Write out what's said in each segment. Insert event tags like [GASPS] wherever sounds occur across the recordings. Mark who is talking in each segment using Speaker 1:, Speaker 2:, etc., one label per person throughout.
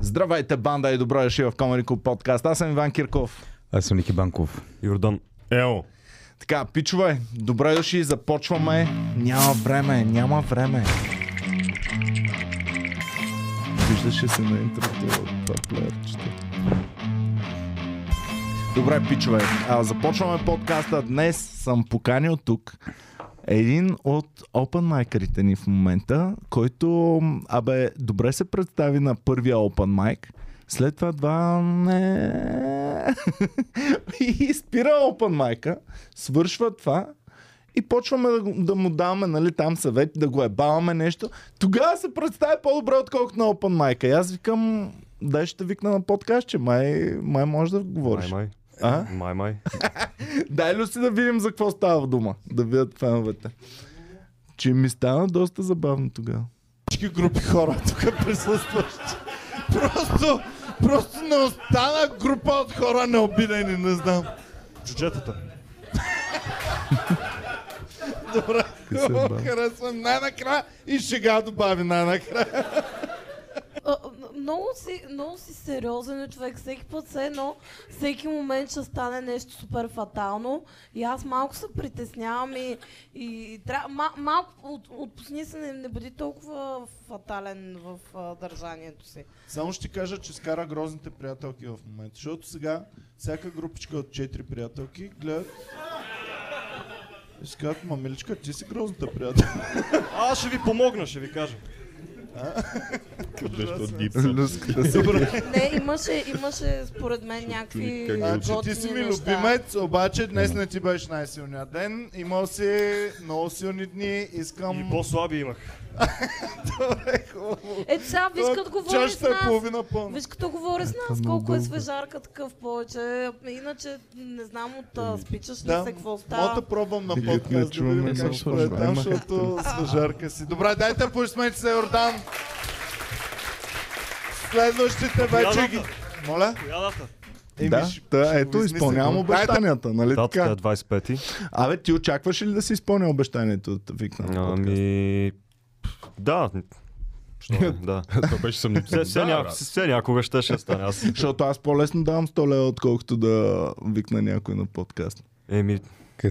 Speaker 1: Здравейте, банда и добро дошли в Comedy Club подкаст. Аз съм Иван Кирков.
Speaker 2: Аз съм Ники Банков.
Speaker 3: Йордан. Ело.
Speaker 1: Така, пичове, добре дошли, започваме. Няма време, няма време. Виждаше се на интрото това плеерчето. Добре, пичове, а, започваме подкаста. Днес съм поканил тук един от open майкерите ни в момента, който, абе, добре се представи на първия open mic. След това два... Не... [LAUGHS] и спира open майка, свършва това и почваме да, го- да му даваме нали, там съвети, да го ебаваме нещо. Тогава се представи по-добре, отколкото на open майка. И аз викам, дай ще викна на подкаст, че май, май може да
Speaker 3: Май,
Speaker 1: говориш.
Speaker 3: май.
Speaker 1: А?
Speaker 3: Май, май.
Speaker 1: Дай ли си да видим за какво става дума, да видят феновете. Че ми стана доста забавно тогава. Всички групи хора тук присъстващи. Просто, просто не остана група от хора необидени, не знам.
Speaker 3: Джуджетата.
Speaker 1: Добре,
Speaker 2: ба.
Speaker 1: харесвам най-накрая и шега добави най-накрая.
Speaker 4: А, м- много си, много си сериозен е човек. Всеки път все едно, всеки момент ще стане нещо супер фатално. И аз малко се притеснявам и, и, тря- ма, малко от, отпусни се, не, не бъди толкова фатален в а, държанието си.
Speaker 5: Само ще кажа, че скара грозните приятелки в момента, защото сега всяка групичка от 4 приятелки гледат и си казват, мамиличка, ти си грозната приятелка.
Speaker 3: Аз ще ви помогна, ще ви кажа.
Speaker 1: [LAUGHS]
Speaker 4: Не, имаше, имаше според мен някакви
Speaker 5: Значи
Speaker 4: готини
Speaker 5: ти си ми
Speaker 4: неща.
Speaker 5: любимец, обаче днес не ти беше най-силният ден. Имал си много силни дни,
Speaker 3: И
Speaker 5: искам...
Speaker 3: по-слаби имах.
Speaker 4: Ето Е, сега виж
Speaker 5: Това
Speaker 4: като говори с
Speaker 5: Чашата е
Speaker 4: нас.
Speaker 5: половина пълна.
Speaker 4: Виж като говори с нас, колко е свежарка такъв повече. Иначе не знам от а, спичаш ли
Speaker 5: Да,
Speaker 4: се какво
Speaker 5: Мога да
Speaker 4: става.
Speaker 5: пробвам на
Speaker 1: Ние не
Speaker 5: подкаст да
Speaker 1: чуваме
Speaker 5: видим как
Speaker 1: много
Speaker 5: ще бъде
Speaker 1: хора.
Speaker 5: там,
Speaker 1: Ама,
Speaker 5: защото свежарка си. Добре, дайте поясмете се, е Йордан. Следващите вече ги... Моля?
Speaker 3: Коя дата?
Speaker 1: Да,
Speaker 5: ще-
Speaker 1: та,
Speaker 5: ще го
Speaker 1: ето,
Speaker 5: измисля,
Speaker 1: изпълнявам
Speaker 5: какво? Дайте
Speaker 1: обещанията, нали така?
Speaker 3: 25-ти.
Speaker 1: Абе, ти очакваше ли да си изпълня обещанието да те викна? на подкаст?
Speaker 3: Ами... Да. Що
Speaker 1: [LAUGHS]
Speaker 3: не, да.
Speaker 2: Това беше съм.
Speaker 3: Все, все, ня... все някога ще ще стане. Аз...
Speaker 1: Защото аз по-лесно давам 100 лева, отколкото да викна някой на подкаст.
Speaker 3: Еми,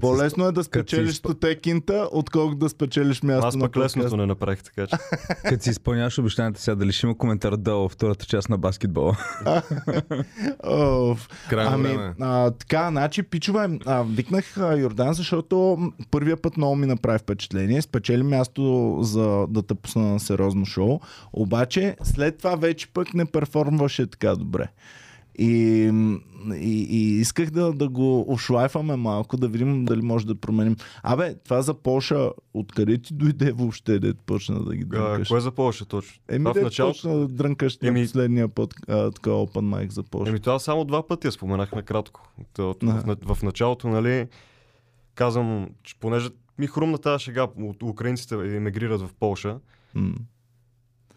Speaker 1: По-лесно е да
Speaker 2: Като си
Speaker 1: спечелиш
Speaker 2: изпъ-
Speaker 1: стоте кинта, отколкото да спечелиш място
Speaker 3: аз
Speaker 1: на
Speaker 3: пък
Speaker 1: подкаст.
Speaker 3: лесното не направих,
Speaker 1: [LAUGHS]
Speaker 3: така че.
Speaker 2: Като си изпълняваш обещанията сега, дали ще има коментар долу във втората част на баскетбола?
Speaker 1: Оф.
Speaker 6: Крайно
Speaker 1: Ами,
Speaker 6: време.
Speaker 1: а, така, значи, пичове, а, викнах а, Йордан, защото м, първия път много ми направи впечатление. Спечели място за да те пусна на сериозно шоу, обаче след това вече пък не перформваше така добре. И, м, и, и исках да, да го ошлайфаме малко, да видим дали може да променим. Абе, това за Полша, откъде ти дойде въобще, дед почна да ги
Speaker 3: А,
Speaker 1: дрънкаш?
Speaker 3: кое е за Полша точно?
Speaker 1: Ами, Еми,
Speaker 3: Това в
Speaker 1: дед
Speaker 3: началото.
Speaker 1: почна да дрънкаш на
Speaker 3: Еми-
Speaker 1: последния път, а, така, open mic за Полша.
Speaker 3: Еми това само два пъти я споменах накратко. Та от-
Speaker 1: Да.
Speaker 3: В, на- в началото, нали, казвам, че понеже ми хрумна тази шега, от украинците емигрират в Полша,
Speaker 1: М.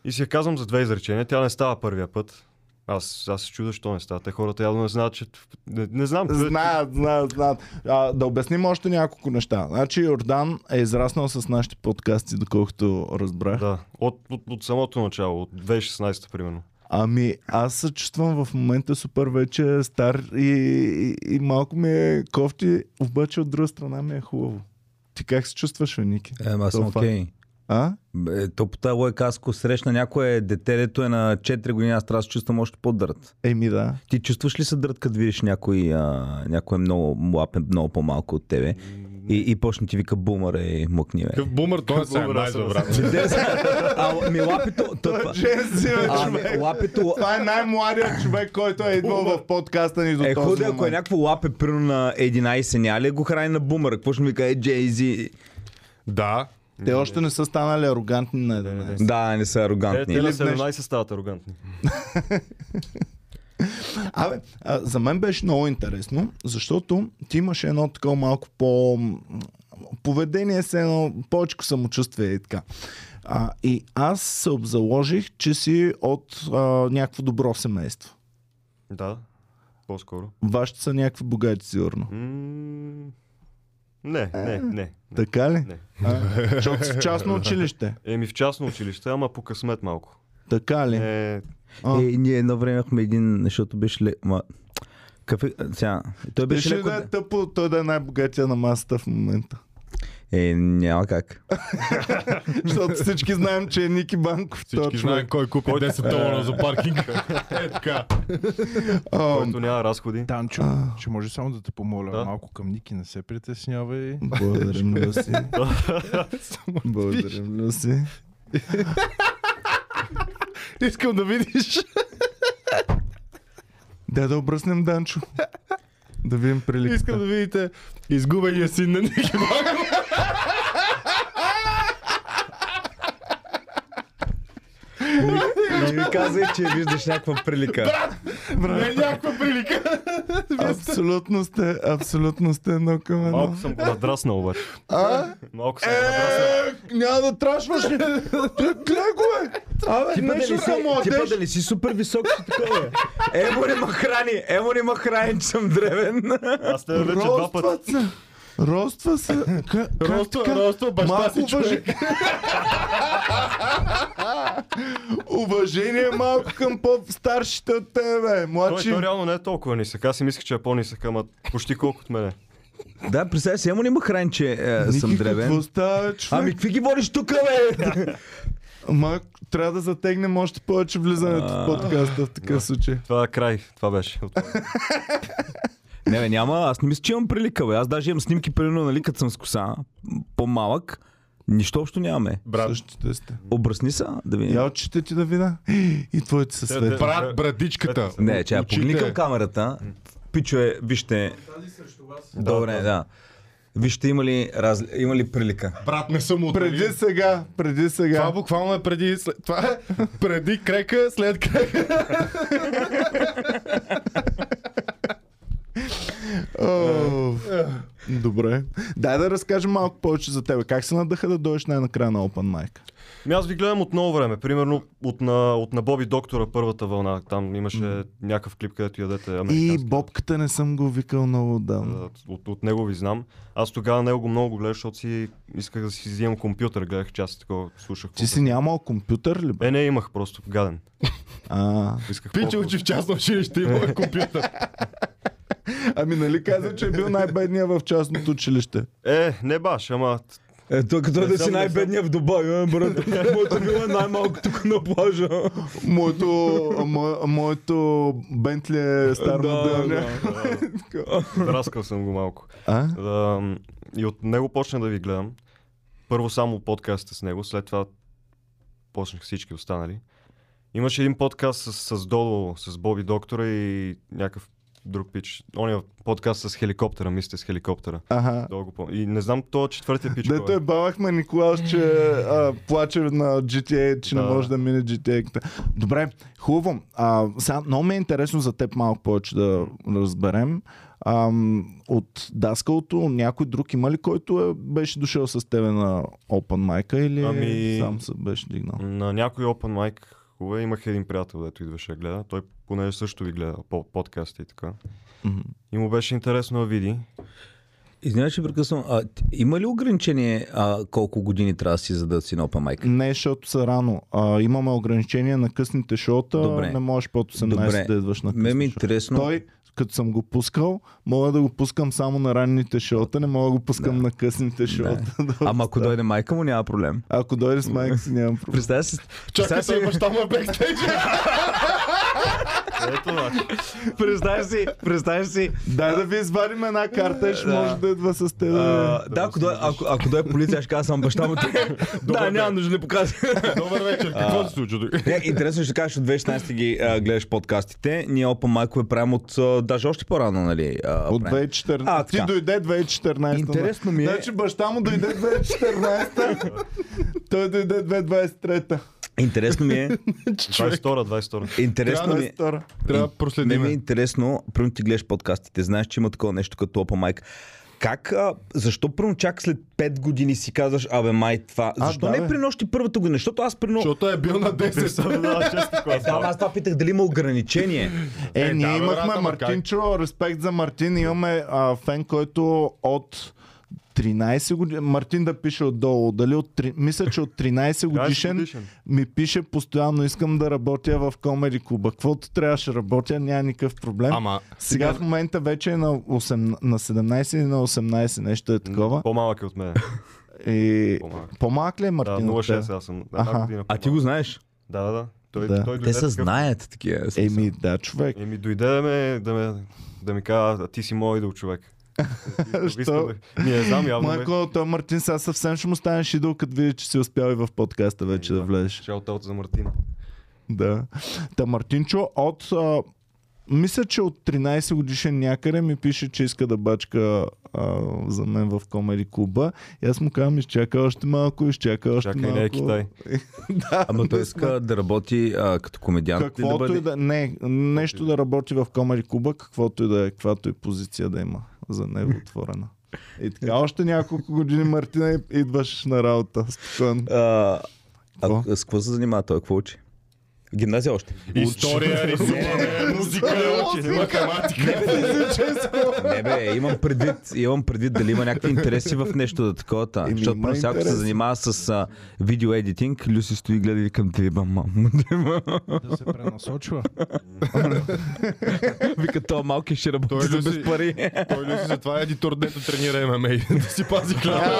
Speaker 3: И си я казвам за две изречения. Тя не става първия път. Аз, аз се чудя, що не става. Те хората явно не знаят, че... Не, не знам.
Speaker 1: Знаят, знаят, знаят. А, да обясним още няколко неща. Значи Йордан е израснал с нашите подкасти, доколкото разбрах. Да.
Speaker 3: Да, от, от, от самото начало, от 2016 примерно.
Speaker 1: Ами аз се чувствам в момента супер вече стар и, и, и малко ми е кофти, обаче от друга страна ми е хубаво. Ти как се чувстваш, бе, Ники?
Speaker 2: Е, аз съм
Speaker 1: Това.
Speaker 2: окей.
Speaker 1: А?
Speaker 2: Бе, То по тази лойка, аз ако срещна някое дете, дето е на 4 години, аз трябва да се чувствам още по-дърт.
Speaker 1: Еми да.
Speaker 2: Ти чувстваш ли се дърт, като видиш някой, а, някой е много млад, е много по-малко от тебе и, и почне ти вика бумър е, и мъкни, бе.
Speaker 6: Такъв бумър, той е най-забравен.
Speaker 2: [LAUGHS] А, ми лапито... то-
Speaker 1: Дженси, бе,
Speaker 2: а,
Speaker 1: човек.
Speaker 2: ми, лапито...
Speaker 1: Това е най-младият човек, който е идвал в подкаста ни до
Speaker 2: Е,
Speaker 1: този
Speaker 2: хубаво, да, ако е
Speaker 1: момент.
Speaker 2: някакво лапе, примерно на 11, няма ли да го храни на бумъра? Какво ще ми каже, Джейзи?
Speaker 6: Да,
Speaker 1: Те още не са станали арогантни на 11.
Speaker 2: Да, не са
Speaker 3: Е, Те,
Speaker 2: арогантни.
Speaker 3: те на
Speaker 7: Е,
Speaker 1: днес-
Speaker 3: 17 стават арогантни.
Speaker 1: Абе, а, за мен беше много интересно, защото ти имаше едно такова малко по... м, поведение с едно повече самочувствие и така. А, и аз се обзаложих, че си от а, някакво добро семейство.
Speaker 3: Да, по-скоро.
Speaker 1: Вашите са някакви богати, сигурно.
Speaker 3: М, Не, не, не.
Speaker 1: Така ли?
Speaker 3: Не.
Speaker 1: А, защото си в частно училище.
Speaker 3: Еми в частно училище, ама по късмет малко.
Speaker 1: Така ли?
Speaker 3: Е,
Speaker 1: А.
Speaker 7: Е, ние едно време имахме един, защото беше ле... Ма... Кафе... Сега, той беше
Speaker 1: Беше
Speaker 7: леко...
Speaker 1: да е тъпо, той да е най-богатия на масата в
Speaker 8: [LAUGHS]
Speaker 1: момента.
Speaker 7: Е, няма как.
Speaker 1: Защото всички знаем, че е Ники Банков. този
Speaker 8: Всички знаем
Speaker 1: човек.
Speaker 8: кой купи 10 долара за паркинга. Е така.
Speaker 1: А,
Speaker 3: който няма разходи.
Speaker 9: Танчо, ще може само да те помоля
Speaker 3: Да.
Speaker 9: малко към Ники, не се притеснявай.
Speaker 1: Благодарим,
Speaker 8: [LAUGHS]
Speaker 1: Люси. Благодарим, Люси.
Speaker 8: Искам да видиш.
Speaker 1: Да, да обръснем Данчо. Да видим
Speaker 8: Искам
Speaker 1: приликата.
Speaker 8: да видите изгубения син на Ники Банков.
Speaker 7: Не ми казай, че виждаш някаква прилика.
Speaker 5: е
Speaker 8: Не някаква прилика.
Speaker 1: Абсолютно сте, абсолютно сте едно към едно.
Speaker 3: Малко съм го надраснал обаче.
Speaker 1: А?
Speaker 3: Малко съм го надраснал.
Speaker 1: Е, няма да трашваш ли? Той Гледай го, бе! Абе,
Speaker 7: Типа
Speaker 1: нещо
Speaker 7: дали, си,
Speaker 1: са
Speaker 7: типа
Speaker 1: младеж.
Speaker 7: дали си супер висок, че такова е. Емо не ма храни, емо не ма храни, че съм древен.
Speaker 3: Аз те вече два пъти.
Speaker 1: Ростват се. Роства се. Ка- как
Speaker 8: Роства,
Speaker 1: така?
Speaker 8: роства баща
Speaker 1: Малко
Speaker 8: си човек.
Speaker 1: уважение. [LAUGHS] Уважение малко към по-старшите от тебе.
Speaker 3: Той,
Speaker 1: Младши.
Speaker 3: той реално не е толкова нисък. Аз си мислех, че е по-нисък, ама почти колко от мене.
Speaker 7: Да, представя си, емо не ма храни, че е, съм
Speaker 1: Ники, Какво
Speaker 7: древен.
Speaker 1: става, човек?
Speaker 7: Ами, какви ги водиш тук, бе?
Speaker 1: Ама трябва да затегнем още повече влизането в подкаста в такъв случай.
Speaker 3: Това е край. Това беше.
Speaker 7: [LAUGHS]
Speaker 3: От-
Speaker 7: Не, бе, няма. Аз не мисля, че имам прилика, бе. Аз даже имам снимки, примерно, нали, като съм с коса, по-малък. Нищо общо нямаме.
Speaker 8: Брат,
Speaker 1: Същите сте.
Speaker 7: Обръсни са, да видим.
Speaker 1: Я очите ти да видя. [GASPS] И твоите се
Speaker 7: Е,
Speaker 3: Те-
Speaker 1: светят.
Speaker 8: брат, братичката.
Speaker 7: Не, че я
Speaker 8: Очите.
Speaker 7: погледни към камерата. Пичове, вижте. Добре, да. Вижте, има ли, раз... има ли прилика?
Speaker 8: Брат, не съм от
Speaker 1: Преди сега, преди
Speaker 8: Нали? Това
Speaker 1: сега.
Speaker 8: буквално е преди... след- Това е преди крека, след крека.
Speaker 1: О, Добре. Дай да разкажем малко повече за тебе. Как се надъха да дойдеш най-накрая на Open Mic?
Speaker 3: Ми Ами аз ви гледам от много време. Примерно от на, от на Боби Доктора първата вълна. Там имаше някакъв клип, където ядете
Speaker 1: И
Speaker 3: американски.
Speaker 1: бобката не съм го викал много отдавна.
Speaker 3: Да, От, от него ви знам. Аз тогава него го много го гледах, защото си исках да си взимам компютър. Гледах част и такова, слушах.
Speaker 1: Ти си нямал компютър ли? бе?
Speaker 3: Е, не имах просто гаден.
Speaker 1: А,
Speaker 3: Исках
Speaker 8: Пиче
Speaker 3: по-хубаво.
Speaker 8: учи в частно училище и [LAUGHS] моят компютър.
Speaker 1: ами нали каза, че е бил най-бедния в частното училище?
Speaker 3: Е, не баш, ама
Speaker 7: Е, той като е да
Speaker 3: съм,
Speaker 7: си
Speaker 3: не
Speaker 7: най-бедният в Дубай, е, [LAUGHS] брат. Моето било е най-малко тук на плажа.
Speaker 1: Моето, мо, моето Бентли е старо да,
Speaker 7: Да, да.
Speaker 3: драскал съм го малко.
Speaker 1: А?
Speaker 3: Да, м, и от него почна да ви гледам. Първо само подкастите с него, след това почнах всички останали. Имаше един подкаст с, с Долу, с Боби Доктора и някакъв друг пич. Оня подкаст с хеликоптера, мисля с хеликоптера.
Speaker 1: Аха.
Speaker 3: Долу го помня. И не знам, то четвъртия пич.
Speaker 1: Дето
Speaker 3: кой
Speaker 1: е бавахме Николаус, че а, плаче на GTA, че не
Speaker 3: Да.
Speaker 1: може да мине GTA. -ката. Добре, хубаво. А, сега, много ми е интересно за теб малко повече да разберем. А, от даскалото някой друг има ли, който е, беше дошъл с тебе на Open Mic или
Speaker 3: Ами-
Speaker 1: сам се беше дигнал?
Speaker 3: На някой open mic кубе имах един приятел, дето идваше да гледа. Той понеже също ви гледа по подкаста и така.
Speaker 1: Мгм.
Speaker 3: И му беше интересно да види.
Speaker 7: Извинявай, че прекъсвам. А, т- има ли ограничение а, колко години трябва да си за да си на Open Mic?
Speaker 1: Не, защото са рано. А, имаме ограничения на късните шоута.
Speaker 7: Добре.
Speaker 1: Не можеш под 18
Speaker 7: Добре.
Speaker 1: да идваш на късни
Speaker 7: Ме ми е
Speaker 1: шоута.
Speaker 7: интересно.
Speaker 1: Той, като съм го пускал, мога да го пускам само на ранните шоута, не мога да го пускам на късните шоута. [LAUGHS] Да.
Speaker 7: Ама ако дойде майка му, няма проблем.
Speaker 1: Ако дойде с майка си, нямам
Speaker 7: [LAUGHS]
Speaker 1: проблем.
Speaker 7: Представя си,
Speaker 8: Чакай,
Speaker 7: представя си,
Speaker 8: той баща му е бекстейдж.
Speaker 3: Ето, значи.
Speaker 7: представя си, представя си.
Speaker 1: Дай да ви извадим една карта и ще може да идва с теб.
Speaker 7: А, да, ако дойде, ако, ако дойде полиция, ще казвам баща му. е- [LAUGHS] да, няма нужда да показвам.
Speaker 8: Добър вечер, [LAUGHS] какво се случва? тук?
Speaker 7: Не, интересно ще кажеш, от 2016 ги а, гледаш подкастите. Ние Open Майкове правим от, а, даже още по-рано, нали? А,
Speaker 1: От
Speaker 7: правим.
Speaker 1: 2014.
Speaker 7: А,
Speaker 1: ти
Speaker 7: така.
Speaker 1: дойде 2014.
Speaker 7: Интересно ми е-
Speaker 1: Значи баща му дойде
Speaker 7: [LAUGHS]
Speaker 1: 2014. Той дойде 2023.
Speaker 7: Интересно [LAUGHS] ми е.
Speaker 3: 22-а, 22-а.
Speaker 7: Интересно ми
Speaker 1: 22.
Speaker 7: е.
Speaker 8: Трябва да
Speaker 7: Не ми е
Speaker 8: проследим.
Speaker 7: интересно, примерно ти гледаш подкастите, знаеш, че има такова нещо като Open Mic. Как, а, защо първо чак след 5 години си казваш, абе май това?
Speaker 1: А,
Speaker 7: Защо
Speaker 1: да, бе.
Speaker 7: не при нощи първата година? Защото аз при
Speaker 8: Защото е бил на 10.
Speaker 7: Е, да, ама аз това питах дали има ограничение.
Speaker 1: Е,
Speaker 8: Е,
Speaker 1: е ние
Speaker 8: да, бе,
Speaker 1: имахме
Speaker 8: брат, ама
Speaker 1: Мартинчо, респект за Мартин. Имаме а, фен, който от 13 години. Мартин да пише отдолу. Дали от три... Мисля, че от 13 годишен ми пише постоянно, искам да работя в комеди клуба. Каквото трябваше работя, няма никакъв проблем.
Speaker 10: Ама,
Speaker 1: Сега в момента вече е на, 8, на 17 или на 18, нещо е такова.
Speaker 3: По-малък е от мен.
Speaker 1: И...
Speaker 3: По-малък.
Speaker 1: По-малък ли е
Speaker 3: Да,
Speaker 1: Мартин? от
Speaker 3: 06
Speaker 1: теб?
Speaker 3: аз съм.
Speaker 1: Аха.
Speaker 3: Една година.
Speaker 7: А ти го знаеш?
Speaker 3: Да, да, да. Той,
Speaker 1: Да.
Speaker 3: той
Speaker 10: те
Speaker 3: дойде
Speaker 10: се
Speaker 3: такъв-
Speaker 10: знаят такива. в смисъл.
Speaker 1: Еми, да, човек.
Speaker 3: Еми, дойде да, ме, да, ме, да ми казва, а ти си мой идол човек.
Speaker 1: Що?
Speaker 3: Ми не знам, явно ме.
Speaker 1: Майко, той Мартин сега съвсем ще му станеш идол, като види, че си успял и в подкаста вече
Speaker 3: Е,
Speaker 1: да
Speaker 3: да.
Speaker 1: влезеш.
Speaker 3: Шаутаут за Мартин.
Speaker 1: Да. Та Мартинчо от... А, мисля, че от 13 годишен някъде ми пише, че иска да бачка а, за мен в комеди клуба. И аз му казвам, изчакай още малко, изчакай още
Speaker 3: Чакай,
Speaker 1: малко.
Speaker 3: не е Китай.
Speaker 1: да,
Speaker 7: Ама той
Speaker 1: не сме.
Speaker 7: иска да работи а, като
Speaker 3: Ами
Speaker 7: комедиант. и да
Speaker 1: Каквото
Speaker 7: бъде...
Speaker 1: и да... Не, нещо да работи в комеди клуба, каквото и да е, каквато и позиция да има за него отворена. И така, още няколко години, Мартина, и- идваш на работа. Спокойно.
Speaker 3: Е.
Speaker 7: А,
Speaker 1: Какво?
Speaker 7: а, с какво се занимава той? Какво учи? Гимназия още.
Speaker 10: История, рисуване, музика.
Speaker 7: Не бе, имам предвид, имам предвид дали има някакви интереси в нещо да такова. Та.
Speaker 1: Еми,
Speaker 7: Защото
Speaker 1: има
Speaker 7: просто ако се
Speaker 1: интерес.
Speaker 7: занимава с а, видеоедитинг, Люси стои и гледа и към тебе, мамо.
Speaker 9: да се пренасочва.
Speaker 7: [LAUGHS] Вика, то малки ще работи
Speaker 8: Той
Speaker 7: за
Speaker 8: Люси-
Speaker 7: без пари.
Speaker 8: Той Люси затова е едитор, дето тренира ММА. да си пази хляба.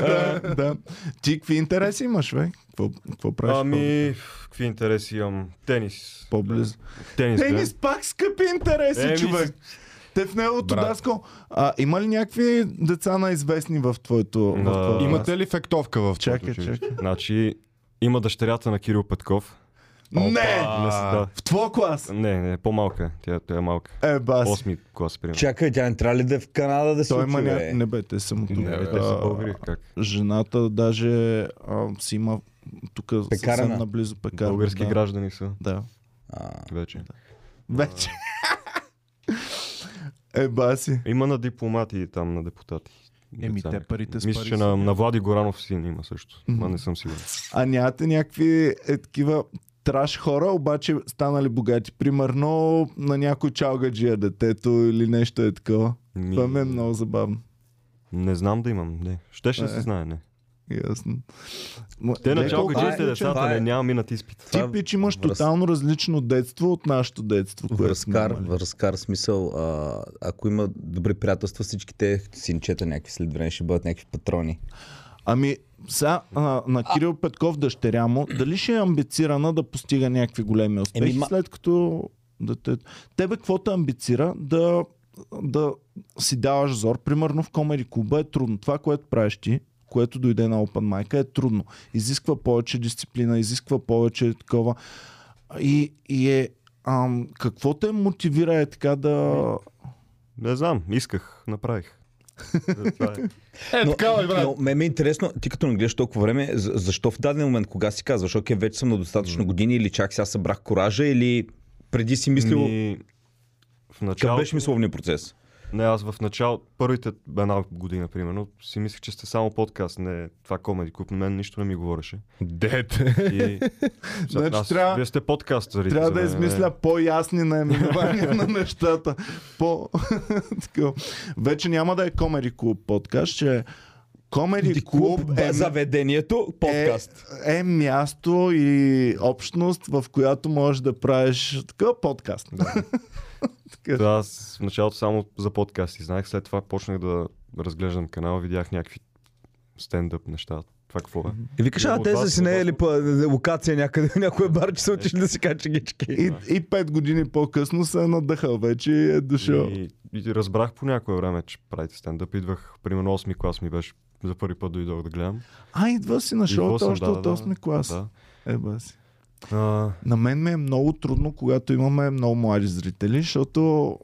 Speaker 1: да, да. Ти какви интереси имаш, бе? Какво, какво правиш?
Speaker 3: Ами, какви интереси имам? Тенис.
Speaker 1: По-близо.
Speaker 3: Тенис,
Speaker 1: Тенис пак скъпи интереси,
Speaker 3: Еми,
Speaker 1: човек. Те в неговото
Speaker 8: Брат.
Speaker 1: даско. А, има ли някакви деца на известни в твоето? В
Speaker 3: Да.
Speaker 1: твоето даско?
Speaker 8: Имате ли фектовка в това?
Speaker 1: Чакай, чакай.
Speaker 3: да. Значи, има дъщерята на Кирил Петков.
Speaker 1: Не!
Speaker 3: Не си- да.
Speaker 1: В твой клас!
Speaker 3: Не, не, по-малка. е. Тя, тя е малка.
Speaker 1: Е, бас.
Speaker 3: Осми клас, примерно.
Speaker 7: Чакай, тя не трябва ли да е в Канада да се
Speaker 1: Той
Speaker 7: учи,
Speaker 1: има ня...
Speaker 7: бе?
Speaker 1: Не бе, те са му тук.
Speaker 8: Не, бе,
Speaker 1: А,
Speaker 3: Е, Те са българи, как?
Speaker 1: Жената даже а, си има тук съвсем
Speaker 7: Пекарена.
Speaker 1: наблизо пекарна.
Speaker 3: Български
Speaker 1: да.
Speaker 3: граждани са
Speaker 1: Да.
Speaker 7: А,
Speaker 3: вече.
Speaker 1: Вече. [LAUGHS] Е, баси.
Speaker 3: Има на дипломати и там, на депутати.
Speaker 9: Еми,
Speaker 3: Деца
Speaker 9: те
Speaker 3: някакви.
Speaker 9: парите с
Speaker 3: Мисля,
Speaker 9: пари
Speaker 3: че
Speaker 9: си
Speaker 3: на,
Speaker 9: ги-
Speaker 3: на Влади Горанов син има също. Ма не съм сигурен.
Speaker 1: А нямате някакви е, такива траш хора, обаче станали богати. Примерно на някой чалгаджия детето или нещо е такова.
Speaker 3: Ми-
Speaker 1: Това ми е много забавно.
Speaker 3: Не знам да имам, не. Ще ще
Speaker 1: Е.
Speaker 3: се знае, не.
Speaker 1: Ясно. М-
Speaker 3: Те
Speaker 1: Леко
Speaker 3: начало
Speaker 7: колко-
Speaker 3: гаджите
Speaker 7: Това е-
Speaker 3: децата,
Speaker 7: това е-
Speaker 3: не няма минат изпит.
Speaker 1: Ти
Speaker 7: Това
Speaker 1: пич имаш
Speaker 7: връз-
Speaker 1: тотално различно детство от нашето детство, което сме
Speaker 7: Връзкар,
Speaker 1: имали.
Speaker 7: връзкар смисъл, а, ако има добри приятелства, всички те синчета някакви след време ще бъдат някакви патрони.
Speaker 1: Ами, сега а, на Кирил Петков, дъщеря му, дали ще е амбицирана да постига някакви големи успехи,
Speaker 7: Еми, ма-
Speaker 1: след като детето... Тебе какво те амбицира да, да си даваш зор? Примерно в Комери клуба е трудно. Това, което правиш ти, което дойде на Open Mic е трудно. Изисква повече дисциплина, изисква повече такова. И, и е... Ам, какво те мотивира е така
Speaker 7: Ами,
Speaker 1: да...
Speaker 3: Не знам, исках, направих. Това е.
Speaker 8: Е,
Speaker 7: но,
Speaker 8: така, бе, брат.
Speaker 7: но ме, ме е интересно, ти като не гледаш толкова време, за- защо в даден момент, кога си казваш, окей, вече съм на достатъчно години или чак сега събрах коража или преди си мислил,
Speaker 3: Ми, Ами, в
Speaker 7: какъв
Speaker 3: началото,
Speaker 7: беше мисловния процес?
Speaker 3: не, аз в началото, първите една година, примерно, си мислех, че сте само подкаст, не това комеди клуб, на мен нищо не ми говореше.
Speaker 8: Дете.
Speaker 7: [LAUGHS]
Speaker 3: И...
Speaker 1: Значи трябва-
Speaker 3: Вие сте подкаст,
Speaker 1: Трябва да измисля по-ясни наименования на нещата. По... [LAUGHS] Такова. Вече няма да е Комери Клуб подкаст, ще е Комери Клуб е,
Speaker 7: заведението, подкаст.
Speaker 1: е, е място и общност, в която можеш да правиш такъв подкаст.
Speaker 3: Да, аз в началото само за подкасти знаех, след това почнах да разглеждам канала, видях някакви стендъп неща. Това какво е?
Speaker 7: И викаш,
Speaker 3: От
Speaker 7: а те са
Speaker 3: вас-
Speaker 7: си
Speaker 3: от
Speaker 7: не
Speaker 3: вас-
Speaker 7: е ли па, локация някъде, някоя бар, че са отишли да си кача гички.
Speaker 1: И, и пет години по-късно се е надъхал вече и е дошъл.
Speaker 3: И, и разбрах по някое време, че правите стендъп. Идвах, примерно 8 клас ми беше, за първи път дойдох да гледам.
Speaker 1: А, идва си на
Speaker 3: Идвал
Speaker 1: шоуто
Speaker 3: съм,
Speaker 1: още
Speaker 3: да,
Speaker 1: от
Speaker 3: да,
Speaker 1: 8 клас.
Speaker 3: Да.
Speaker 1: Еба си.
Speaker 3: А,
Speaker 1: На мен ми е много трудно, когато имаме много млади зрители, защото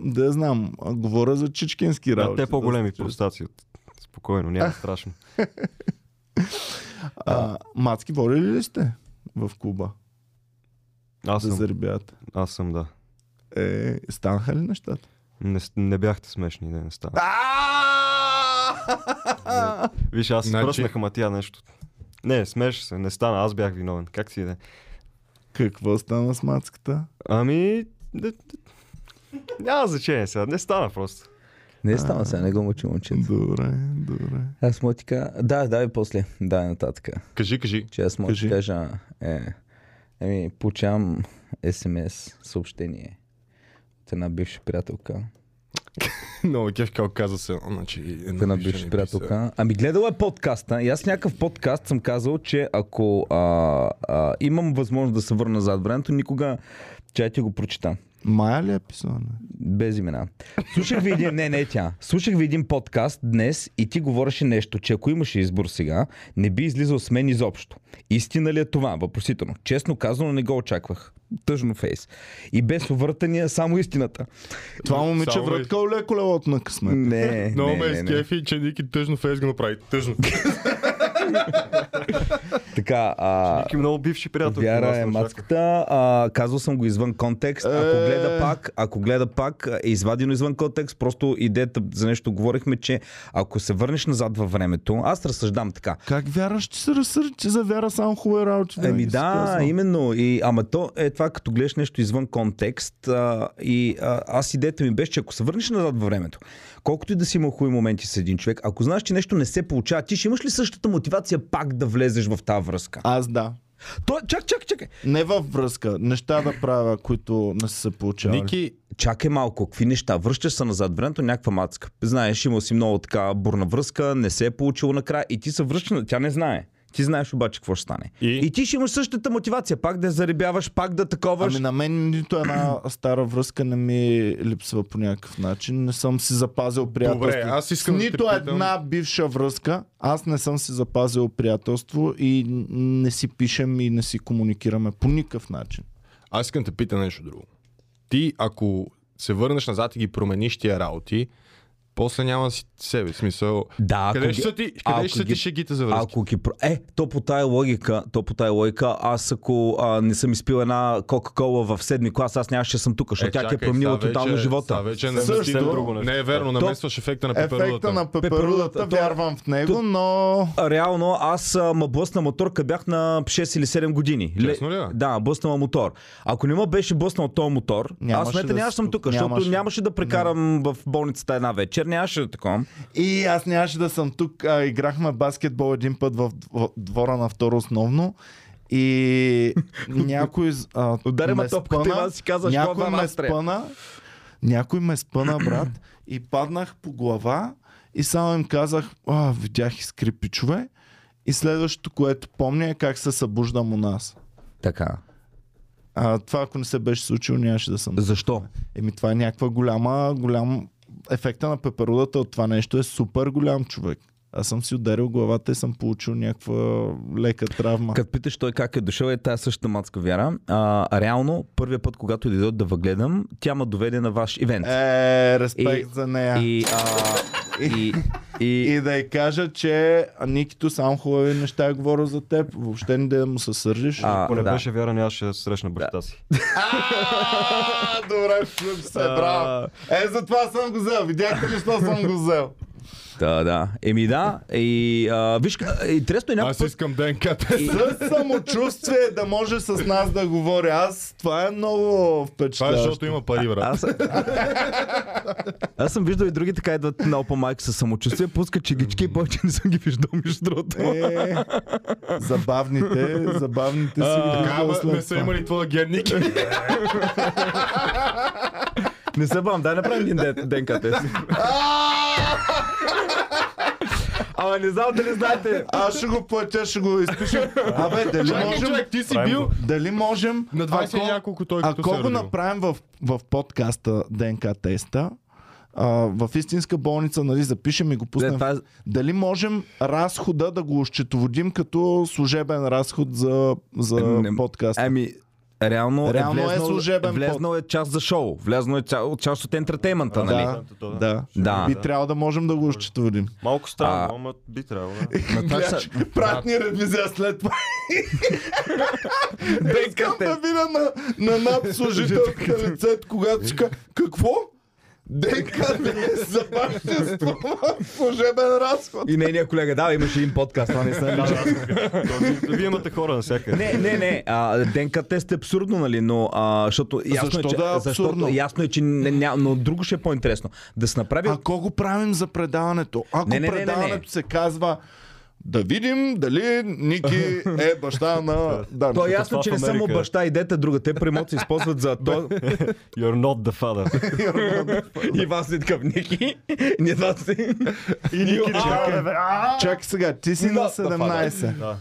Speaker 1: да я знам, а, говоря за чичкински
Speaker 3: да,
Speaker 1: работи.
Speaker 3: те по-големи
Speaker 1: да се чуят.
Speaker 3: простаци. Спокойно, няма страшно.
Speaker 1: А, мацки водили ли сте в клуба?
Speaker 3: Аз
Speaker 1: Да
Speaker 3: съм,
Speaker 1: заребявате.
Speaker 3: аз съм, да.
Speaker 1: Е, станаха ли нещата?
Speaker 3: Не, с- не бяхте смешни, не, не стана. Виж, аз
Speaker 8: Значи-
Speaker 3: значи... пръснах, ама тя нещо. Не, смеш се, не стана, аз бях виновен. Как си иде?
Speaker 1: Какво стана с мацката?
Speaker 3: Ами... д- д- Няма значение сега, не стана просто.
Speaker 7: Не стана сега, не го мъчи момчето.
Speaker 1: Добре, добре.
Speaker 7: Аз му ти кажа... Да, давай после. Да, нататък.
Speaker 8: Кажи, кажи.
Speaker 7: Че аз мога да ти
Speaker 1: Кажи.
Speaker 7: кажа... Е, еми, получавам СМС съобщение от една бивша приятелка.
Speaker 8: Много е кеф, как каза се. Значи,
Speaker 7: От една бивша приятелка. Ами гледала е подкаста и аз в някакъв подкаст съм казал, че ако а, а, имам възможност да се върна зад времето, никога... Чай ти го прочита.
Speaker 1: Мая ли е писана?
Speaker 7: Без имена. Слушах ви един, не, не тя. Слушах ви един подкаст днес и ти говореше нещо, че ако имаше избор сега, не би излизал с мен изобщо. Истина ли е това? Въпросително. Честно казано, не го очаквах. Тъжно фейс. И без увъртания, само истината.
Speaker 1: Това момиче
Speaker 8: Само и-
Speaker 1: враткало ли е колелото на късмет?
Speaker 7: Не,
Speaker 8: Много
Speaker 7: не,
Speaker 8: ме е
Speaker 7: не, не.
Speaker 8: изкефи, че Ники тъжно фейс го направи. Тъжно.
Speaker 7: Така, а,
Speaker 3: Ники много бивши приятели.
Speaker 7: Вяра
Speaker 3: аз не
Speaker 7: е
Speaker 3: очаквах.
Speaker 7: мацката. А, казал съм го извън контекст. Ако
Speaker 1: Е.
Speaker 7: гледа пак, ако гледа пак, е извадено извън контекст. Просто идеята за нещо говорихме, че ако се върнеш назад във времето, аз разсъждам така.
Speaker 1: Как вяра ще се разсърди, че за вяра само хубави работи?
Speaker 7: Еми
Speaker 1: винаги си
Speaker 7: Ами да,
Speaker 1: казвам.
Speaker 7: именно. И, ама то е това, като гледаш нещо извън контекст. А, и а, аз идеята ми беше, че ако се върнеш назад във времето, колкото и да си имал хубави моменти с един човек, ако знаеш, че нещо не се получава, ти ще имаш ли същата мотивация пак да влезеш в тази връзка?
Speaker 1: Аз да.
Speaker 7: То, е, чак, чак, чакай.
Speaker 1: Не във връзка. Неща да правя, които не са се получавали.
Speaker 8: Ники,
Speaker 7: чакай малко, какви неща? Връщаш се назад времето, някаква мацка. Знаеш, имал си много така бурна връзка, не се е получило накрая и ти се връщаш, на- тя не знае. Ти знаеш обаче какво ще стане.
Speaker 8: И?
Speaker 7: и ти ще имаш същата мотивация, пак да заребяваш, пак да таковаш.
Speaker 1: Ами на мен нито една стара връзка не ми липсва по някакъв начин. Не съм си запазил приятелство.
Speaker 8: Добре, аз искам
Speaker 1: С
Speaker 8: да те
Speaker 1: нито
Speaker 8: питам-
Speaker 1: една бивша връзка аз не съм си запазил приятелство и н- не си пишем и не си комуникираме по никакъв начин.
Speaker 8: Аз искам да те питам нещо друго. Ти, ако се върнеш назад и ги промениш тия работи, после няма да си себе. В Смисъл,
Speaker 7: Да, ако
Speaker 8: къде
Speaker 7: ги-
Speaker 8: ще са ти,
Speaker 7: ако
Speaker 8: къде ще са
Speaker 7: ги-
Speaker 8: ти шегите за връзки?
Speaker 7: Ако ги... про- Е, то по тая логика, то по тая логика, аз ако а, не съм изпил една Кока-Кола в седми клас, аз нямаше да съм тук, защото
Speaker 8: Е,
Speaker 7: тя ти е
Speaker 8: чакай,
Speaker 7: променила
Speaker 8: сега
Speaker 7: тотално
Speaker 8: вече-
Speaker 7: живота.
Speaker 8: сега Вече не,
Speaker 1: Също.
Speaker 8: съвсем друго нещо. не е верно, намесваш ефекта на
Speaker 1: Ефекта
Speaker 8: пеперудата.
Speaker 1: на пеперудата,
Speaker 7: Пеперудата,
Speaker 1: вярвам в него,
Speaker 7: то-
Speaker 1: но...
Speaker 7: реално аз а, ма блъсна мотор, къде бях на 6 или 7 години.
Speaker 8: Честно ли, е? бе?
Speaker 7: Да, блъснала мотор. Ако не ма беше блъснал този мотор,
Speaker 1: Нямаше
Speaker 7: аз смета
Speaker 1: да
Speaker 7: да нямаше
Speaker 1: си
Speaker 7: съм
Speaker 1: тук.
Speaker 7: тук, защото
Speaker 1: Нямаше.
Speaker 7: нямаше, да прекарам в болницата една вечер, нямаше да такова.
Speaker 1: И аз нямаше да съм тук. А, играхме баскетбол един път в дво- двора на второ основно.
Speaker 7: [LAUGHS]
Speaker 1: И някой з- а,
Speaker 7: Удари ме
Speaker 1: ме
Speaker 7: топката
Speaker 1: спъна.
Speaker 7: и аз си казваш,
Speaker 1: някой
Speaker 7: «Гола,
Speaker 1: ме
Speaker 7: аз трябва».
Speaker 1: спъна, някой ме спъна, брат, и паднах по глава и само им казах, а, видях искри пичове. И следващото, което помня е как се събуждам у нас.
Speaker 7: Така.
Speaker 1: А, това ако не се беше случило, нямаше да съм.
Speaker 7: Защо?
Speaker 1: Еми това е някаква голяма, голям... Ефекта на пеперудата от това нещо е супер голям човек. Аз съм си ударил главата и съм получил някаква лека травма.
Speaker 7: Като питаш той как е дошъл, е тая същата мацка вяра. А, реално, първия път, когато дойдох да въгледам, тя ме доведе на ваш ивент.
Speaker 1: Е, респект
Speaker 7: И-
Speaker 1: за нея. И,
Speaker 7: И, а, и, и,
Speaker 1: [LAUGHS] и да й кажа, че Никито само хубави неща е говорил за теб. Въобще не да му се сърдиш.
Speaker 7: а,
Speaker 3: Ако не
Speaker 7: да.
Speaker 3: беше вяра, нямаше да срещна баща си.
Speaker 1: А, добре, включи се,
Speaker 7: браво.
Speaker 1: Е, затова съм го взел. Видяхте ли, що съм го взел?
Speaker 7: Да, да. Еми да. И, а, виж, а, интересно е някой
Speaker 8: Аз
Speaker 7: път...
Speaker 8: искам ДНК тест.
Speaker 1: С самочувствие да може с нас да говори. Аз, това е много
Speaker 8: Това е
Speaker 1: впечатляващо.
Speaker 8: защото има пари, брат.
Speaker 7: Аз... Аз съм виждал и други така идват на Open Mic със самочувствие, пускат чигички и повече не съм ги виждал между другото.
Speaker 1: Е, забавните,
Speaker 8: [LAUGHS]
Speaker 1: забавните си ги
Speaker 8: Така,
Speaker 1: виждал
Speaker 8: ама не
Speaker 1: след
Speaker 8: са
Speaker 1: това.
Speaker 8: имали твоя ген, Ники.
Speaker 7: Не се бам, дай направим един ден- ДНК тест. Ама не знам дали знаете.
Speaker 1: Аз ще го платя, ще го изпишем.
Speaker 8: [LAUGHS]
Speaker 1: Абе, дали
Speaker 8: Чакай,
Speaker 1: можем...
Speaker 8: човек, ти си
Speaker 3: Правим
Speaker 8: бил
Speaker 3: го.
Speaker 1: Дали можем...
Speaker 8: на 20 и
Speaker 1: ако-
Speaker 8: няколко той като се е
Speaker 1: Ако го
Speaker 8: родил.
Speaker 1: направим в, в подкаста ДНК теста, а, в истинска болница, нали, запишем и го пуснем.
Speaker 7: Не, това е-
Speaker 1: Дали можем разхода да го счетоводим като служебен разход за, за
Speaker 7: Не-
Speaker 1: подкаста?
Speaker 7: Ами, реално,
Speaker 1: Реално е
Speaker 7: е влезнал,
Speaker 1: служебен
Speaker 7: влезнал е част за шоу, влезнал е част, част от ентертеймента, нали?
Speaker 1: [LAUGHS] да, да.
Speaker 7: Да.
Speaker 1: Би трябвало да можем да го счетоводим.
Speaker 3: Малко
Speaker 7: А.
Speaker 3: странно, ама би трябвало. да.
Speaker 8: На това са-
Speaker 1: [LAUGHS] Пратни ревизия след това. Искам да видя на, на над служителката лицето, когато ще ка- какво?
Speaker 11: ДКД е за бащинство служебен разход.
Speaker 7: И нейния колега, да, имаше един подкаст, това не
Speaker 3: Да,
Speaker 7: са
Speaker 3: да, аз го гледам. Този- [LAUGHS] Вие имате хора навсякъде.
Speaker 7: Не, не, не. А, ДНК тест е абсурдно, нали? Но, а, защото ясно е,
Speaker 1: Защо
Speaker 7: че,
Speaker 1: да е
Speaker 7: защото
Speaker 1: абсурдно?
Speaker 7: ясно е, че не, ня, но друго ще е по-интересно. Да се направи... е
Speaker 1: Ако го правим за предаването, ако
Speaker 7: Не, не, не, не, не.
Speaker 1: предаването се казва да видим дали Ники е баща на Дан.
Speaker 7: То е
Speaker 3: това
Speaker 7: ясно, че
Speaker 3: в
Speaker 7: не са му
Speaker 3: Америка.
Speaker 7: баща и дете, друга. Те премот се използват за
Speaker 1: [LAUGHS]
Speaker 7: то.
Speaker 3: You're not the father.
Speaker 7: и вас си такъв, Ники. Не да си.
Speaker 1: И Ники чакай, чакай сега, ти си на 17.
Speaker 3: Да.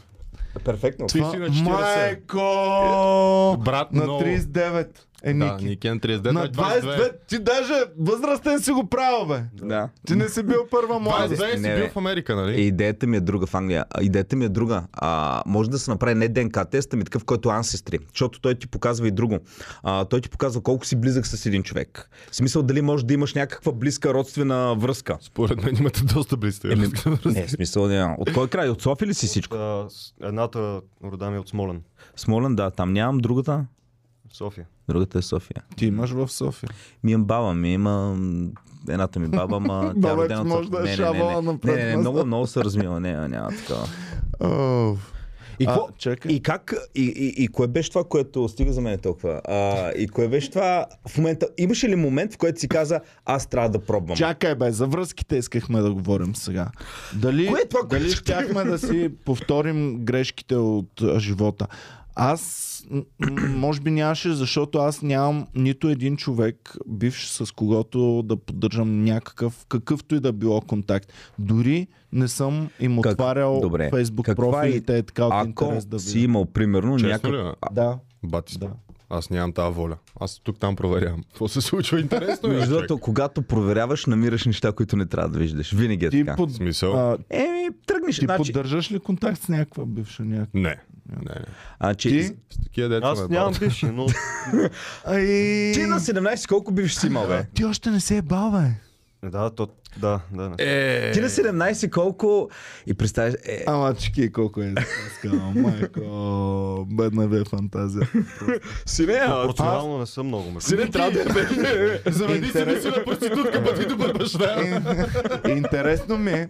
Speaker 7: Перфектно.
Speaker 8: Ти си на 40.
Speaker 1: Майко!
Speaker 8: Брат,
Speaker 1: На
Speaker 8: но-
Speaker 1: 39 е
Speaker 8: Да,
Speaker 1: Ники.
Speaker 8: Ники е на 39. той
Speaker 1: На
Speaker 8: е 22.
Speaker 1: 22, ти даже възрастен си го правил, бе.
Speaker 7: Да.
Speaker 1: Ти не си бил първа млада.
Speaker 8: 22
Speaker 7: Не,
Speaker 8: си
Speaker 7: бе.
Speaker 8: бил в Америка,
Speaker 7: Е,
Speaker 8: нали?
Speaker 7: идеята ми е друга в Англия. А, Идеята ми е друга. А, може да се направи не ДНК тест, ами такъв, който е Ancestry. Защото той ти показва и друго. А, той ти показва колко си близък с един човек. В смисъл дали може да имаш някаква близка родствена връзка.
Speaker 8: Според мен имате доста близки.
Speaker 7: Еми, не, в смисъл не. От кой край? От София ли си всичко?
Speaker 3: А, с- едната рода ми е от Смолен,
Speaker 7: Смолен, да, там нямам. Другата?
Speaker 3: София.
Speaker 7: Другата е София.
Speaker 1: Ти имаш в София.
Speaker 7: Ми имам баба ми, има едната ми
Speaker 1: [LAUGHS]
Speaker 7: баба, ма тя е
Speaker 1: Баба ти
Speaker 7: родена от
Speaker 1: може да е
Speaker 7: София. не, не,
Speaker 1: шавала
Speaker 7: не, не,
Speaker 1: напред
Speaker 7: не, не, не,
Speaker 1: назад.
Speaker 7: много, много се размила, не, няма такава.
Speaker 1: Оу.
Speaker 7: И,
Speaker 1: А,
Speaker 7: какво,
Speaker 1: чакай.
Speaker 7: и как, и, и, и кое беше това, което стига за мен толкова? А, и кое беше това в момента, имаше ли момент, в който си каза, аз трябва да пробвам?
Speaker 1: Чакай бе, за връзките искахме да говорим сега. Дали,
Speaker 7: Кое е това,
Speaker 1: дали
Speaker 7: което-
Speaker 1: щяхме да си повторим грешките от а, живота? Аз м- м- може би нямаше, защото аз нямам нито един човек, бивш с когото да поддържам някакъв, какъвто и да било контакт. Дори не съм им
Speaker 7: Как-
Speaker 1: отварял
Speaker 7: Добре.
Speaker 1: Facebook
Speaker 7: Каква е-
Speaker 1: профилите, е така от
Speaker 7: Ако
Speaker 1: интерес да
Speaker 7: си
Speaker 1: видя.
Speaker 7: имал, примерно,
Speaker 8: Честно ли?
Speaker 7: някакъв...
Speaker 8: бе?
Speaker 1: Да.
Speaker 8: е? Бати сме.
Speaker 1: Да.
Speaker 8: Аз нямам тази воля. Аз тук там проверявам. Какво се случва интересно? е,
Speaker 7: Между
Speaker 8: човек.
Speaker 7: другото, когато проверяваш, намираш неща, които не трябва да виждаш. Винаги е
Speaker 1: Ти,
Speaker 7: така.
Speaker 1: под...
Speaker 8: В Смисъл?
Speaker 1: а,
Speaker 7: Еми, тръгнеш.
Speaker 1: ти
Speaker 7: значи,
Speaker 1: поддържаш ли контакт с някаква бивша някаква?
Speaker 8: Не. Не, не.
Speaker 7: а, че...
Speaker 1: Ти?
Speaker 8: С такива деца
Speaker 3: Аз
Speaker 8: ме
Speaker 3: нямам
Speaker 8: бавят.
Speaker 3: бивши, [LAUGHS] но
Speaker 1: Ай...
Speaker 7: ти на 17 колко бивш си имал, бе?
Speaker 1: ти още не се е бал, бе.
Speaker 3: да, то, да, да. Не.
Speaker 8: Е,
Speaker 7: Ти на 17 колко... И представяш... Е,
Speaker 1: Ама чеки колко е скала, майко, бедна ви е фантазия.
Speaker 7: сине, а...
Speaker 3: Професионално не съм много. между
Speaker 7: Сине, трябва [LAUGHS] да е
Speaker 8: Заведи си да си на проститутка, пък ти добър баща.
Speaker 1: Интересно ми е,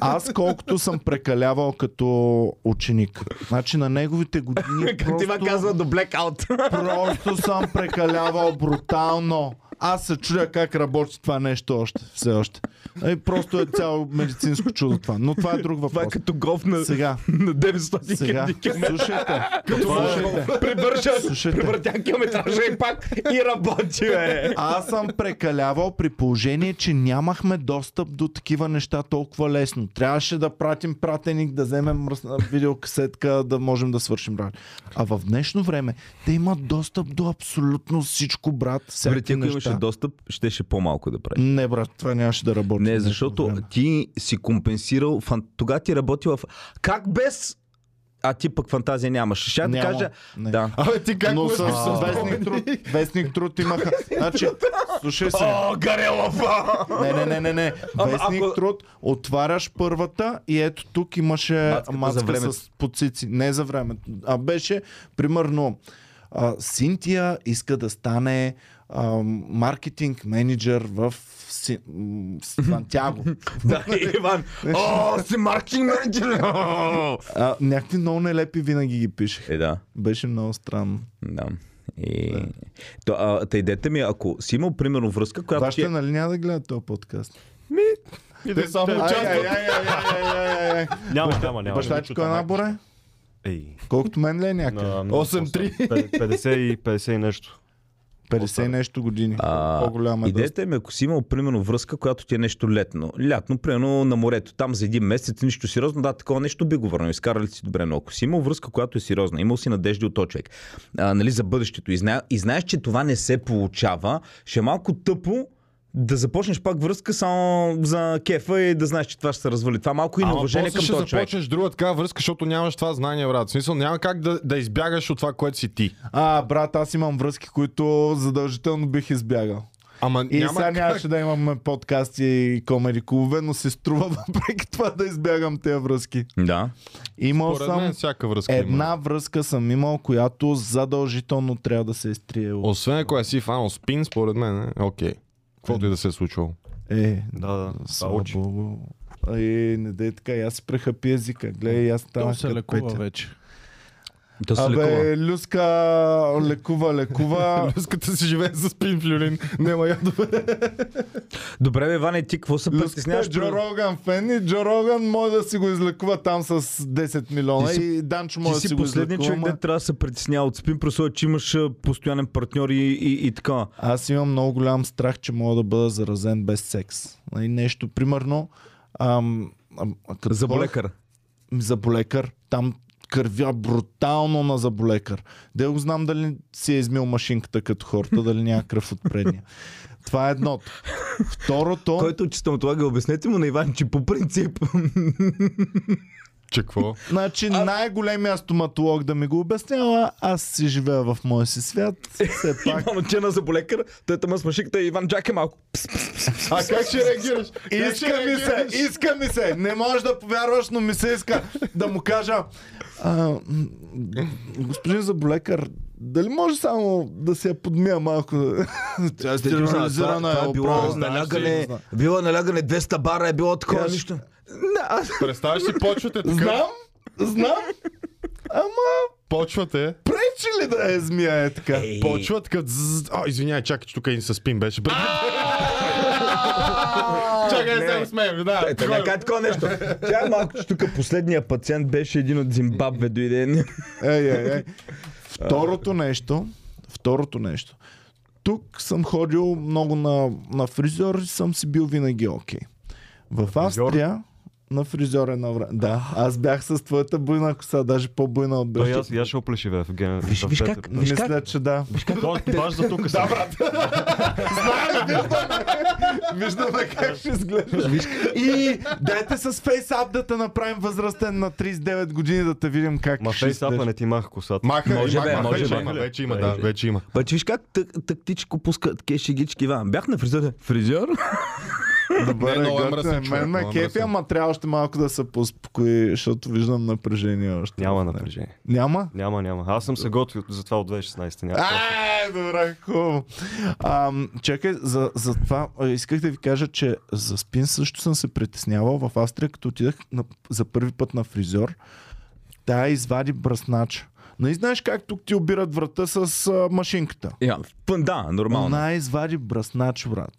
Speaker 1: аз колкото съм прекалявал като ученик. Значи на неговите
Speaker 7: [LAUGHS]
Speaker 1: години
Speaker 7: Ти ма
Speaker 1: просто,
Speaker 7: казва до [LAUGHS] блекаут.
Speaker 1: просто съм прекалявал брутално. Аз се чудя как работи това нещо още, все още. И просто е цяло медицинско чудо това. Но това е друг
Speaker 7: Това е
Speaker 1: въпрос.
Speaker 7: като голф на,
Speaker 1: Сега,
Speaker 7: на 900
Speaker 1: сега, слушайте, слушайте.
Speaker 7: Прибърша,
Speaker 1: Слушайте.
Speaker 7: прибъртя километража и пак и работи, бе.
Speaker 1: Аз съм прекалявал при положение, че нямахме достъп до такива неща толкова лесно. Трябваше да пратим пратеник, да вземем мръсна видеокасетка, да можем да свършим работа. А в днешно време те имат достъп до абсолютно всичко, брат.
Speaker 7: Добре,
Speaker 1: Всякакви
Speaker 7: ти ако имаше
Speaker 1: неща.
Speaker 7: достъп, щеше по-малко да правиш.
Speaker 1: Не, брат, това нямаше да работи. в
Speaker 7: Не,
Speaker 1: днешно
Speaker 7: защото
Speaker 1: време.
Speaker 7: ти си компенсирал, фан... тогава ти работила в... Как без... А ти пък фантазия нямаш. Ще да
Speaker 1: Няма.
Speaker 7: кажа...
Speaker 1: Не.
Speaker 7: Да.
Speaker 8: Абе, ти как
Speaker 1: Но
Speaker 8: го
Speaker 1: с с вестник труд, вестник труд имаха. Значи, слушай се.
Speaker 7: О, [LAUGHS] Гарелов! а!
Speaker 1: Не, не, не, не, не.
Speaker 7: Ама
Speaker 1: Вестник
Speaker 7: ако-
Speaker 1: труд, отваряш първата и ето тук имаше
Speaker 7: Мацката за
Speaker 1: мацка
Speaker 7: времето.
Speaker 1: с поцици. Не за времето. А беше, примерно, а, Синтия иска да стане а, маркетинг менеджер в Си- м, Сантяго.
Speaker 7: Да, Иван. О, си маркетинг менеджер! О!
Speaker 1: А, някакви много нелепи винаги ги пишех.
Speaker 7: Е, да.
Speaker 1: Беше много странно.
Speaker 7: Да. И... То, а, та идеята ми е, ако си имал примерно връзка, която ти
Speaker 1: Вашите
Speaker 7: е...
Speaker 1: нали няма [LAUGHS] да Е, гледат този подкаст?
Speaker 8: И да само
Speaker 1: Ай, ай,
Speaker 8: участват.
Speaker 1: ай, ай, ай, ай, ай, ай.
Speaker 3: Няма, няма, няма.
Speaker 1: Баща ти кой е наборе?
Speaker 3: Ей.
Speaker 1: Колкото мен ли е някъде?
Speaker 3: на- на-
Speaker 8: 8-3.
Speaker 3: 50 и 50 и нещо.
Speaker 1: 50 и нещо години. По-голяма е доста.
Speaker 7: идеята ми, е, ако си имал примерно връзка, която ти е нещо летно. Лятно, примерно на морето, там за един месец, нищо сериозно, да, такова нещо би го върнал. Изкарали си добре, но ако си имал връзка, която е сериозна, имал си надежди от този човек, а, нали, за бъдещето и, зна... и знаеш, че това не се получава, ще е малко тъпо да започнеш пак връзка само за кефа и да знаеш, че това ще се развали. Това малко и
Speaker 8: Ама
Speaker 7: неуважение
Speaker 8: после
Speaker 7: към
Speaker 8: ще
Speaker 7: този човек.
Speaker 8: започнеш друга такава връзка, защото нямаш това знание, брат. В смисъл, няма как да, да избягаш от това, което си ти.
Speaker 1: А, брат, аз имам връзки, които задължително бих избягал.
Speaker 8: Ама
Speaker 1: И
Speaker 8: няма
Speaker 1: сега
Speaker 8: как.
Speaker 1: нямаше да имам подкасти и комери клубове, но се струва [LAUGHS] въпреки това да избягам тези връзки.
Speaker 7: Да.
Speaker 1: Имал
Speaker 8: Поред
Speaker 1: съм
Speaker 8: мен всяка връзка
Speaker 1: една
Speaker 8: има.
Speaker 1: връзка съм имал, която задължително трябва да се изтрие. от-
Speaker 8: Освен ако е си фанал спин, според мен е окей. Каквото и да се е случвало.
Speaker 1: Е,
Speaker 3: Да, да. Това
Speaker 1: слава
Speaker 3: учи.
Speaker 1: богу. Е, не дей така, и аз си прехапи езика. Гледай, и аз
Speaker 9: То
Speaker 1: станах
Speaker 9: се
Speaker 1: като
Speaker 9: лекува
Speaker 1: Петя.
Speaker 9: вече.
Speaker 7: То се лекува.
Speaker 1: Абе, Люска лекува,
Speaker 7: [LAUGHS]
Speaker 1: лекува.
Speaker 8: Люската си живее с пинфлюлин. Няма ядове.
Speaker 7: Добре, бе, Ване, ти какво се
Speaker 1: Люска е
Speaker 7: притесняваш?
Speaker 1: Джо
Speaker 7: при-
Speaker 1: Роган фен и Джо Роган може да си го излекува там с 10 милиона
Speaker 7: Ти си-
Speaker 1: и Данчо може
Speaker 7: Ти
Speaker 1: да си
Speaker 7: си
Speaker 1: го
Speaker 7: последният
Speaker 1: излекува.
Speaker 7: човек,
Speaker 1: ама-
Speaker 7: де трябва да се притеснява от спин, при условие, че имаш а, постоянен партньор и, и, и така.
Speaker 1: Аз имам много голям страх, че мога да бъда заразен без секс. Нали, Нещо, примерно, ам, ам, като ходих-
Speaker 7: Заболекар.
Speaker 1: заболекар. Там кървя брутално на заболекар. Де го знам дали си е измил машинката като хората, дали няма кръв от предния. Това е едното. Второто,
Speaker 7: Който от стоматолога, обяснете му на Иван, че по [LAUGHS] принцип
Speaker 8: Че какво?
Speaker 1: значи най-големия стоматолог да ми го обяснява, аз си живея в моя си
Speaker 7: [LAUGHS]
Speaker 1: свят. Все пак.
Speaker 7: Иван че на заболекар, той тъма с машиката и Иван чакай малко. Пс, пс, пс, пс.
Speaker 8: А как ще реагираш? Как ще
Speaker 1: Иска ми се,
Speaker 8: реагираш?
Speaker 1: иска ми се. Не можеш да повярваш, но ми се иска да му кажа. А, м, господин Заболекар, дали може само да се я подмия малко? Тя е стерилизирана,
Speaker 7: Това
Speaker 1: е
Speaker 7: е било
Speaker 1: оправена.
Speaker 7: налягане, било налягане 200 бара, е било такова
Speaker 1: Кажеш-
Speaker 7: нищо.
Speaker 8: Представяш си, почвате така.
Speaker 1: Знам, знам. Ама
Speaker 8: Почвате.
Speaker 1: пречи ли да е змия е така?
Speaker 8: Почват като... зз- А, извинявай, чакай, че тук един с пин беше. Бе, Чакай, не се усмеем. Да,
Speaker 7: Ето,
Speaker 8: такова е.
Speaker 7: някак такова нещо. Тя е малко, че тук последния пациент беше един от Зимбабве дойде.
Speaker 1: Ей, ей, ей. Второто нещо, второто нещо. Тук съм ходил много на, на фризьор и съм си бил винаги окей. В Австрия на фризьор е на време. Да, аз бях с твоята буйна коса, даже по-буйна от
Speaker 3: Той
Speaker 1: беше.
Speaker 3: аз, и аз ще оплешивя в ген. Виж,
Speaker 7: виж как- виж как-
Speaker 1: Мисля, че да.
Speaker 3: е Баш за тук съм.
Speaker 1: Виждаме как ще изглеждаш. И дайте с фейсап да те направим възрастен на 39 години да те видим как
Speaker 3: Ма е
Speaker 1: ще
Speaker 3: фейсапа
Speaker 1: изглеждаш.
Speaker 3: не ти маха косата.
Speaker 8: Маха,
Speaker 7: Може
Speaker 8: маха,
Speaker 7: бе,
Speaker 8: маха,
Speaker 7: може
Speaker 8: вече
Speaker 7: бе.
Speaker 8: има, вече има, да, вече има.
Speaker 7: Паче виж как так- тактичко пускат такива шегички, Иван. Бях на фризьор. Фризьор?
Speaker 1: Добър,
Speaker 8: Не,
Speaker 1: е,
Speaker 8: много е
Speaker 1: готин
Speaker 8: мръсен
Speaker 1: е.
Speaker 8: човек,
Speaker 1: Мен ме
Speaker 8: много е
Speaker 1: кефи,
Speaker 8: мръсен.
Speaker 1: ама трябва още малко да се поуспокои, защото виждам напрежение още.
Speaker 3: Няма напрежение.
Speaker 1: Няма?
Speaker 3: Няма, няма. Аз съм се готвил за това от 2016. Няма.
Speaker 1: Ай, добре, хубаво. А, чакай, за, за това а, исках да ви кажа, че за спин също съм се притеснявал в Австрия, като отидах на, за първи път на фризьор. Тя извади бръснача. Не знаеш как тук ти обират врата с а, машинката.
Speaker 7: Я, пън, Да, нормално.
Speaker 1: Она извади бръснач, брат.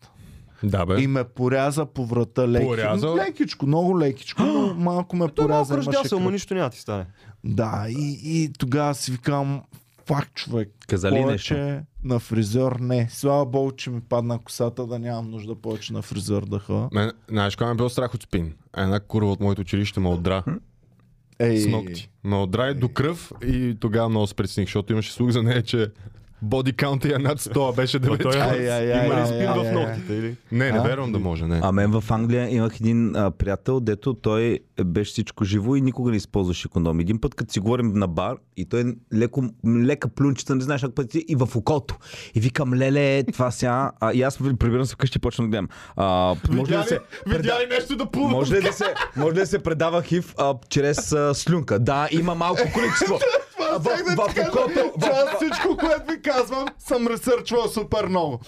Speaker 8: Да, бе.
Speaker 1: И ме поряза по врата леки.
Speaker 8: Порязал?
Speaker 1: Лекичко, много лекичко, но малко ме
Speaker 3: Той малко
Speaker 1: поряза.
Speaker 3: раздял
Speaker 1: имаше
Speaker 3: се, ама
Speaker 1: кръв.
Speaker 3: нищо няма ти стане.
Speaker 1: Да, и, и тогава си викам, факт човек,
Speaker 7: Каза ли
Speaker 1: повече
Speaker 7: нещо?
Speaker 1: на фризьор не. Слава богу, че ми падна косата, да нямам нужда повече на фризьор да ходя.
Speaker 8: Мен, знаеш, кога ме е бил страх от спин? Една курва от моето училище ме отдра
Speaker 1: Ей,
Speaker 8: с ногти. Ме отдра и до кръв и тогава много се притесних, защото имаше слух за нея, че боди каунта я над 100
Speaker 1: [LAUGHS]
Speaker 8: а беше
Speaker 1: Ай, ай,
Speaker 8: 9.
Speaker 1: ай,
Speaker 3: Има
Speaker 1: ай,
Speaker 3: ли спин
Speaker 1: ай,
Speaker 3: в
Speaker 1: ай,
Speaker 3: ногтите или?
Speaker 8: Не, не
Speaker 1: е- А?
Speaker 8: вярвам да може, не.
Speaker 7: А мен Ами, в Англия имах един а, приятел, дето той беше всичко живо и никога не използваше кондом. Един път, като си говорим на бар, и той е леко, лека плюнчета, не знаеш как пъти, и в окото. И викам, леле, това сега. А, и аз прибирам се вкъщи и почвам да гледам. А, може ли да се,
Speaker 8: Видя ли нещо да плува?
Speaker 7: Може ли да се, може ли да се предава хив а, чрез а, слюнка? Да, има малко количество. А, в, в, в окото,
Speaker 1: Че аз всичко, което ви казвам, съм ресърчвал супер много.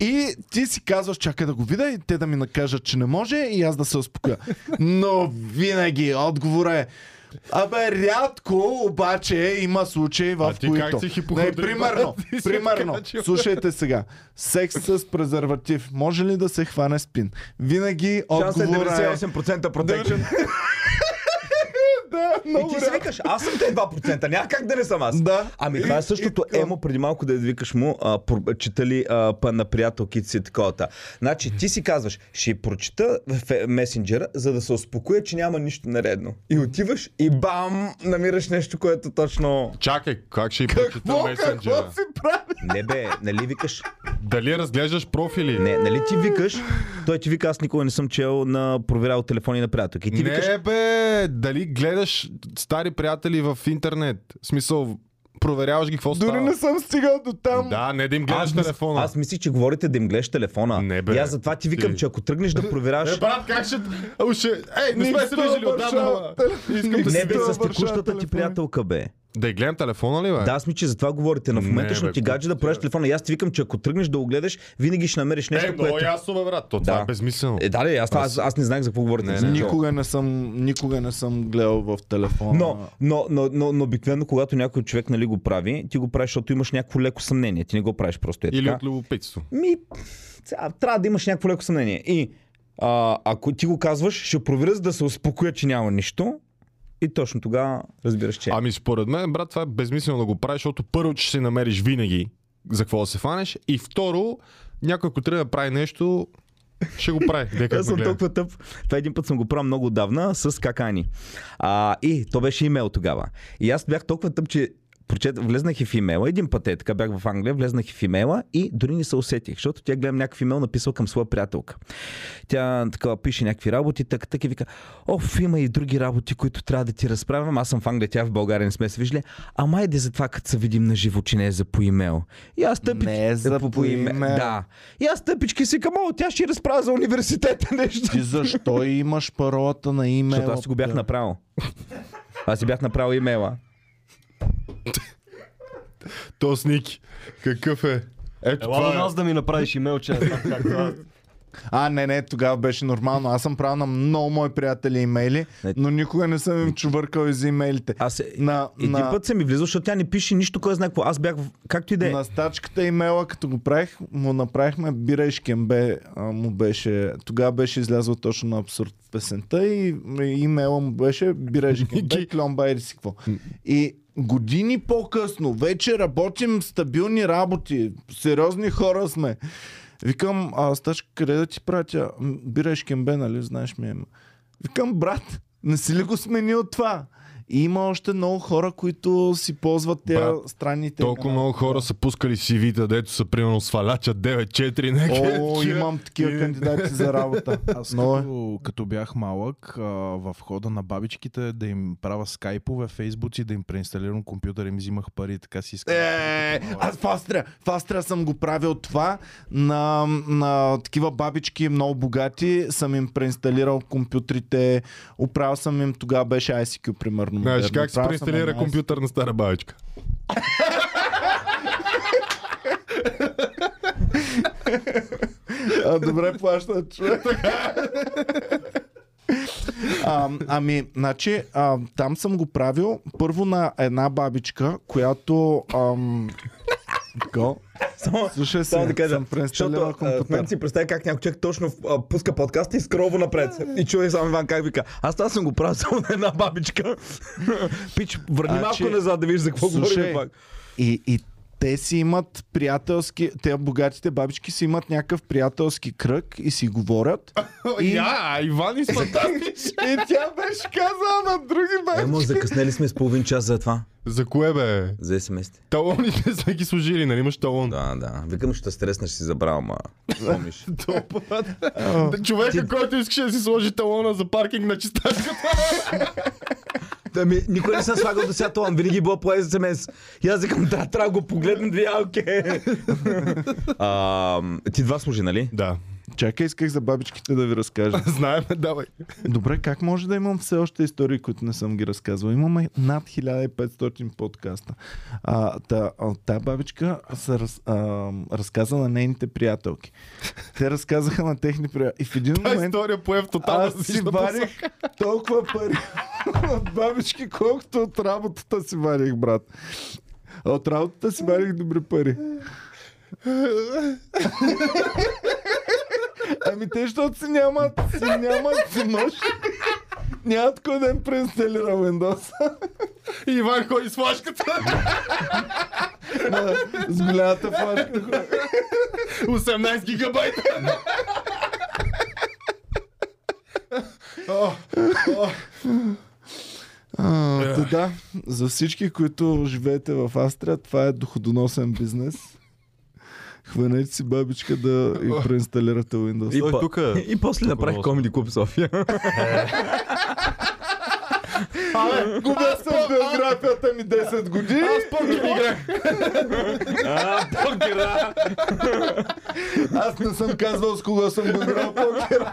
Speaker 1: И ти си казваш, чакай да го видя и те да ми накажат, че не може и аз да се успокоя. Но винаги отговора е Абе, рядко, обаче има случаи, в
Speaker 8: А ти
Speaker 1: които...
Speaker 8: как си
Speaker 1: Не,
Speaker 8: хипохондрик,
Speaker 1: примерно,
Speaker 8: брат? [LAUGHS] Ти си е
Speaker 1: примерно,
Speaker 8: откачил.
Speaker 1: слушайте сега. Секс с презерватив, може ли да се хване спин? Винаги
Speaker 7: Шанс е
Speaker 1: отговора е...
Speaker 7: 98% протекшен.
Speaker 1: [LAUGHS] Да,
Speaker 7: И ти си викаш, аз съм те 2%, няма как да не съм аз.
Speaker 1: Да.
Speaker 7: Ами това е
Speaker 1: И-
Speaker 7: същото
Speaker 1: и-
Speaker 7: емо, преди малко да викаш му, а, про- читали а, па на приятелките си таковата. Значи ти си казваш, ще й прочита в е- месенджера, за да се успокоя, че няма нищо наредно. И отиваш и бам, намираш нещо, което точно...
Speaker 8: Чакай, как ще и прочита
Speaker 1: Какво
Speaker 8: месенджера?
Speaker 1: си прави?
Speaker 7: Не бе, нали викаш,
Speaker 8: Дали разглеждаш профили?
Speaker 7: Не, нали ти викаш, той ти вика, аз никога не съм чел на проверял телефони на приятелки. Ти викаш,
Speaker 8: Не бе, дали гледаш стари приятели в интернет? В смисъл, проверяваш ги какво
Speaker 1: Дори
Speaker 8: става.
Speaker 1: не съм стигал до там.
Speaker 8: Да, не да им гледаш
Speaker 7: мис-
Speaker 8: телефона.
Speaker 7: аз мислих, че говорите да им гледаш телефона.
Speaker 8: Не, бе. Е.
Speaker 7: И аз затова ти викам,
Speaker 8: Ти-
Speaker 7: че ако тръгнеш да проверяваш...
Speaker 8: Е, брат, как ще... Ау, ще... Ей, не сме се
Speaker 1: Никто
Speaker 8: виждали
Speaker 1: върша.
Speaker 8: отдавна. ама. Искам да
Speaker 7: не
Speaker 8: се...
Speaker 7: бе, с
Speaker 1: върша
Speaker 7: текущата ти
Speaker 1: телефони.
Speaker 7: приятелка бе.
Speaker 8: Да й гледам телефона ли, бе?
Speaker 7: Да, аз ми, че за това говорите. На в
Speaker 8: Не,
Speaker 7: момента
Speaker 8: бе,
Speaker 7: ще ти гадже да
Speaker 8: пъти,
Speaker 7: правиш
Speaker 8: бе.
Speaker 7: телефона. И аз ти викам, че ако тръгнеш да огледаш, винаги ще намериш нещо,
Speaker 8: Е, много
Speaker 7: което...
Speaker 8: ясно, бе, брат. То това
Speaker 7: Да.
Speaker 8: е безмислено.
Speaker 7: Е, да, да, аз, аз, аз не знаех за какво говорите.
Speaker 8: Не,
Speaker 7: Не,
Speaker 8: не,
Speaker 7: не,
Speaker 1: Никога не съм, никога не съм гледал в телефона.
Speaker 7: Но, но, но, но, но обикновено, когато някой човек нали, го прави, ти го правиш, защото имаш някакво леко съмнение. Ти не го правиш просто е
Speaker 8: Или
Speaker 7: така.
Speaker 8: от любопитство.
Speaker 7: Ми, сега, трябва да имаш някакво леко съмнение. И а, ако ти го казваш, ще проверя, за да се успокоя, че няма нищо. И точно тогава разбираш, че. е.
Speaker 8: Ами според мен, брат, това е безмислено да го правиш, защото първо, че ще си намериш винаги за какво да се фанеш и второ, някой ако трябва да прави нещо, ще го
Speaker 7: [LAUGHS]
Speaker 8: прави. Дека
Speaker 7: Е, Аз съм толкова тъп. Това един път съм го правил много отдавна с какани. А, и то беше имейл тогава. И аз бях толкова тъп, че прочет, влезнах и в имейла. Един път е така, бях в Англия, влезнах и в имейла и дори не се усетих, защото тя гледам някакъв имейл, написал към своя приятелка. Тя така пише някакви работи, така, така и вика, оф, има и други работи, които трябва да ти разправям. Аз съм в Англия, тя в България, не сме се виждали. Ама айде за това, като се видим на живо, че не е за по имейл. И аз тъпи...
Speaker 1: Не е за
Speaker 7: по-
Speaker 1: по имейл.
Speaker 7: Да. И аз тъпички си към, о, тя ще разправя за университета нещо.
Speaker 1: Ти е защо имаш паролата на имейла?
Speaker 7: Защото аз си го бях направил. Аз си бях направил имейла.
Speaker 8: То с Ники. Какъв е? Ето
Speaker 3: Ела на
Speaker 8: това
Speaker 3: нас
Speaker 8: е.
Speaker 3: да ми направиш имейл, че не знам как това.
Speaker 1: А, не, не, тогава беше нормално. Аз съм правил на много мои приятели имейли,
Speaker 7: Не.
Speaker 1: но никога не съм им чувъркал из имейлите.
Speaker 7: Аз е-
Speaker 1: На,
Speaker 7: един
Speaker 1: на,
Speaker 7: път се ми влизал, защото тя не пише нищо, кой знае какво. Аз бях, в- както и да е.
Speaker 1: на стачката имейла, като го правих, му направихме бира и шкембе, а, му беше, тогава беше излязла точно на абсурд песента и и имейла му беше бира и
Speaker 8: [LAUGHS]
Speaker 1: шкембе, кломба и си какво. И години по-късно, вече работим стабилни работи, сериозни хора сме. Викам, а Сташка, къде да ти пратя? М, Бира и шкембе, нали, знаеш ми. е. Викам, брат, не си ли го сменил това? И има още много хора, които си ползват тези
Speaker 8: Брат,
Speaker 1: страните.
Speaker 8: Толкова много хора са пускали CV-та, дето са примерно сваляча 9-4 някъде. [LAUGHS]
Speaker 1: О, имам такива кандидати за работа.
Speaker 9: Аз
Speaker 1: Но е.
Speaker 9: като, като бях малък, а, в хода на бабичките да им правя скайпове, фейсбуци, да им преинсталирам компютър, им взимах пари, така си искам.
Speaker 1: Е, аз в Австрия, в Австрия съм го правил това на, на такива бабички много богати, съм им преинсталирал компютрите, оправил съм им, тогава беше ICQ примерно.
Speaker 8: Знаеш
Speaker 7: Е,
Speaker 1: модерно.
Speaker 8: как се
Speaker 1: Правил съм
Speaker 8: преинсталира
Speaker 1: им
Speaker 8: компютър на стара бабичка?
Speaker 1: А, добре плаща човек. [LAUGHS] А, ами, значи, а, там съм го правил първо на една бабичка, която... Ам... Го?
Speaker 7: Само,
Speaker 1: Слушай
Speaker 7: само да
Speaker 1: се,
Speaker 7: кажа,
Speaker 1: съм преинсталирал
Speaker 7: а, в
Speaker 1: компютър.
Speaker 7: момента си представя как някой човек точно а, пуска подкаст и скролва напред. И чува и сам Иван как вика. Аз това съм го правил само на една бабичка. [LAUGHS] Пич, върни
Speaker 1: А,
Speaker 7: малко
Speaker 1: че-
Speaker 7: назад да видиш за какво говорим
Speaker 1: Значи, Слушай,
Speaker 7: пак.
Speaker 1: и, и те си имат приятелски, те богатите бабички си имат някакъв приятелски кръг и си
Speaker 7: [LAUGHS]
Speaker 1: говорят. И-
Speaker 8: Я, Иван и [LAUGHS]
Speaker 1: и тя беше казала на други
Speaker 7: Емо,
Speaker 1: бабички.
Speaker 7: закъснели сме с половин час за това.
Speaker 8: За кое бе?
Speaker 7: За смс
Speaker 8: Талоните са ги служили, нали имаш талон?
Speaker 7: Да, да. Викам, ще стреснеш си забрал, ма. Помниш.
Speaker 8: Човека, който искаше да си сложи талона за паркинг на чистачка.
Speaker 7: [LAUGHS]
Speaker 8: [LAUGHS]
Speaker 7: Ами, никой не съм слагал до сега това, винаги е било по СМС. И аз викам, да, трябва да го погледна, да я, окей. [LAUGHS] А, Ти два служи, нали?
Speaker 8: Да,
Speaker 1: Чакай, исках за бабичките да ви разкажа.
Speaker 8: знаем, давай.
Speaker 1: Добре, как може да имам все още истории, които не съм ги разказвал? Имаме над 1500 подкаста. А, та, а, та бабичка се раз, а, разказа на нейните приятелки. Те разказаха на техни приятелки. И в един
Speaker 8: Та
Speaker 1: момент
Speaker 8: история пое в тотална
Speaker 1: аз си
Speaker 8: различна посока.
Speaker 1: варих толкова пари [LAUGHS] от бабички, колкото от работата си варих, брат. А От работата си варих добри пари. [LAUGHS] Ами те, защото си нямат, си нямат, си нож. Нямат кой да им преинсталира Windows. [LAUGHS]
Speaker 8: И Иван ходи с [LAUGHS] флашката.
Speaker 1: Ма, С голямата флашка.
Speaker 8: 18 гигабайта. О,
Speaker 1: А, та да, за всички, които живеете в Астрия, това е доходоносен бизнес. Хванете си бабичка да и преинсталирате Windows.
Speaker 3: Той тук е.
Speaker 7: [LAUGHS] и после направих
Speaker 3: Много
Speaker 7: Комеди Клуб София. [LAUGHS]
Speaker 1: Абе, губя съм биографията ми 10 години. Аз покер играх.
Speaker 7: а, покера!
Speaker 1: Аз не съм казвал с кого съм го играл покер.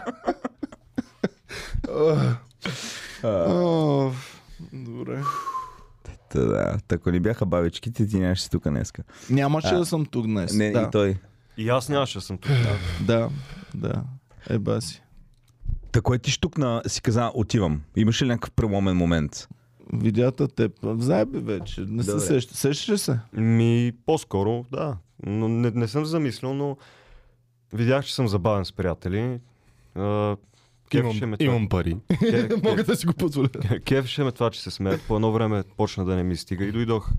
Speaker 1: О, Добре.
Speaker 7: Та, да,
Speaker 2: Ако не бяха бабичките, ти нямаше си тук днеска.
Speaker 1: Нямаше
Speaker 2: А.
Speaker 1: да съм тук днес.
Speaker 2: Не,
Speaker 1: да,
Speaker 2: и той.
Speaker 3: И аз нямаше да съм тук.
Speaker 1: да, да. Еба си.
Speaker 2: Та кое ти штукна, си каза, отивам. Имаше ли някакъв преломен момент?
Speaker 1: Видята теб. Зайби вече. Не се
Speaker 2: Добре.
Speaker 1: сеща. Сещаш ли се?
Speaker 3: Ми, по-скоро, да. Но не, не съм замислил, но видях, че съм забавен с приятели. А, кефеше
Speaker 8: Имам,
Speaker 3: ме това-
Speaker 8: имам пари.
Speaker 3: кеф-
Speaker 8: [LAUGHS]
Speaker 3: кеф-
Speaker 8: Мога да си го позволя.
Speaker 3: Кефеше ме това, че се смеят. По едно време почна да не ми стига и дойдох.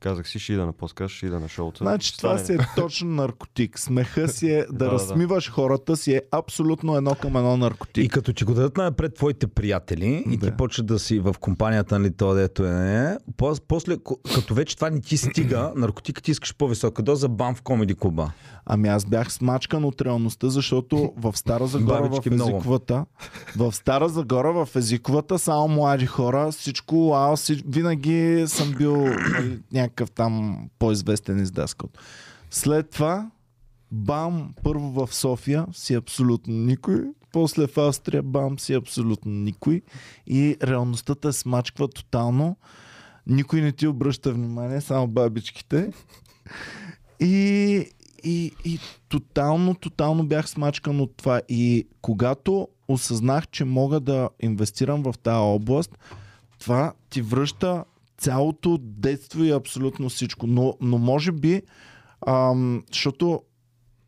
Speaker 3: Казах си, ще ида на подкаст, ще ида на шоута.
Speaker 1: Значи
Speaker 3: Ще
Speaker 1: това
Speaker 3: стане.
Speaker 1: си е точно наркотик. Смеха [LAUGHS] си е да,
Speaker 3: Да, да.
Speaker 1: разсмиваш хората си е абсолютно едно към едно наркотик.
Speaker 2: И като ти го дадат напред твоите приятели и ти
Speaker 1: Да.
Speaker 2: почва да си в компанията, нали, то дето е, пос- после, ко- като вече това не ти стига, наркотикът ти искаш по-висока доза, бам в комеди клуба.
Speaker 1: Ами аз бях смачкан от реалността, защото
Speaker 2: [LAUGHS]
Speaker 1: в Стара Загора в
Speaker 2: Бабички много.
Speaker 1: езиковата, в Стара Загора в езиковата само млади хора, всичко, ао, си, винаги съм бил нали, някакъв там по-известен издаскал. След това, бам, първо в София си абсолютно никой, после в Австрия, бам, си абсолютно никой и реалността те смачква тотално. Никой не ти обръща внимание, само бабичките. И, и, и тотално, тотално бях смачкан от това. И когато осъзнах, че мога да инвестирам в тази област, това ти връща цялото детство и абсолютно всичко. Но, но може би, ам, защото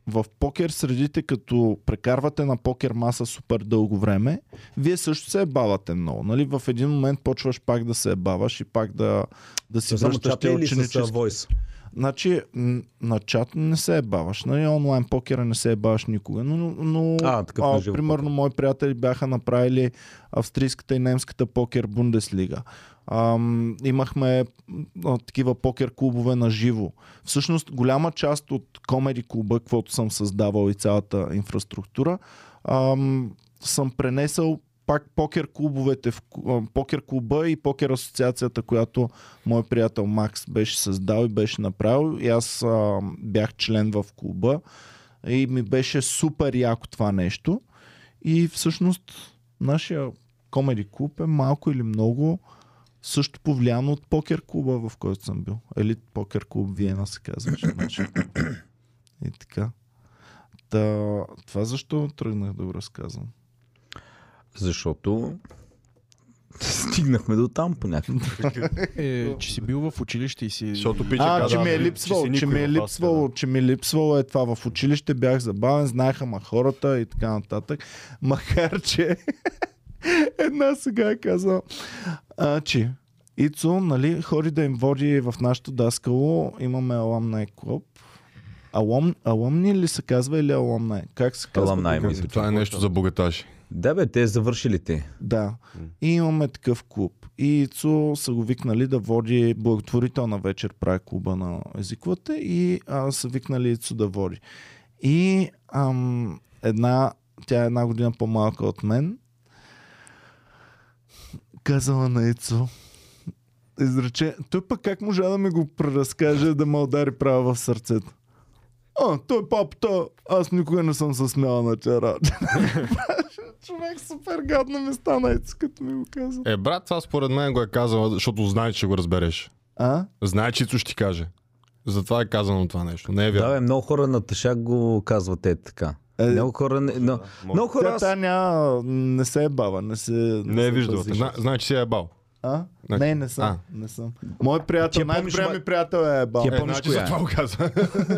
Speaker 1: в покер средите, като прекарвате на покер маса супер дълго време, вие също се ебавате много. Нали? В един момент почваш пак да се ебаваш и пак да, да си връщаш тези ученически
Speaker 2: войс?
Speaker 1: Значи, м, на чат не се ебаваш, нали? онлайн покера не се ебаваш никога, но, но
Speaker 2: А, такъв на
Speaker 1: а,
Speaker 2: живо
Speaker 1: примерно мои приятели бяха направили австрийската и немската покер Бундеслига. Ам, имахме а, такива покер клубове на живо. Всъщност, голяма част от комеди клуба, каквото съм създавал и цялата инфраструктура, ам, съм пренесъл пак покер клубовете, в, ку- а, покер клуба и покер асоциацията, която мой приятел Макс беше създал и беше направил. И аз а, бях член в клуба и ми беше супер яко това нещо. И всъщност нашия комеди клуб е малко или много също повлиян от покер клуба, в който съм бил. Елит покер клуб Виена се казваше. нашия клуб. и така. Та, това защо тръгнах да го разказвам?
Speaker 2: Защото стигнахме до там по някакъв.
Speaker 9: Е, че си бил в училище и си...
Speaker 8: Защото пича
Speaker 1: А,
Speaker 8: каза,
Speaker 1: че ми е
Speaker 8: "Ами,
Speaker 1: липсвало,
Speaker 3: си
Speaker 1: че
Speaker 3: никой
Speaker 1: ми е
Speaker 3: в Австрия,
Speaker 1: липсвало, че ми е липсвало е това. В училище бях забавен, знаеха ма хората и така нататък. Макар, че [LAUGHS] една сега е казала, а, че Ицо, нали, ходи да им води в нашото даскало, имаме аламнай клуб. Алам, аламни ли се казва или аламнай? Как се казва?
Speaker 2: Аламнай, мисля.
Speaker 8: Това, е нещо за богаташи.
Speaker 2: Да бе, те завършили те.
Speaker 1: Да. И имаме такъв клуб. И Ицо са го викнали да води благотворителна вечер, прави клуба на езиковата и а, са викнали Ицо да води. И ам, една, тя е една година по-малка от мен, казала на Ицо, изрече, той пък как можа да ми го преразкаже, да ме удари право в сърцето? А, той папата, аз никога не съм се смял на тя работа. Човек супер гадно ми стана, Ицо, като ми го каза.
Speaker 8: Е, брат, това според мен го е казал, защото знае, че ще го разбереш.
Speaker 1: А?
Speaker 8: Знае, че Ицо ще ти каже. Затова е казано това нещо. Не е
Speaker 2: Да,
Speaker 8: вярно.
Speaker 2: бе, много хора на тъшак го казват е така.
Speaker 1: Е,
Speaker 2: Много хора... не- но- Много хора...
Speaker 1: Тя,
Speaker 2: аз-
Speaker 1: тя няма, не се е баба, не се...
Speaker 3: Не е виждала
Speaker 1: пази.
Speaker 8: Зна, знае, че си е бал.
Speaker 1: А?
Speaker 8: Значи-
Speaker 1: не, не съм.
Speaker 8: А.
Speaker 1: Не съм. Мой приятел,
Speaker 2: Ти я помниш,
Speaker 1: най-добрият
Speaker 2: ма-
Speaker 1: ми приятел е баба.
Speaker 2: Ти я помниш
Speaker 8: значи
Speaker 2: коя е?
Speaker 8: затова го каза.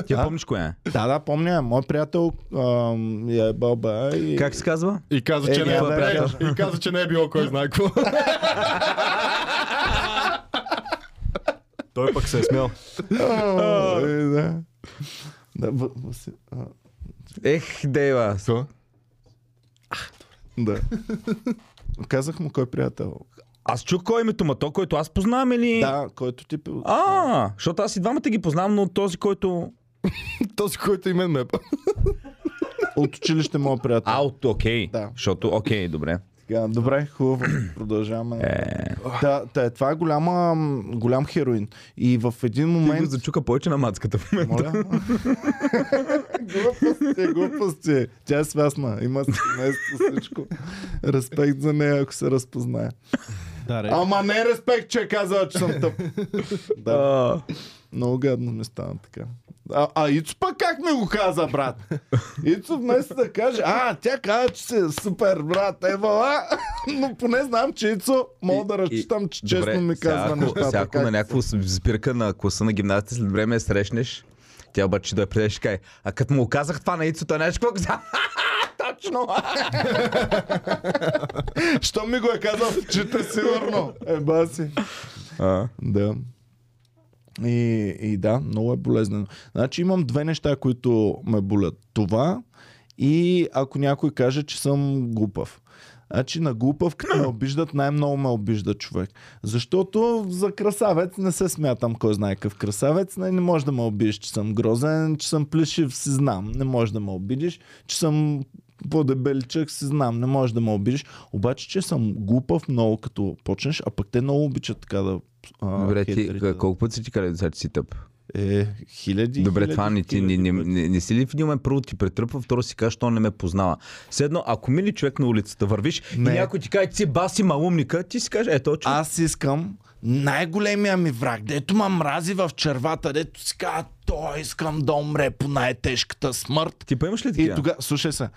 Speaker 2: Тя помниш коя е?
Speaker 1: Да, да, помня. Мой приятел ам, я е баба и...
Speaker 2: Как се казва?
Speaker 8: И каза, че,
Speaker 1: Е,
Speaker 8: не е,
Speaker 1: няма да
Speaker 8: е,
Speaker 1: кажа.
Speaker 8: и каза, че не е било кой знае какво.
Speaker 3: Той пък се е смял.
Speaker 1: А, е, да. Да, в, в, а,
Speaker 2: Ех, Дейва.
Speaker 8: Какво?
Speaker 1: да. Казах му кой приятел.
Speaker 2: Аз чух кой е името, ма то, който аз познавам или...
Speaker 1: Да, който ти... пи-
Speaker 2: А, защото аз и двамата ги познавам, но този, който...
Speaker 8: Този, който и мен ме е пъл.
Speaker 1: От училище моят приятел.
Speaker 2: А, от окей.
Speaker 1: Да.
Speaker 2: Защото, окей, добре.
Speaker 1: Така, добре, хубаво. Продължаваме.
Speaker 7: Е,
Speaker 1: Та, та, е, това е голяма, м, голям хероин. И в един
Speaker 2: Ти го
Speaker 1: момент...
Speaker 2: зачука повече на мацката в момента.
Speaker 1: Моля? [LAUGHS] глупости, глупости. Тя е свясна. Има семейство всичко. Респект за нея, ако се разпознае.
Speaker 9: Даре.
Speaker 1: Ама не респект, че е казал, че съм тъп. да,
Speaker 2: А,
Speaker 1: много гадно ми стана така. А, а Ицо пък как ми го каза, брат? Ицо вместо да каже, а, тя каза, че си супер, брат, евала. Но поне знам, че Ицо [LAUGHS] мога
Speaker 7: И-
Speaker 1: да разчитам, че честно
Speaker 7: Добре,
Speaker 1: ми казва
Speaker 7: сега, ако,
Speaker 1: нещата.
Speaker 7: сега, ако
Speaker 1: как
Speaker 7: на някакво сбирка на класа на гимназията след време я срещнеш, тя обаче да я придеш и кай, а като му казах това на Ицо, той знаеш какво каза? [LAUGHS] Точно!
Speaker 1: Що ми го е казал в очите, сигурно. Е, баси.
Speaker 7: А.
Speaker 1: Да. И, и да, много е болезнено. Значи имам две неща, които ме болят. Това и ако някой каже, че съм глупав. Значи на глупав, като
Speaker 7: [CLEARS THROAT]
Speaker 1: ме обиждат, най-много ме обижда човек. Защото за красавец не се смятам кой знае какъв красавец. Не, не може да ме обидиш, че съм грозен, че съм плешив, си знам. Не може да ме обидиш, че съм по-дебеличък, си знам. Не може да ме обидиш. Обаче, че съм глупав много като почнеш, а пък те много обичат така да а,
Speaker 7: Добре, ти,
Speaker 1: хейтерите да-
Speaker 7: к- колко пъти си ти казали деца, че си тъп?
Speaker 1: е, хиляди.
Speaker 7: Добре,
Speaker 1: хиляди,
Speaker 7: това не, ти, не,
Speaker 1: хиляди
Speaker 7: не,
Speaker 1: пъти.
Speaker 7: не, не, си ли в един момент първо ти претръпва, второ си кажеш, то не ме познава. Седно, ако мили човек на улицата, вървиш
Speaker 1: Не.
Speaker 7: и някой ти каже, ти си баси малумника, ти си кажеш, «Е, ето, че...
Speaker 1: Аз искам най-големия ми враг, дето ма мрази в червата, дето си казва, той искам да умре по най-тежката смърт.
Speaker 7: Ти па имаш ли
Speaker 1: И
Speaker 7: такива?
Speaker 1: тогава, слушай се,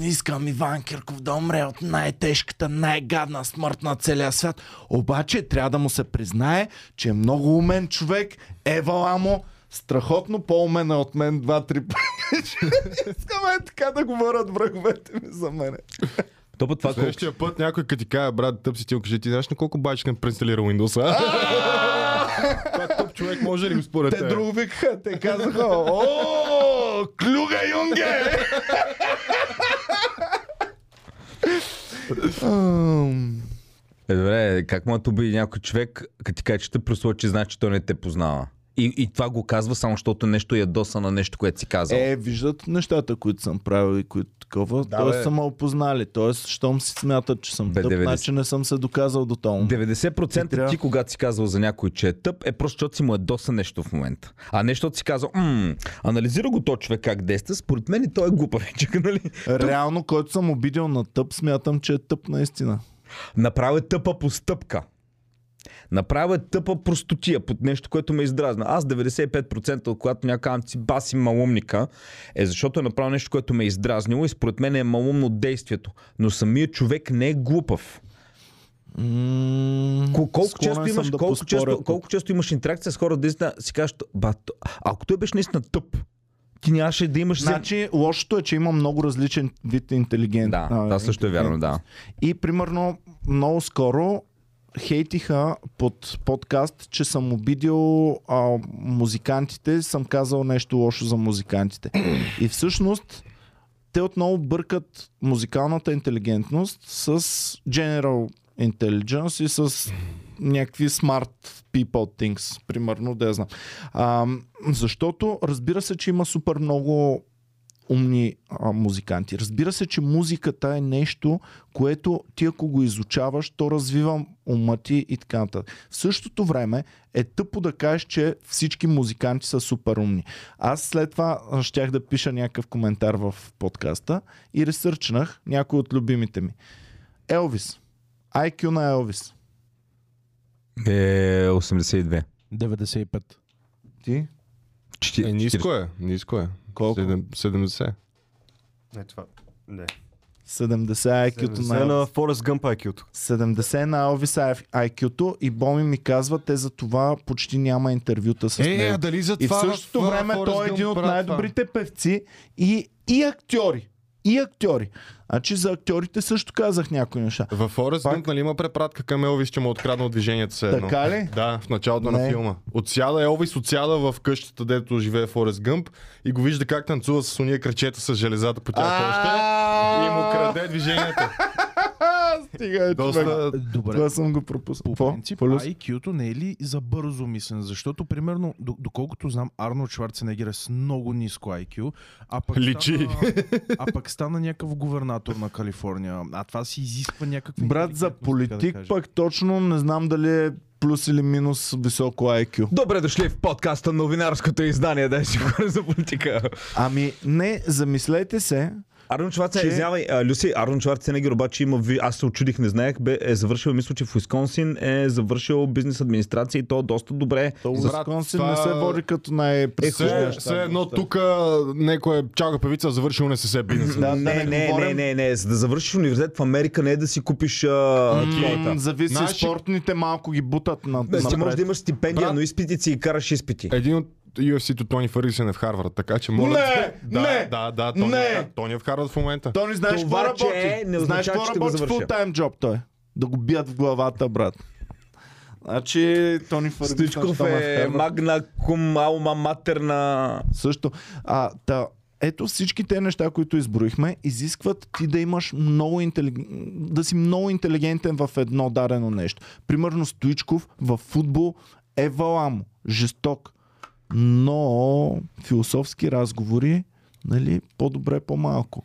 Speaker 1: искам Иван Кирков да умре от най-тежката, най-гадна смърт на целия свят. Обаче трябва да му се признае, че е много умен човек, евала му, страхотно по-умен е от мен два-три пъти. [LAUGHS] Искам е така да говорят враговете ми за мене.
Speaker 7: То път това колко...
Speaker 8: [LAUGHS] Следващия път някой като ти каже, брат, тъп си ти, кажи ти, знаеш на колко бачка не преинсталира Windows? [LAUGHS] Това тъп човек може ли го според
Speaker 1: Те друго викаха, [LAUGHS] те казаха, о, клюга юнге! Ам,
Speaker 7: Е, добре, как му да те обиди някой човек, като ти каже, че те прослочи, значи, че той не те познава. И, и това го казва само, защото нещо е ядоса на нещо, което си казал.
Speaker 1: Е, виждат нещата, които съм правил и които такова. Да, Тоест
Speaker 6: бе.
Speaker 1: са ме опознали. Тоест, щом си смятат, че съм
Speaker 7: Бе,
Speaker 1: тъп,
Speaker 7: 90.
Speaker 1: значи не съм се доказал до този момент.
Speaker 7: 90%
Speaker 1: Ти трябва-
Speaker 7: ти, когато си казал за някой, че е тъп, е просто, защото си му е доса нещо в момента. А не, защото си казал, мм, анализира го то човек как действа, според мен и той е [LAUGHS] глупавичък, нали?
Speaker 1: Реално, който съм обидил на тъп, смятам, че е тъп наистина.
Speaker 7: Направя тъпа постъпка. Направя тъпа простотия под нещо, което ме издразна. Аз 95% от когато някой казвам си баси малумника, е защото е направил нещо, което ме е издразнило и според мен е малумно действието. Но самият човек не е глупав.
Speaker 1: М,
Speaker 7: Кол- колко,
Speaker 1: склонен
Speaker 7: често
Speaker 1: съм
Speaker 7: имаш,
Speaker 1: да
Speaker 7: колко,
Speaker 1: поспоря
Speaker 7: често,
Speaker 1: тук.
Speaker 7: колко често имаш интеракция с хора, да си кажеш, ба, то- ако той беше наистина тъп, ти нямаше да имаш...
Speaker 1: Значи, лошото е, че има много различен вид интелигент.
Speaker 7: Да,
Speaker 1: а,
Speaker 7: това също е вярно, да.
Speaker 1: И примерно много скоро хейтиха под подкаст, че съм обидил а, музикантите, съм казал нещо лошо за музикантите. И всъщност те отново бъркат музикалната интелигентност с general intelligence и с някакви smart people things, примерно, да я знам. А, защото разбира се, че има супер много умни а, музиканти. Разбира се, че музиката е нещо, което ти ако го изучаваш, то развива ума ти и така нататък. В същото време е тъпо да кажеш, че всички музиканти са супер умни. Аз след това а, щях да пиша някакъв коментар в подкаста и ресърчнах някои от любимите ми. Елвис. IQ на Елвис.
Speaker 7: Е, 82.
Speaker 9: 95.
Speaker 1: Ти?
Speaker 8: Е, ниско е, ниско е.
Speaker 1: Колко?
Speaker 8: Седем- 70.
Speaker 3: Не, това. Не.
Speaker 1: 70 IQ-то на
Speaker 3: Взе
Speaker 1: Елвис.
Speaker 3: на Forrest Gump IQ-то.
Speaker 1: 70 на Elvis IQ-то и Боми ми казва, те за това почти няма интервюта с
Speaker 8: Е,
Speaker 1: него.
Speaker 8: а дали за
Speaker 1: И в
Speaker 8: това
Speaker 1: същото
Speaker 8: в- в
Speaker 1: време
Speaker 8: Forrest
Speaker 1: той е един
Speaker 8: Gump
Speaker 1: от
Speaker 8: правят
Speaker 1: най-добрите певци и, и актьори. И актьори. Значи за актьорите също казах някои неща.
Speaker 8: това? Във Forest
Speaker 1: Пак-
Speaker 8: Gump, нали има препратка към Елвис, че му е откраднал движението се едно.
Speaker 1: Така ли?
Speaker 8: Да, в началото на
Speaker 1: Не.
Speaker 8: филма. е Отсяда Елвис, отсяда в къщата, дето живее Форест Гъмп и го вижда как танцува с уния кръчета с железата по тях още и му краде движението.
Speaker 1: [LAUGHS] Стига, е, човек.
Speaker 8: Доста...
Speaker 9: Добре.
Speaker 1: Това съм го пропуснал.
Speaker 9: По
Speaker 1: Какво?
Speaker 9: принцип,
Speaker 1: Полюс?
Speaker 9: IQ-то не е ли за бързо мислен? Защото, примерно, до- доколкото знам, Арнолд Шварценегер е с много ниско IQ, а пък,
Speaker 8: Личи.
Speaker 9: Стана, а пък стана някакъв губернатор на Калифорния. А това си изисква някаква...
Speaker 1: Брат, за
Speaker 9: интелигентност, така да
Speaker 1: политик
Speaker 9: кажем.
Speaker 1: пък точно не знам дали е плюс или минус високо IQ.
Speaker 7: Добре дошли в подкаста новинарското издание, да си говорим за политика.
Speaker 1: Ами не, замислете се,
Speaker 7: Арон Шварц,
Speaker 1: Че-
Speaker 7: че... извинявай, а, Люси, Арон Шварценегер обаче има, ви- аз се очудих, не знаех, бе, е завършил, мисля, че в Уисконсин е завършил бизнес администрация и то доста добре. Е,
Speaker 8: За-
Speaker 1: Уисконсин
Speaker 8: това-
Speaker 1: не се води като най-престижния
Speaker 8: Все, все едно тук някоя чалга певица е завършил не се се бизнес.
Speaker 7: Да, не, не, не, не, не, не, за да завършиш университет в Америка не е да си купиш а,
Speaker 1: М,
Speaker 7: квота.
Speaker 1: Зависи,
Speaker 8: Знаеш ли-
Speaker 1: спортните малко ги бутат на,
Speaker 7: Бе, Ти можеш
Speaker 1: напред.
Speaker 7: да имаш стипендия,
Speaker 8: Брат-
Speaker 7: но изпитици и караш изпити.
Speaker 8: Един от UFC-то Тони Фъргюсън е в Харвард, така че моля...
Speaker 1: Не,
Speaker 8: да,
Speaker 1: не,
Speaker 8: да, да, Тони,
Speaker 1: не.
Speaker 8: да, Тони е в Харвард в момента.
Speaker 1: Той не знаеш какво
Speaker 7: Това,
Speaker 1: работи.
Speaker 7: че е, не
Speaker 1: знаеш
Speaker 7: означава,
Speaker 1: какво
Speaker 7: че ще го
Speaker 1: работи
Speaker 7: завърша.
Speaker 1: фултайм джоб той. Да го бият в главата, брат. Значи Тони Фъргюсън
Speaker 7: Стоичков
Speaker 1: щом в
Speaker 7: е
Speaker 1: Харвард.
Speaker 7: магна кум алма матер на...
Speaker 1: Също. А, та, ето всички те неща, които изброихме, изискват ти да имаш много интелиг... да си много интелигентен в едно дадено нещо. Примерно Стоичков в футбол е валам, жесток, но философски разговори, нали, по-добре, по-малко.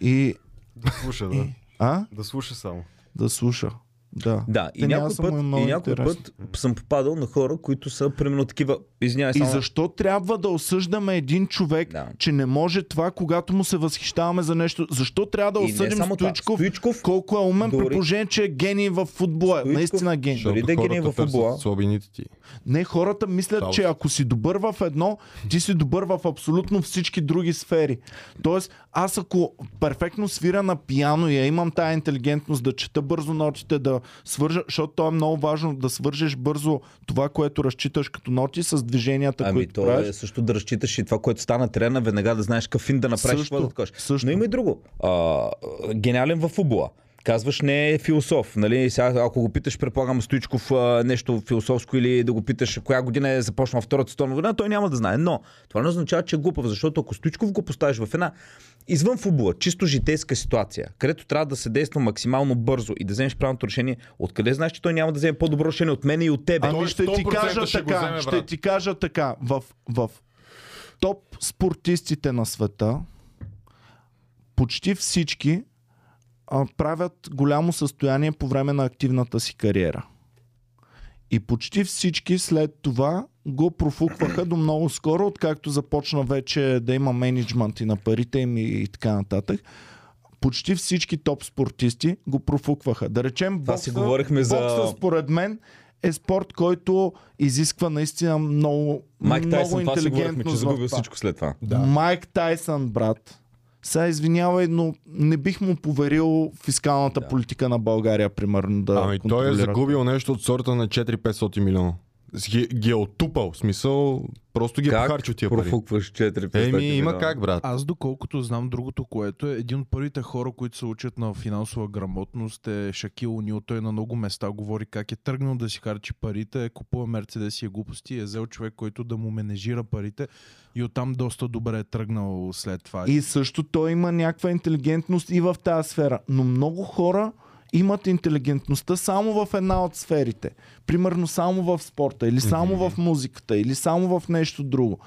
Speaker 1: И,
Speaker 3: Да слуша, да.
Speaker 1: а?
Speaker 3: Да слуша само.
Speaker 1: Да слуша. Да.
Speaker 7: Да, и
Speaker 1: Те няма
Speaker 7: някой,
Speaker 1: са му
Speaker 7: път,
Speaker 1: е много
Speaker 7: и някой
Speaker 1: интересно.
Speaker 7: път съм попадал на хора, които са примерно такива... Извинявай,
Speaker 1: И
Speaker 7: само...
Speaker 1: защо трябва да осъждаме един човек,
Speaker 7: Да.
Speaker 1: че не може това, когато му се възхищаваме за нещо? Защо трябва да
Speaker 7: И не
Speaker 1: осъдим
Speaker 7: само това.
Speaker 1: Стоичков,
Speaker 7: Стоичков
Speaker 1: колко е умен,
Speaker 7: дори-
Speaker 1: при положение, че е гений в футбола?
Speaker 7: Стоичков-
Speaker 1: Наистина гений.
Speaker 7: Дори да е гений във футбола.
Speaker 8: Слабините ти.
Speaker 1: Не, хората мислят,
Speaker 8: Да,
Speaker 1: че
Speaker 8: бе.
Speaker 1: ако си добър в едно, ти си добър в абсолютно всички други сфери. Тоест, аз ако перфектно свира на пиано и я имам тая интелигентност да чета бързо нотите, да свържа, защото то е много важно да свържеш бързо това, което разчиташ като ноти с движенията,
Speaker 7: Ами
Speaker 1: които
Speaker 7: то
Speaker 1: правиш.
Speaker 7: е също да разчиташ и това, което стана терена, веднага да знаеш какъв фин да направиш
Speaker 1: Също,
Speaker 7: това да откош.
Speaker 1: също.
Speaker 7: Но има и друго. А, а, гениален в футбола. Казваш не е философ, нали? Сега, ако го питаш, предполагам Стоичков а, нещо философско или да го питаш коя година е започнал Втората световна война, той няма да знае. Но това не означава, че е глупав, защото ако Стоичков го поставиш в една извън футбола, чисто житейска ситуация, където трябва да се действа максимално бързо и да вземеш правилното решение, откъде знаеш, че той няма да вземе по-добро решение от мен и от тебе?
Speaker 1: Ами
Speaker 8: той
Speaker 1: ще ти
Speaker 8: 100%
Speaker 1: кажа
Speaker 8: е ще го
Speaker 1: така,
Speaker 8: вземе,
Speaker 1: ще
Speaker 8: брат.
Speaker 1: ти кажа така, в, в топ спортистите на света почти всички а, правят голямо състояние по време на активната си кариера. И почти всички след това го профукваха до много скоро, откакто започна вече да има менеджмент и на парите им и, и така нататък. Почти всички топ спортисти го профукваха. Да речем,
Speaker 7: Това
Speaker 1: бокса,
Speaker 7: си говорихме за-
Speaker 1: бокса според мен е спорт, който изисква наистина много,
Speaker 7: Майк
Speaker 1: много
Speaker 7: Тайсън, това си говорихме, че
Speaker 1: интелигентност. в
Speaker 7: загубил
Speaker 1: това.
Speaker 7: всичко след това.
Speaker 1: Да. Майк Тайсън, брат. Сега извинявай, но не бих му поверил фискалната да. политика на България, примерно, да
Speaker 8: Ами той е
Speaker 1: контролира.
Speaker 8: загубил нещо от сорта на 4-500 милиона. С Ги, ги е отупал, в смисъл, просто ги е похарчил тия пари.
Speaker 7: профукваш 4-5
Speaker 8: Еми, има как, брат.
Speaker 9: Аз доколкото знам другото, което е един от първите хора, които се учат на финансова грамотност е Шакил Унил. Той на много места говори как е тръгнал да си харчи парите, е купува мерцедеси и глупости, е взел човек, който да му менежира парите и оттам доста добре е тръгнал след това.
Speaker 1: И също той има някаква интелигентност и в тази сфера. Но много хора имат интелигентността само в една от сферите. Примерно само в спорта, или само в музиката, или само в нещо друго.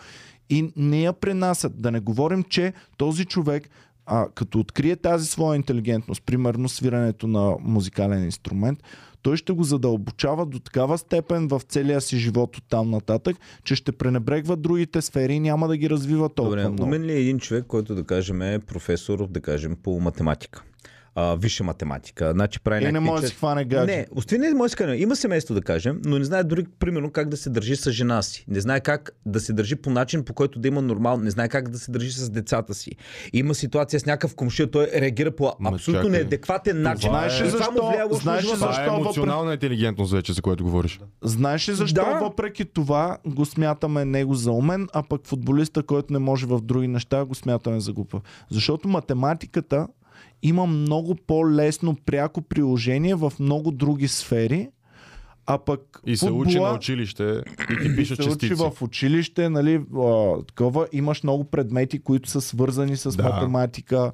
Speaker 1: И не я пренасят. Да не говорим, че този човек, а, като открие тази своя интелигентност, примерно свирането на музикален инструмент, той ще го задълбочава до такава степен в целия си живот от там нататък, че ще пренебрегва другите сфери и няма да ги развива толкова
Speaker 7: Добре,
Speaker 1: много.
Speaker 7: умен ли е един човек, който да кажем е професор, да кажем, по математика? А, висша математика. Значи прави
Speaker 1: И Е, не
Speaker 7: някакви
Speaker 1: може да
Speaker 7: чест-
Speaker 1: си хване гадже.
Speaker 7: Не, остани не може да си хване. Има семейство, да кажем, но не знае дори, примерно, как да се държи с жена си. Не знае как да се държи по начин, по който да има нормално. Не знае как да се държи с децата си. Има ситуация с някакъв комшия, той реагира по
Speaker 8: Ма
Speaker 7: абсолютно
Speaker 8: чакай.
Speaker 7: неадекватен начин.
Speaker 1: Знаеш ли
Speaker 7: И това му
Speaker 1: защо?
Speaker 7: влияе лошо на
Speaker 1: Знаеш ли
Speaker 7: живота.
Speaker 8: Това е
Speaker 1: защо
Speaker 8: емоционална интелигентност вече, за което говориш.
Speaker 1: Знаеш ли защо
Speaker 7: Да.
Speaker 1: въпреки това го смятаме него за умен, а пък футболиста, който не може в други неща, го смятаме за глупав? Защото математиката има много по-лесно пряко приложение в много други сфери, а пък
Speaker 8: И се
Speaker 1: футбола
Speaker 8: учи на училище и ти пише
Speaker 1: се учи
Speaker 8: частици.
Speaker 1: в училище, нали, а, такова, имаш много предмети, които са свързани с
Speaker 8: Да.
Speaker 1: математика.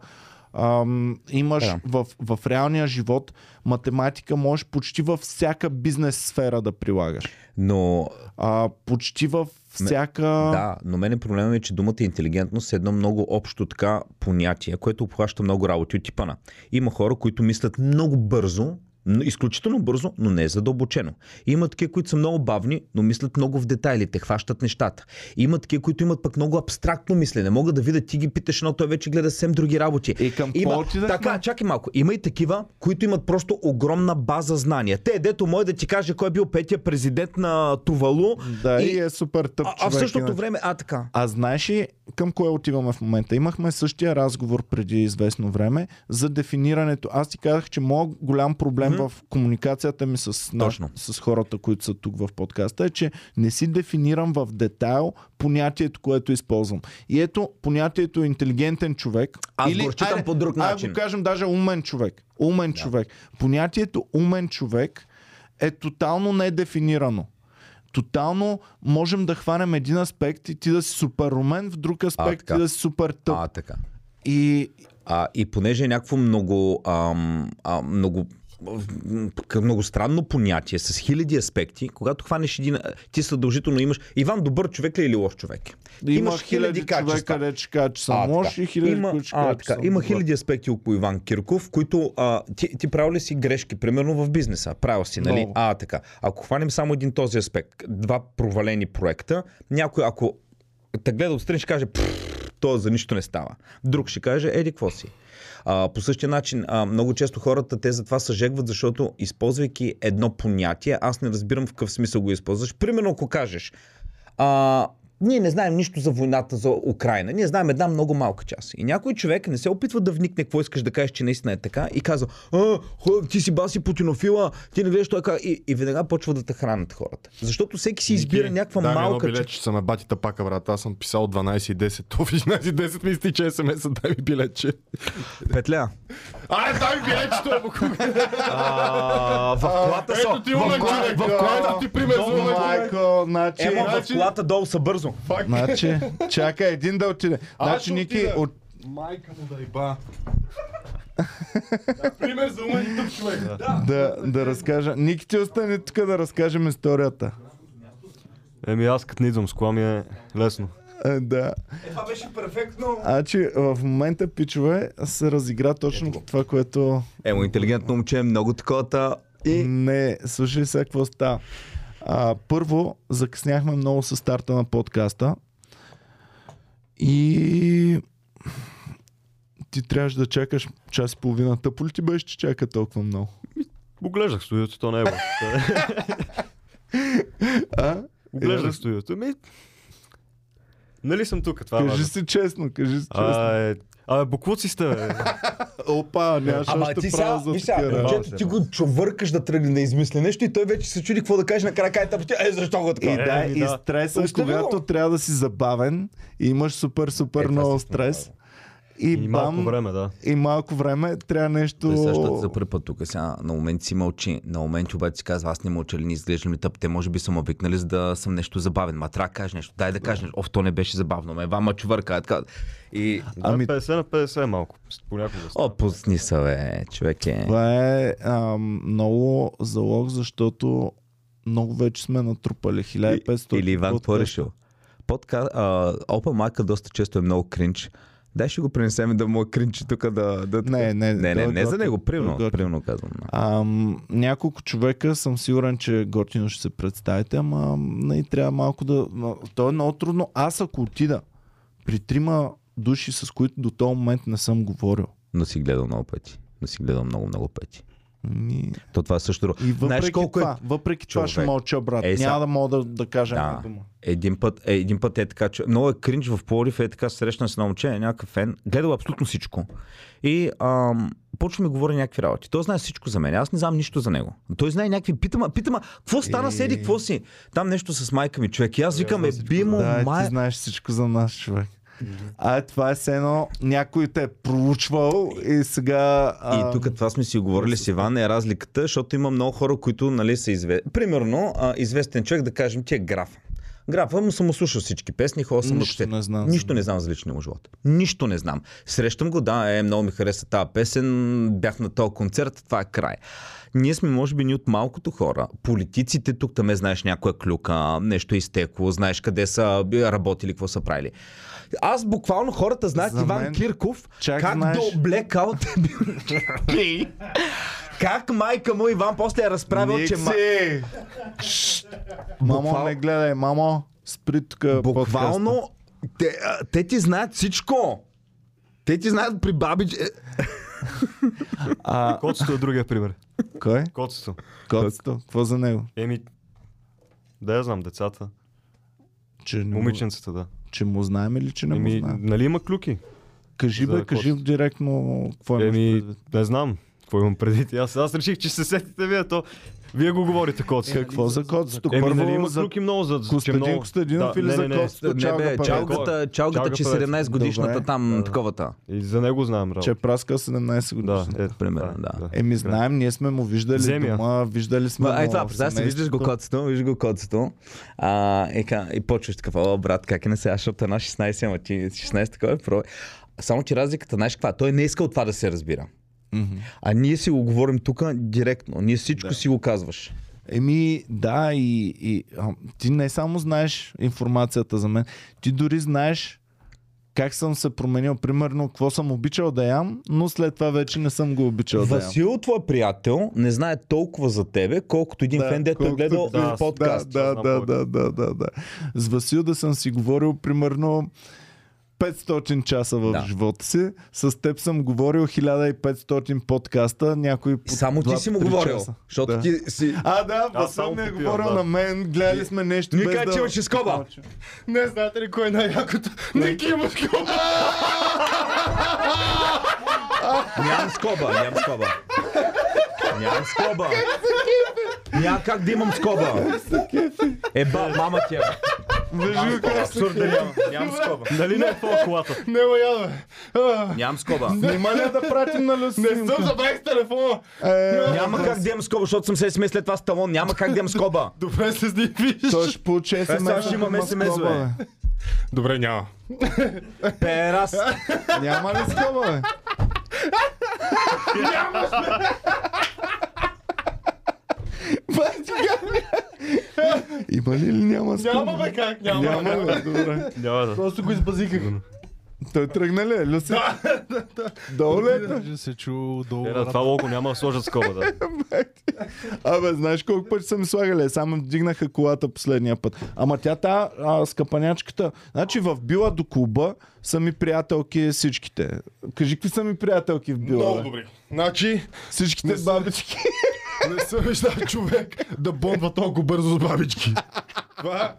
Speaker 1: Ам, имаш
Speaker 7: Да.
Speaker 1: в, в реалния живот математика, можеш почти във всяка бизнес сфера да прилагаш.
Speaker 7: Но
Speaker 1: А, почти във всяка...
Speaker 7: Да, но мене проблема е, че думата интелигентност е едно много общо така понятие, което обхваща много работи от типа на. Има хора, които мислят много бързо Н- Изключително бързо, но не е задълбочено. Има такива, които са много бавни, но мислят много в детайлите, хващат нещата. Има такива, които имат пък много абстрактно мислене. Могат да видят, ти ги питаш, но той вече гледа съвсем други работи.
Speaker 1: И към
Speaker 7: Има,
Speaker 1: Е, какво отидахме?
Speaker 7: така, чакай малко. Има и такива, които имат просто огромна база знания. Те, дето мой да ти каже кой е бил петия президент на Тувалу.
Speaker 1: Да,
Speaker 7: и-
Speaker 1: и, е супер тъп
Speaker 7: А, а
Speaker 1: човек,
Speaker 7: в същото
Speaker 1: иначе.
Speaker 7: време, а така.
Speaker 1: А знаеш ли към кое отиваме в момента? Имахме същия разговор преди известно време за дефинирането. Аз ти казах, че моят голям проблем mm-hmm. в комуникацията ми с, наш,
Speaker 7: Точно.
Speaker 1: с хората, които са тук в подкаста, е, че не си дефинирам в детайл понятието, което използвам. И ето понятието интелигентен човек.
Speaker 7: Аз го разчитам по друг
Speaker 1: айде
Speaker 7: начин.
Speaker 1: го кажем даже умен човек. Умен да. човек. Понятието умен човек е тотално недефинирано. Тотално можем да хванем един аспект и ти да си супер умен, в друг аспект
Speaker 7: така.
Speaker 1: ти да си супер тъп.
Speaker 7: А, така.
Speaker 1: И
Speaker 7: А, и понеже е някакво много, ам, а, много м, много странно понятие с хиляди аспекти, когато хванеш един, ти съдължително имаш Иван добър човек ли е или лош човек?
Speaker 1: да има хиляди човека, де ще кажа, че съм
Speaker 7: така.
Speaker 1: лош и хиляди,
Speaker 7: има,
Speaker 1: които ще
Speaker 7: а,
Speaker 1: кажа, че
Speaker 7: така,
Speaker 1: съм
Speaker 7: има
Speaker 1: добър.
Speaker 7: хиляди аспекти около Иван Кирков, които а, ти, ти правил ли си грешки, примерно в бизнеса? Правил си, нали?
Speaker 1: Много.
Speaker 7: А, така. Ако хванем само един този аспект, два провалени проекта, някой, ако те гледа отстрани, ще каже, «Пф, то за нищо не става. Друг ще каже, еди, какво си? А, по същия начин, а, много често хората те затова съжегват, защото използвайки едно понятие, аз не разбирам в какъв смисъл го използваш. Примерно, ако кажеш, а, ние не знаем нищо за войната за Украина. Ние знаем една много малка част. И някой човек не се опитва да вникне какво искаш да кажеш, че наистина е така и казва, а, хо, ти си баси путинофила, ти не гледаш той как... И, и веднага почва да те хранят хората. Защото всеки си избира някаква
Speaker 8: да,
Speaker 7: малка
Speaker 8: билет,
Speaker 7: част.
Speaker 8: че са на батите пака, брат. Аз съм писал 12 и 10. То в 11 и 10 ми изтича смс дай ми билетче.
Speaker 7: Петля.
Speaker 8: Айде, дай ми билетчето, е бук.
Speaker 7: А, в колата са.
Speaker 8: Ето ти умен човек. В колата ти пример за умен човек.
Speaker 1: Майко,
Speaker 5: Е,
Speaker 1: значи...
Speaker 7: Ема в
Speaker 8: значи-
Speaker 7: колата долу са бързо.
Speaker 1: Значи, чакай един да отиде. Значи,
Speaker 8: ще
Speaker 1: Ники,
Speaker 8: отида.
Speaker 1: от...
Speaker 8: Майка му да иба. Пример за умен и тъп човек.
Speaker 1: да, да разкажа. Ники, ти остане тук да разкажем историята.
Speaker 3: Еми аз като не идвам с кола ми е лесно.
Speaker 1: Е, да.
Speaker 7: Е, това беше перфектно.
Speaker 1: Значи, в момента, пичове, се разигра точно това, което
Speaker 7: Емо, интелигентно момче, много такова. И...
Speaker 1: Не, слушай сега какво става. А, първо, закъсняхме много с старта на подкаста. И ти трябваше да чакаш час и половина. Тъпо ли ти беше, че чака толкова много?
Speaker 3: Оглеждах студиото, то не е лошо.
Speaker 1: А?
Speaker 3: Оглеждах
Speaker 1: Е,
Speaker 3: студиото. Ми... Нали съм тук, това е
Speaker 1: Кажи
Speaker 3: важно.
Speaker 1: си честно, кажи си честно.
Speaker 3: А, е... Абе, буклуци сте, е, бе.
Speaker 1: Опа, нямаше
Speaker 7: Ама
Speaker 1: още
Speaker 7: ти сега,
Speaker 1: право за
Speaker 7: виж сега,
Speaker 1: такива.
Speaker 7: момчето, ти го човъркаш да тръгне да измисли нещо и той вече се чуди какво да каже на края кай тъпотя. Е, защо го така?
Speaker 1: И да,
Speaker 3: Еми,
Speaker 1: и
Speaker 3: да.
Speaker 1: стреса,
Speaker 7: Остави го.
Speaker 1: когато трябва да си забавен и имаш супер, супер
Speaker 7: това
Speaker 1: много
Speaker 7: си сме
Speaker 1: стрес. Е, И,
Speaker 3: И малко
Speaker 1: бам,
Speaker 3: време, да.
Speaker 1: и малко време трябва нещо...
Speaker 7: Присъщат за първи път тук. Сега на момент си мълчи. На момент обаче си казва, аз не мълча ли, не изглеждам ли тъп. Те може би са ме викнали, за да съм нещо забавен. Ма трябва да кажеш нещо. Дай да кажеш нещо. Оф, то не беше забавно. Ме вама чувърка. е Така. И...
Speaker 1: Ами-
Speaker 3: Ами... 50 на 50 е малко. Понякога. става.
Speaker 7: О, пусни се, бе, човек е.
Speaker 1: Това е а, много залог, защото много вече сме натрупали 1500.
Speaker 7: Или Иван
Speaker 1: подкаста.
Speaker 7: Поришел. Подка... А, Open Mic доста често е много кринч. Дай ще го принесем да му е кринч тук да... да
Speaker 1: Не, не, той
Speaker 7: не, не,
Speaker 1: е
Speaker 7: не за
Speaker 1: готин,
Speaker 7: него, примерно,
Speaker 1: той е готин.
Speaker 7: примерно казвам. да.
Speaker 1: Ам, няколко човека съм сигурен, че готино ще се представите, ама не, трябва малко да... ма, То е много трудно. Аз ако отида при трима души, с които до този момент не съм говорил.
Speaker 7: Но си гледал много пъти. Но си гледал много, много пъти.
Speaker 1: Ми...
Speaker 7: То това е също друго.
Speaker 1: И въпреки
Speaker 7: Знаеш колко
Speaker 1: това,
Speaker 7: е...
Speaker 1: въпреки това ще
Speaker 7: човек.
Speaker 1: мълча, брат.
Speaker 7: Ей,
Speaker 1: Е,
Speaker 7: са-
Speaker 1: Няма да мога да, да кажа да. една
Speaker 7: Да.
Speaker 1: дума.
Speaker 7: Един път, е, един път е така, че много е кринч в Пловдив, е така, срещна с едно момче, е някакъв фен, гледал абсолютно всичко. И ам, почва ми говори някакви работи. Той знае всичко за мен, аз не знам нищо за него. Той знае някакви, питама, питама, какво стана, седи, какво си? Там нещо с майка ми, човек. И аз викам, е, би му,
Speaker 1: Да,
Speaker 7: май...
Speaker 1: ти знаеш всичко за нас, човек. А е, това е все едно някой те е проучвал и сега...
Speaker 7: И
Speaker 1: а,
Speaker 7: тук това сме си говорили с Иван е разликата, защото има много хора, които нали, са известни. Примерно, а, известен човек, да кажем, ти е графа. Графа му съм слушал всички песни, хора съм
Speaker 1: Нищо
Speaker 7: отчет.
Speaker 1: не знам за
Speaker 7: Нищо
Speaker 1: него.
Speaker 7: не знам за личния му живот. Нищо не знам. Срещам го, да, е, много ми хареса тази песен, бях на този концерт, това е край. Ние сме, може би, ни от малкото хора. Политиците тук там знаеш някоя клюка, нещо е изтекло, знаеш къде са би работили, какво са правили. Аз буквално хората знаят
Speaker 1: За
Speaker 7: Иван
Speaker 1: мен-
Speaker 7: Кирков,
Speaker 1: Чак
Speaker 7: как
Speaker 1: знаеш-
Speaker 7: до Blackout е бил гей. Как майка му Иван после е разправил, че ма...
Speaker 1: Никси! Мамо,
Speaker 7: Буквал-
Speaker 1: не гледай, мамо, спри тук подкаста.
Speaker 7: буквално те, а, те ти знаят всичко. Те ти знаят при баби... че- е,
Speaker 1: А,
Speaker 3: Коцето е другия пример.
Speaker 1: кой?
Speaker 3: Коцето.
Speaker 1: Коцето, какво за него?
Speaker 3: Еми, да я знам, децата.
Speaker 1: Че, не му,
Speaker 3: Момиченцата, да.
Speaker 1: че му знаем или че не му
Speaker 3: Еми,
Speaker 1: знаем?
Speaker 3: нали има клюки?
Speaker 1: Кажи
Speaker 3: за
Speaker 1: бе, кажи
Speaker 3: коцето.
Speaker 1: директно какво имаш
Speaker 3: Еми,
Speaker 1: предвид.
Speaker 3: не знам. Какво имам предвид? Аз, аз реших, че се сетите вие, то... Вие го говорите, Коцето.
Speaker 1: Какво за коцето?
Speaker 3: Еми, нали
Speaker 1: Първо
Speaker 3: има
Speaker 1: за
Speaker 3: клюки много за... че
Speaker 1: Костадин
Speaker 3: много-
Speaker 1: Костадинов
Speaker 3: Да,
Speaker 1: или
Speaker 3: не,
Speaker 1: за
Speaker 3: не, не.
Speaker 1: коцето?
Speaker 7: Не бе,
Speaker 1: Чалга Павел?
Speaker 7: чалгата, чалгата, е
Speaker 3: Чалга
Speaker 7: че
Speaker 3: Певец.
Speaker 7: 17 годишната
Speaker 1: Добре.
Speaker 7: там таковата.
Speaker 3: И за него знаем работа.
Speaker 1: Че е праска 17
Speaker 3: Да,
Speaker 1: годишна.
Speaker 3: е,
Speaker 7: Примерно, да.
Speaker 1: Еми, знаем, ние сме му виждали
Speaker 3: Земя.
Speaker 1: дома, виждали сме
Speaker 7: Ма, Ай
Speaker 1: му
Speaker 7: това,
Speaker 1: в
Speaker 7: представя си, виждаш
Speaker 1: семейството.
Speaker 7: го коцето, виждаш го коцето. А, и, ка, и почваш такава, о, брат, как е не сега, защото една 16, ама ти 16 такова е про. Само, че разликата, знаеш каква, той не е искал това да се разбира. А ние си го говорим тук директно. Ние всичко си го казваш.
Speaker 1: Еми, да, и, и а, ти не само знаеш информацията за мен, ти дори знаеш как съм се променил, примерно, какво съм обичал да ям, но след това вече не съм го обичал да ям.
Speaker 7: Васил, твой приятел, не знае толкова за тебе, колкото един
Speaker 1: Да,
Speaker 7: фен, дето е
Speaker 1: колкото-
Speaker 7: гледал
Speaker 3: да,
Speaker 7: подкаст.
Speaker 1: Да, да, да, да, да, да. С Васил да съм си говорил примерно 500 часа в
Speaker 7: Да.
Speaker 1: живота си. С теб съм говорил 1500 подкаста, някой по
Speaker 7: Само ти
Speaker 1: два,
Speaker 7: си му
Speaker 1: три
Speaker 7: говорил,
Speaker 1: часа.
Speaker 7: защото
Speaker 1: Да.
Speaker 7: ти си...
Speaker 1: А, да,
Speaker 3: Аз
Speaker 1: Васил
Speaker 3: само
Speaker 1: ми е
Speaker 3: попивам,
Speaker 1: говорил
Speaker 3: да.
Speaker 1: на мен, гледали сме нещо
Speaker 7: Ние
Speaker 1: без
Speaker 7: кажа,
Speaker 1: да...
Speaker 7: че имаше скоба.
Speaker 6: Не знаете ли кой е най-якото? Ники има скоба!
Speaker 7: Нямам скоба, нямам скоба. Нямам скоба. Няма как да имам скоба. Е, ба, мама ти е. Нямам скоба, Абсурд да нямам. Нямам скоба.
Speaker 3: Нали не е по-колата?
Speaker 6: Не ма ядове! А,
Speaker 7: Нямам скоба.
Speaker 1: Внимание да пратим на Люси.
Speaker 6: Не съм забравих с телефона!
Speaker 1: Е,
Speaker 7: Няма как да имам скоба, защото съм се смес след това с талон. Няма как да имам скоба.
Speaker 6: Добре се сни виж!
Speaker 1: той ще получи
Speaker 7: Е, сега
Speaker 1: смс.
Speaker 7: ще имаме SMS, бе.
Speaker 8: Добре, няма.
Speaker 7: Перас.
Speaker 1: Няма ли скоба, бе? Няма Има ли или няма скоба?
Speaker 6: Няма бе как, няма!
Speaker 1: Няма, бе, добре.
Speaker 3: Няма да.
Speaker 6: Просто го избазиках.
Speaker 1: Той тръгна ли, е, Люси? Долу ли е? той?
Speaker 9: Даже се чу долу.
Speaker 3: Е, да, това лого няма да сложат скоба, да.
Speaker 1: Абе, знаеш колко пъти са ми слагали? Е, Само ми вдигнаха колата последния път. Ама тя та а, скъпанячката. Значи в била до клуба са ми приятелки всичките. Кажи, какви са ми приятелки в била?
Speaker 6: Много
Speaker 1: бе?
Speaker 6: добри. Значи,
Speaker 1: Всичките бабички.
Speaker 6: не съм виждал човек да бомба толкова бързо с бабички. Това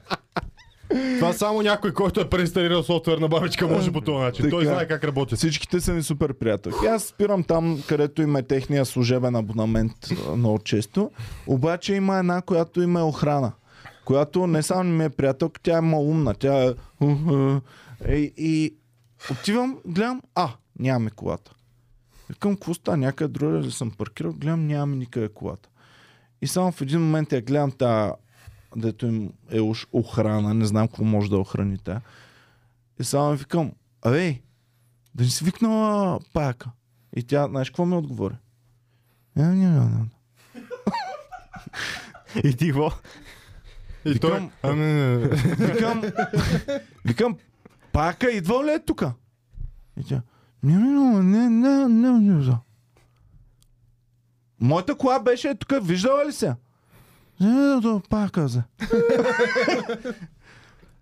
Speaker 6: това само някой, който е преинсталирал софтуер на бабичка, може по този начин. Той
Speaker 1: Така.
Speaker 6: знае как работи.
Speaker 1: Всичките са ми супер приятелки. Аз спирам там, където им е техния служебен абонамент а, много често. Обаче има една, която има охрана. Която не само не ми е приятелка, тя е малумна. Тя е... И, и отивам, гледам, а, нямаме колата. Викам, какво става? Някъде друга ли съм паркирал? Гледам, нямаме никъде колата. И само в един момент я гледам та, дето им е уж охрана, не знам какво може да охрани тя. И само викам, абе, да не си викнала паяка. И тя, знаеш какво ми отговори? Е, Не, не, не, не. [LAUGHS]
Speaker 3: И ти го.
Speaker 6: И той...
Speaker 1: Викам-
Speaker 6: Ами, не, не, не.
Speaker 1: Викам, викам, пака, идва ли е тука? И тя, не, не, не, не, не, не, не, не. Моята кола беше е тук, виждала ли се? Е, Не, не, не, не, пака, за.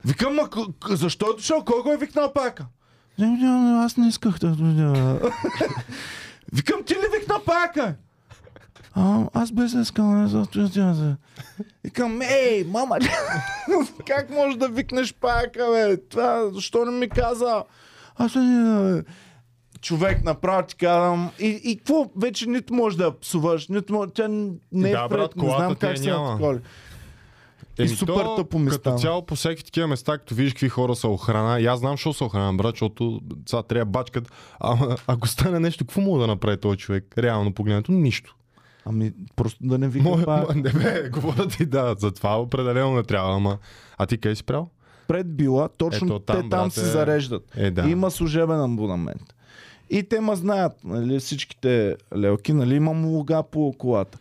Speaker 1: Викам, ма, к- к- защо е дошъл? Кой го е викнал пака? Не, не, не, аз не исках да [LAUGHS] дойда. Викам, ти ли викна пака? А, аз без да искам да дойда. Викам, ей, мама, [LAUGHS] как може да викнеш пака, бе? Това, защо не ми каза? Аз не... бе. Човек, направо ти казвам. И, и какво вече нито може да я псуваш, нито може... Тя не е
Speaker 8: Да,
Speaker 1: да,
Speaker 8: брат,
Speaker 1: вред, не
Speaker 8: колата
Speaker 1: знам
Speaker 8: ти я
Speaker 1: как се
Speaker 8: няма.
Speaker 1: отколи. И
Speaker 8: Еми,
Speaker 1: супер тъпо ми
Speaker 8: Като
Speaker 1: стана.
Speaker 8: цяло по всеки такива места, като видиш какви хора са охрана, и аз знам, що са охрана, брат, защото сега трябва бачкат. Ама ако стане нещо, какво мога да направи този човек? Реално погледнато, нищо.
Speaker 1: Ами, просто да не е вика
Speaker 8: Мое,
Speaker 1: пака.
Speaker 8: ма, не бе, говоря ти да, за това определено не трябва, ама. А ти къде си спрял?
Speaker 1: пред била, точно
Speaker 8: Ето там,
Speaker 1: те там
Speaker 8: брате,
Speaker 1: се зареждат.
Speaker 8: е, да.
Speaker 1: Има служебен абонамент. И те ма знаят, нали, всичките лелки, нали, имам луга по колата.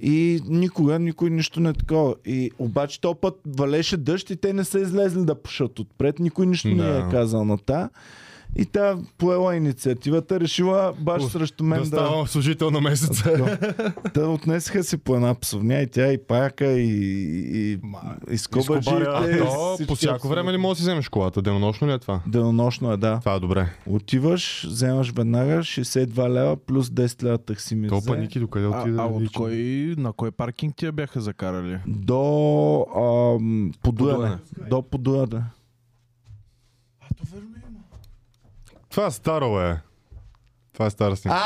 Speaker 1: И никога никой нищо не е такова. И обаче то път валеше дъжд и те не са излезли да пушат отпред. Никой нищо не
Speaker 8: Да.
Speaker 1: е казал на та. И тя поела инициативата, решила баш
Speaker 6: Уф,
Speaker 1: срещу мен
Speaker 6: да
Speaker 1: да,
Speaker 6: ставам служител на месеца.
Speaker 1: Та отнесеха си по една псовня и тя, и паяка, и, и, и скобаджиите.
Speaker 6: А то
Speaker 1: всички
Speaker 6: по всяко време ли
Speaker 1: абсолютно.
Speaker 6: можеш да си вземеш колата? Денонощно ли е това?
Speaker 1: Денонощно е, да.
Speaker 6: Това е добре.
Speaker 1: Отиваш, вземаш веднага 62 лева плюс 10 лева таксимит.
Speaker 6: То
Speaker 1: взе.
Speaker 6: паники докъде
Speaker 9: А,
Speaker 6: отиде? да
Speaker 9: а от
Speaker 6: види, че-
Speaker 9: кой, на кой паркинг ти я бяха закарали?
Speaker 1: До ам, подуяне.
Speaker 9: Подуяне.
Speaker 1: До подуяне.
Speaker 6: Това старо е. Това е стара снимка.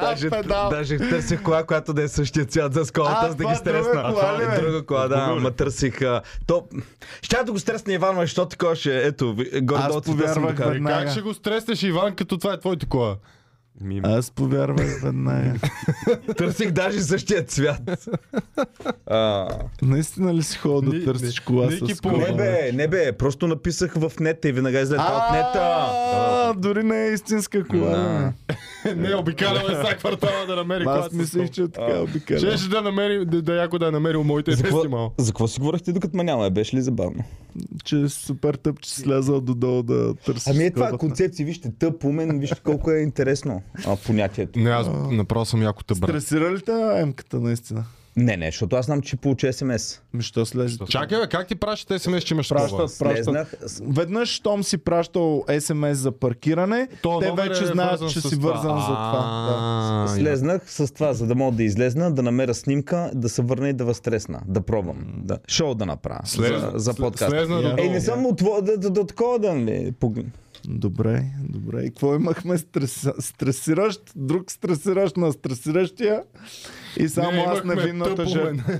Speaker 7: Даже, даже търсих кола, която да е същия цвят за сколата, за да ги стресна. Друга кола, друга кола да, ама търсих. а, То... Щях да го стресна Иван, ма, защото такова ще е. Ето, ви- горе-долу
Speaker 1: Аз
Speaker 7: цвета съм го
Speaker 1: повярвах
Speaker 7: докарал.
Speaker 6: Как
Speaker 1: веднага.
Speaker 6: ще го стреснеш, Иван, като това е твоето кола?
Speaker 3: Ми,
Speaker 1: Аз повярвах
Speaker 6: [LAUGHS]
Speaker 1: веднага.
Speaker 7: Търсих даже същия цвят. А,
Speaker 1: Наистина ли нали си ходил да
Speaker 6: Ни-
Speaker 1: търсиш кола
Speaker 6: Ники
Speaker 1: с
Speaker 6: по-
Speaker 1: кола?
Speaker 7: не бе, не бе, просто написах в нета и веднага излезе от нета.
Speaker 1: А, дори не е истинска кола.
Speaker 6: Не, обикалял е са квартала да намери
Speaker 1: бе.
Speaker 6: колата.
Speaker 1: Аз
Speaker 6: си.
Speaker 1: мислих, че е така обикаля.
Speaker 6: Щеше да намери, да, да яко да е намерил моите
Speaker 7: За
Speaker 6: извести
Speaker 7: какво,
Speaker 6: малко.
Speaker 7: за какво си говорихте докато ме няма? Беше ли забавно?
Speaker 1: Че е супер тъп, че си слязал додолу да търсиш
Speaker 7: Ами е това
Speaker 1: скобата.
Speaker 7: концепция, вижте, тъп умен, вижте колко е интересно а, понятието.
Speaker 6: Не, аз направо съм яко тъбра.
Speaker 1: Стресира ли те емката наистина?
Speaker 7: Не, не, защото аз знам, че получи СМС.
Speaker 1: Ми, що слезе?
Speaker 6: Чакай, бе, как ти пращате смс, че имаш кола?
Speaker 1: Пращат, пращат.
Speaker 7: Слезнах, с-
Speaker 1: Веднъж, щом си пращал СМС за паркиране,
Speaker 6: То
Speaker 1: те
Speaker 6: номер е
Speaker 1: вече
Speaker 6: вързан
Speaker 1: знаят, че
Speaker 6: с
Speaker 1: си
Speaker 6: това.
Speaker 1: вързан за това. Да.
Speaker 6: А,
Speaker 7: слезнах с това, за да мога да излезна, да намеря снимка, да се върна и да възтресна, да пробвам. Да. Шоу да направя
Speaker 6: Слез-
Speaker 7: за, за подкаст.
Speaker 6: Слезна
Speaker 1: Я.
Speaker 7: Ей,
Speaker 6: додолу.
Speaker 7: не съм от тво- да, да, да, такова да не погн-
Speaker 1: Добре, добре. И какво имахме? Стрес... Стресиращ, друг стресиращ на стресиращия. И само аз
Speaker 6: имахме
Speaker 1: невинната
Speaker 6: тъп
Speaker 1: жертва.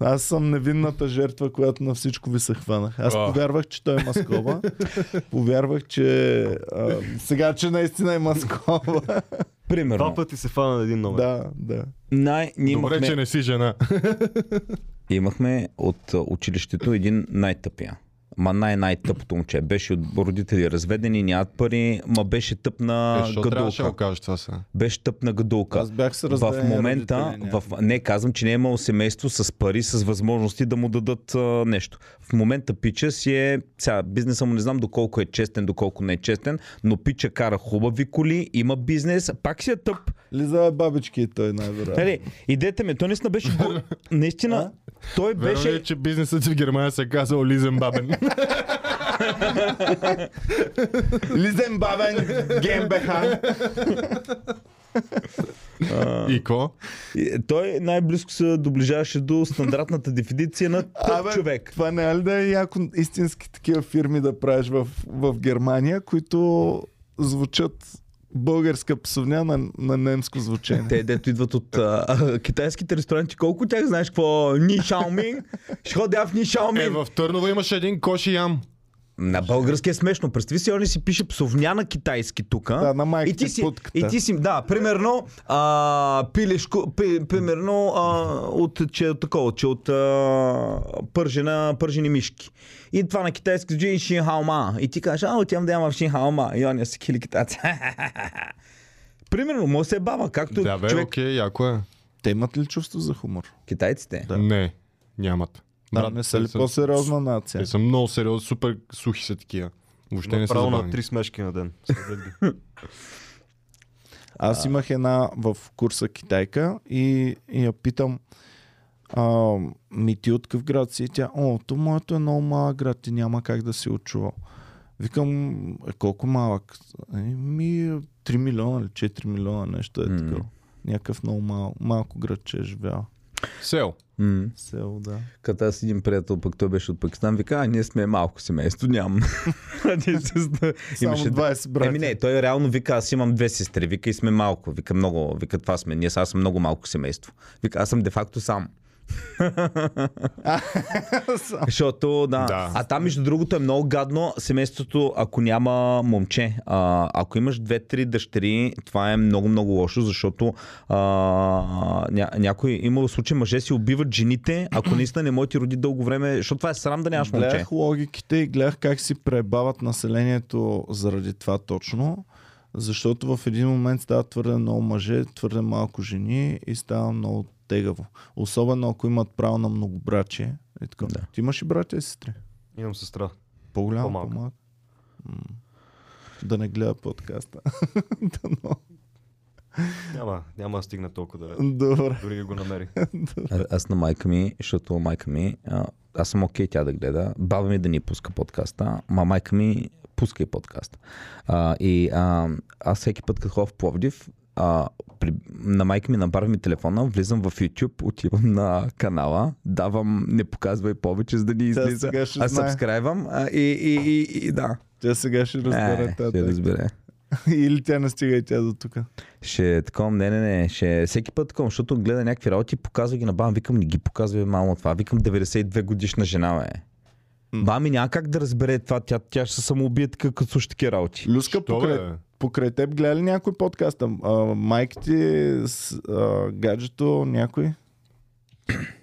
Speaker 1: Аз съм невинната жертва, която на всичко ви се хванах. Аз
Speaker 6: А.
Speaker 1: повярвах, че той има скоба. повярвах, че... А, сега, че наистина е
Speaker 6: [LAUGHS]
Speaker 1: има скоба.
Speaker 7: Примерно.
Speaker 3: два пъти се фана на един номер.
Speaker 1: да, да.
Speaker 7: Най- ние
Speaker 6: Добре,
Speaker 7: имахме,
Speaker 6: че не си жена.
Speaker 7: имахме от а, училището един най-тъпия. Ма най-най-тъпото момче. Беше от родители разведени, нямат пари, ма беше тъп на
Speaker 6: Защо Е, трябваше да
Speaker 7: гадулка.
Speaker 6: го кажеш това сега?
Speaker 7: Беше тъп на гадулка.
Speaker 1: Аз бях се
Speaker 7: в
Speaker 1: разделени
Speaker 7: момента,
Speaker 1: родители,
Speaker 7: в... не казвам, че не е имал семейство с пари, с възможности да му дадат а, нещо. В момента пича си е, сега бизнеса му не знам доколко е честен, доколко не е честен, но пича кара хубави коли, има бизнес, пак си е тъп.
Speaker 1: Лиза е бабички и той най-вероятно.
Speaker 7: Нали, идете ми, той наистина беше, бур... наистина, той
Speaker 6: Беше... Верно ли,
Speaker 7: беше,
Speaker 6: е, че бизнесът си в Германия
Speaker 8: е
Speaker 6: се казва Лизен Бабен.
Speaker 1: Лизен бабен гембеха.
Speaker 6: И ко?
Speaker 7: той най-близко се доближаваше до стандартната дефиниция на тъп
Speaker 1: Абе,
Speaker 7: човек.
Speaker 1: Това не е ли да е яко истински такива фирми да правиш в, в Германия, които звучат българска псовня на, на немско звучение.
Speaker 7: Те, дето идват от а, а, [LAUGHS] китайските ресторанти, колко от тях знаеш какво? Ни Шаоминг? Ще ходя в Ни Шаоминг.
Speaker 6: Е, в Търнова имаше един коши ям.
Speaker 7: На български е смешно. Представи си, они си пише псовня на китайски тук.
Speaker 1: Да, на майката
Speaker 7: и ти си,
Speaker 1: путката.
Speaker 7: и ти си, да, примерно, а, пилешко, пи, примерно, а, от, че, от такова, че от а, пържена, пържени мишки. И това на китайски звучи Шинхаома. И ти кажеш, а, отивам да ям в Шинхаома. И оня си кили китайци. [LAUGHS] примерно, може да се е баба, както
Speaker 6: Да, бе,
Speaker 7: човек.
Speaker 6: окей, яко е.
Speaker 1: Те имат ли чувство за хумор?
Speaker 7: Китайците.
Speaker 1: Да.
Speaker 6: Не, нямат.
Speaker 1: Да, не са ли
Speaker 6: те
Speaker 1: по-сериозна
Speaker 6: Те
Speaker 1: нация?
Speaker 6: са много сериозни, супер сухи са такива. Въобще не са
Speaker 3: Направо на
Speaker 6: забавни.
Speaker 3: три смешки на ден.
Speaker 1: Аз имах една в курса китайка и, и я питам а, ми ти от какъв град си? И тя, о, то моето е много малък град и няма как да си отчувал. Викам, е, колко малък? Е, Ми 3 милиона или 4 милиона, нещо е
Speaker 7: М.
Speaker 1: такова. Някакъв много мал, малко градче е живял.
Speaker 6: Сел.
Speaker 7: М.
Speaker 1: Село, да.
Speaker 7: Като аз един приятел, пък той беше от Пакистан, вика, а ние сме малко семейство, нямам. [LAUGHS] Ние се зна-
Speaker 1: Само 20 брати.
Speaker 7: Еми не, той реално вика, аз имам две сестри, вика и сме малко, вика много, вика това сме, ние са, аз съм много малко семейство. Вика, аз съм де
Speaker 1: [LAUGHS]
Speaker 7: факто сам. Защото, да.
Speaker 6: Да.
Speaker 7: А там, между другото, е много гадно семейството, ако няма момче. А, ако имаш две-три дъщери, това е много-много лошо, защото а, ня, някой имало случай, мъже си убиват жените, ако наистина не може ти роди дълго време, защото това е срам да нямаш момче.
Speaker 1: Гледах логиките и гледах как си пребават населението заради това точно, защото в един момент става твърде много мъже, твърде малко жени и става много тегаво. Особено ако имат право на многобрачие. И така.
Speaker 7: Да.
Speaker 1: Ти имаш и братя и сестри.
Speaker 3: Имам сестра.
Speaker 1: По-голямо,
Speaker 3: По-малко.
Speaker 1: по-малко. М. Да не гледа подкаста. [LAUGHS] Дано.
Speaker 3: Няма, няма да стигна толкова да
Speaker 1: Добре.
Speaker 3: дори да го намери.
Speaker 7: А, аз на майка ми, защото майка ми, а, аз съм окей тя да гледа, баба ми да ни пуска подкаста, ма майка ми пуска и подкаста. А, и а, аз всеки път, като ходя в Пловдив, а, при, на майка ми набавя ми телефона, влизам в YouTube, отивам на канала, давам, не показвай повече, за да ни
Speaker 1: Тя
Speaker 7: излиза.
Speaker 1: сега ще
Speaker 7: Аз
Speaker 1: знае.
Speaker 7: сабскрайвам а, и, и, и, и, да.
Speaker 1: Тя сега ще разбере
Speaker 7: е, ще
Speaker 1: тази.
Speaker 7: разбере.
Speaker 1: Или тя не стига и тя до тук.
Speaker 7: Ще е таком, не, не, не, ще е всеки път таком, защото гледа някакви работи, показва ги на бам, викам, не ги показвай мамо това, викам 92 годишна жена, бе. Бами няма как да разбере това, тя, тя ще се самоубие така, като слуша такива работи.
Speaker 1: Люска,
Speaker 8: Що,
Speaker 1: покрай,
Speaker 8: бе?
Speaker 1: покрай теб гледа ли някой подкаст? А, майка ти, с, а, гаджето, някой?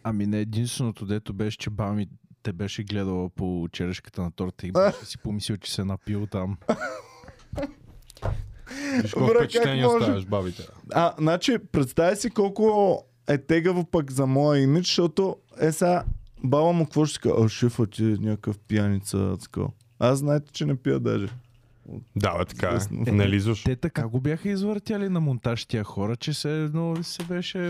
Speaker 9: Ами не единственото, дето беше, че баба ми те беше гледала по черешката на торта и беше си помислил, че се е напил там.
Speaker 8: Виж колко
Speaker 1: Бре, как
Speaker 8: впечатление
Speaker 1: може?
Speaker 8: оставяш бабите.
Speaker 1: А, значи, представя си колко е тегаво пък за моя имидж, защото е сега баба му какво ще си каже? А, шефа ти е някакъв пияница. Такова. Аз знаете, че не пия даже.
Speaker 8: Да, бе, така
Speaker 1: Известно.
Speaker 8: е. Не лизаш.
Speaker 9: Те така го бяха извъртяли на монтаж тия хора, че се едно се беше...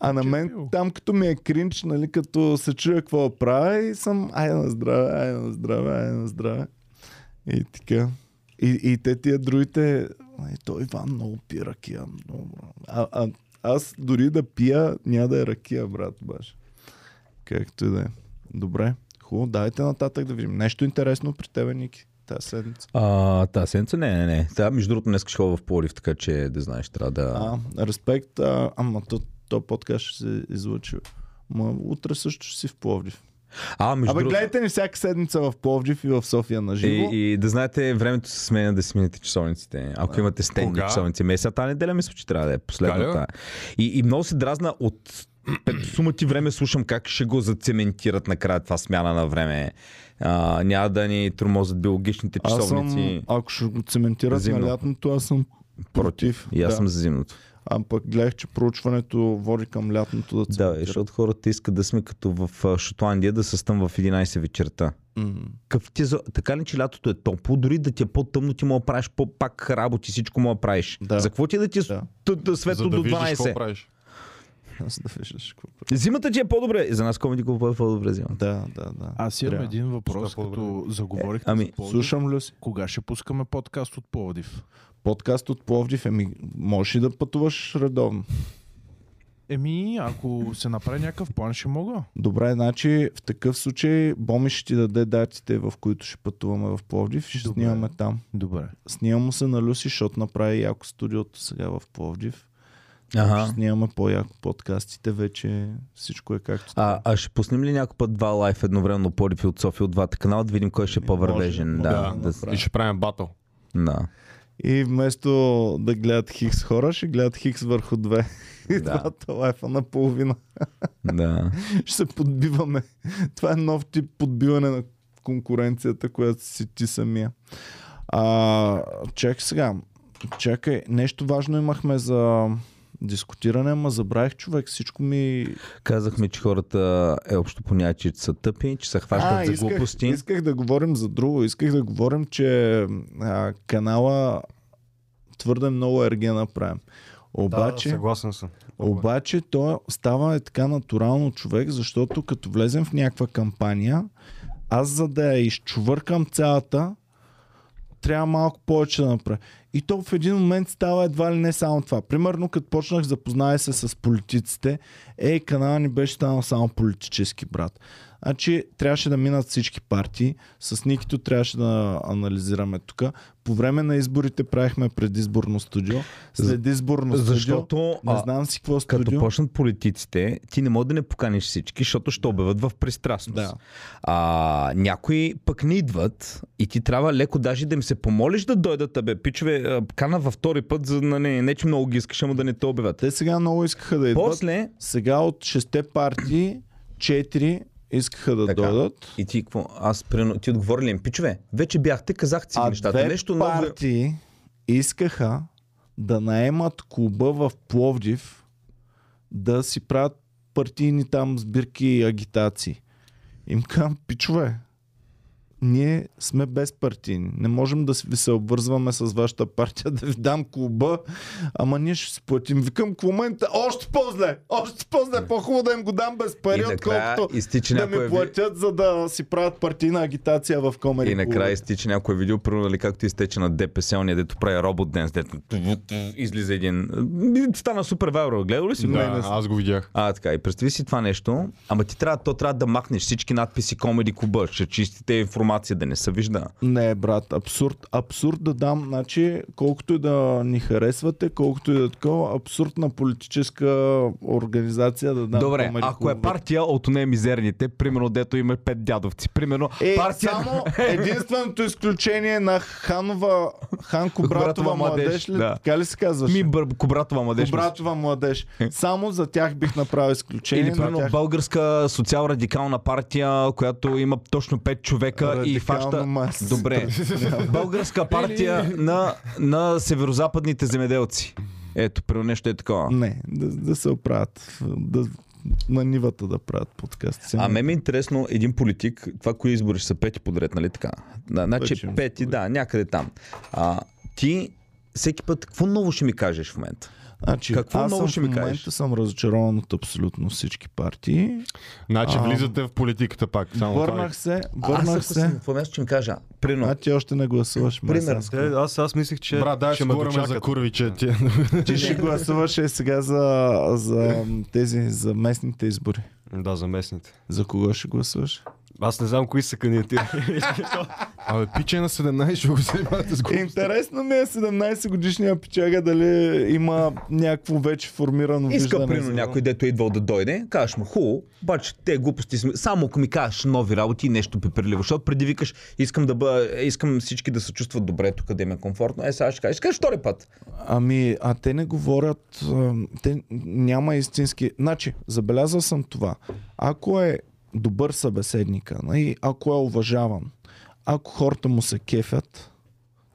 Speaker 1: А на
Speaker 9: Че е
Speaker 1: мен
Speaker 9: пил.
Speaker 1: там като ми е кринч, нали, като се чуя какво да правя и съм ай на здраве, ай на здраве, ай на здраве. И така. И, и те тия другите, ай, той Иван много пи ракия. Много. А, а, аз дори да пия, няма да е ракия, брат, баш. Както и да е. Добре. Хубаво, дайте нататък да видим. Нещо интересно при тебе, Ники, тази седмица.
Speaker 7: А, та седмица, не, не, не. Та, между другото, днес ще ходя в Пловдив, така че да знаеш, трябва да...
Speaker 1: А, респект, а, ама то, то подкаст ще се излъчи. Ма, утре също ще си в Пловдив.
Speaker 7: А, между
Speaker 1: Абе,
Speaker 7: другото...
Speaker 1: гледайте ни всяка седмица в Пловдив и в София на
Speaker 7: И,
Speaker 1: живо.
Speaker 7: и, да знаете, времето се сменя да си смените часовниците. Ако имате стенни
Speaker 8: Кога?
Speaker 7: часовници. Меса, тази неделя мисля, че трябва да е последната.
Speaker 8: Галя?
Speaker 7: И, и много се дразна от пет сума ти време слушам как ще го зацементират накрая това смяна на време. А, няма да ни тормозят биологичните
Speaker 1: Аз съм,
Speaker 7: часовници.
Speaker 1: ако ще го цементират
Speaker 7: Зимно.
Speaker 1: на лятното, аз съм против.
Speaker 7: И аз
Speaker 1: да.
Speaker 7: съм за зимното.
Speaker 1: А пък гледах, че проучването води към лятното да
Speaker 7: Да,
Speaker 1: цементират.
Speaker 7: защото хората искат да сме като в а, Шотландия да се стъм в 11 вечерта.
Speaker 1: М.
Speaker 7: Какъв ти е за... Така ли, че лятото е топло, дори да ти е по-тъмно, ти мога да правиш по-пак работи, всичко мога да правиш.
Speaker 1: Да.
Speaker 7: За какво ти е да ти е
Speaker 1: Да.
Speaker 7: да. да светло
Speaker 8: За да
Speaker 7: до
Speaker 8: виждаш какво
Speaker 7: 12?
Speaker 8: правиш.
Speaker 1: Аз да виждаш какво правя.
Speaker 7: Зимата ти е по-добре. За нас комеди клуб е по-добре зимата.
Speaker 1: Да, да, да.
Speaker 9: Аз имам
Speaker 1: Трябва.
Speaker 9: един въпрос,
Speaker 8: Що е по-добре?
Speaker 9: като заговорихте
Speaker 7: Е, ами,
Speaker 9: за Пловдив.
Speaker 1: Слушам, Люси.
Speaker 9: Кога ще пускаме подкаст от Пловдив?
Speaker 1: Подкаст от Пловдив, еми, можеш и да пътуваш редовно.
Speaker 9: Еми, ако се направи някакъв план, ще мога.
Speaker 1: Добре, значи в такъв случай Боми ще ти даде датите, в които ще пътуваме в Пловдив и ще
Speaker 9: Добре.
Speaker 1: снимаме там.
Speaker 9: Добре.
Speaker 1: Снимам му се на Люси, защото направи яко студиото сега в Пловдив.
Speaker 7: Ага.
Speaker 1: Ще снимаме по-яко подкастите, вече всичко е както.
Speaker 7: А, а ще пуснем ли някой път два лайф едновременно по и от София от двата канала, да видим кой ще е по-вървежен.
Speaker 1: може,
Speaker 7: Да,
Speaker 1: може
Speaker 7: да,
Speaker 1: да
Speaker 7: да,
Speaker 8: И ще правим батъл.
Speaker 7: да.
Speaker 1: И вместо да гледат Хикс хора, ще гледат Хикс върху две. [LAUGHS] И
Speaker 7: Да.
Speaker 1: двата лайфа наполовина.
Speaker 7: да.
Speaker 1: Ще се подбиваме. Това е нов тип подбиване на конкуренцията, която си ти самия. А, чакай сега. Чакай, нещо важно имахме за дискутиране, ама забравих човек. Всичко ми...
Speaker 7: Казахме, че хората е общо понятие, че са тъпи, че се хващат за
Speaker 1: исках,
Speaker 7: глупости.
Speaker 1: исках да говорим за друго. Исках да говорим, че а, канала твърде много ергена направим. Обаче...
Speaker 3: Да, съгласен съм.
Speaker 1: Обаче той става е така натурално човек, защото като влезем в някаква кампания, аз за да я изчувъркам цялата, трябва малко повече да направя. И то в един момент става едва ли не само това. Примерно, като почнах запозная се с политиците, е, канала ни беше станал само политически, брат. Значи, трябваше да минат всички партии. С Никито трябваше да анализираме тук. По време на изборите правихме предизборно студио. След изборно студио...
Speaker 7: Защото
Speaker 1: Не
Speaker 7: а,
Speaker 1: знам си какво
Speaker 7: като
Speaker 1: студио.
Speaker 7: почнат политиците, ти не може да не поканиш всички, защото ще обяват в пристрастност.
Speaker 1: Да.
Speaker 7: А, някои пък не идват и ти трябва леко даже да им се помолиш да дойдат. Абе, пичове, а, кана във втори път, за да не, не че много ги искаш, ама да не те обявят.
Speaker 1: Те сега много искаха да идват.
Speaker 7: После
Speaker 1: Сега от шесте партии, четири искаха да
Speaker 7: Така.
Speaker 1: дойдат.
Speaker 7: и ти какво? Аз примерно, ти отговори ли им, пичове, вече бяхте, казахте си
Speaker 1: А
Speaker 7: нещата.
Speaker 1: две
Speaker 7: Нещо ново. е-
Speaker 1: партии искаха да наемат клуба в Пловдив да си правят партийни там сбирки и агитации. Им казвам, пичове, ние сме безпартийни. Не можем да си- ви се обвързваме с вашата партия, да ви дам клуба, ама ние ще си платим. Викам, в момента още по-зле, още по-зле, по-хубаво да им го дам без пари,
Speaker 7: И накрая
Speaker 1: отколкото
Speaker 7: изтича
Speaker 1: да
Speaker 7: някоя
Speaker 1: ми
Speaker 7: ви-
Speaker 1: платят, за да си правят партийна агитация в комери.
Speaker 7: И накрая
Speaker 1: клубове.
Speaker 7: изтича някое видео, примерно, нали, както изтече на ДПС, ония дето прави робот ден, дето излиза един. Стана супер вайрал. Гледал ли си? го?
Speaker 8: Да, аз го видях.
Speaker 7: А, така. И представи си това нещо, ама ти трябва, то трябва да махнеш всички надписи Комеди Куба, ще чистите информация, да не се вижда.
Speaker 1: Не, брат, абсурд. Абсурд да дам, значи, колкото и да ни харесвате, колкото и да е такова, абсурдна политическа организация да дам.
Speaker 7: Добре,
Speaker 1: Comedy
Speaker 7: ако е
Speaker 1: Club-а.
Speaker 7: партия от не мизерните, примерно дето има пет дядовци, примерно
Speaker 1: Е,
Speaker 7: партия... [LAUGHS]
Speaker 1: само единственото изключение на Ханова, Ханко
Speaker 7: Братова
Speaker 1: Братова младеж,
Speaker 7: младеж,
Speaker 1: ли?
Speaker 7: да.
Speaker 1: Така ли се казваше?
Speaker 7: Ми бър, кобратова младеж.
Speaker 1: Братова
Speaker 7: [LAUGHS]
Speaker 1: младеж. Само за тях бих направил изключение.
Speaker 7: Или
Speaker 1: е на
Speaker 7: примерно
Speaker 1: тях...
Speaker 7: българска социал-радикална партия, която има точно 5 човека и
Speaker 1: Радикална
Speaker 7: фаща...
Speaker 1: маса.
Speaker 7: Добре. българска партия на, на северо-западните земеделци. Ето, при нещо е такова.
Speaker 1: Не, да, да се оправят. Да, на нивата да правят подкаст.
Speaker 7: А ме ми е интересно един политик, това кои избори ще са пети подред, нали така? Да, значи
Speaker 1: Вече му
Speaker 7: пети, да, някъде там. А, ти всеки път, какво ново ще ми кажеш в момента?
Speaker 1: Значи,
Speaker 7: Какво
Speaker 1: аз
Speaker 7: ново
Speaker 1: съм
Speaker 7: ще
Speaker 1: в
Speaker 7: ми кажеш?
Speaker 1: момента съм разочарован от абсолютно всички партии.
Speaker 8: Значи влизате в политиката пак. Само това е.
Speaker 1: Върнах се,
Speaker 7: Аз ако
Speaker 1: върнах
Speaker 7: съм
Speaker 1: се.
Speaker 7: какво място ще ми кажа? Прино,
Speaker 1: А ти още не гласуваш. май
Speaker 7: Примерно.
Speaker 1: сега.
Speaker 3: Е, аз, аз мислих, че
Speaker 8: Брат, да, ще
Speaker 3: ще ме
Speaker 8: говорим
Speaker 3: дочакат.
Speaker 8: за курвиче. Ти...
Speaker 1: Ти ще гласуваш е сега за, за тези, за местните избори.
Speaker 3: Да, за местните.
Speaker 1: За кого ще гласуваш?
Speaker 3: Аз не знам кои са кандидатирали.
Speaker 8: [LAUGHS] Абе, пиче на 17, ще го занимавате с глупости.
Speaker 1: Интересно ми е 17 годишния пичага дали има някакво вече формирано
Speaker 7: Иска
Speaker 1: виждане.
Speaker 7: прино
Speaker 1: за-
Speaker 7: някой, дето е идвал да дойде, кажеш му хубаво, обаче те глупости, сме- само ако ми кажеш нови работи и нещо пеперливо, защото преди викаш, искам да бъда, искам всички да се чувстват добре тук, да им е комфортно, е сега ще кажеш, ще кажеш втори път.
Speaker 1: Ами, а те не говорят, а, те няма истински... Значи, забелязал съм това. Ако е добър събеседника, нали, ако е уважаван, ако хората му се кефят,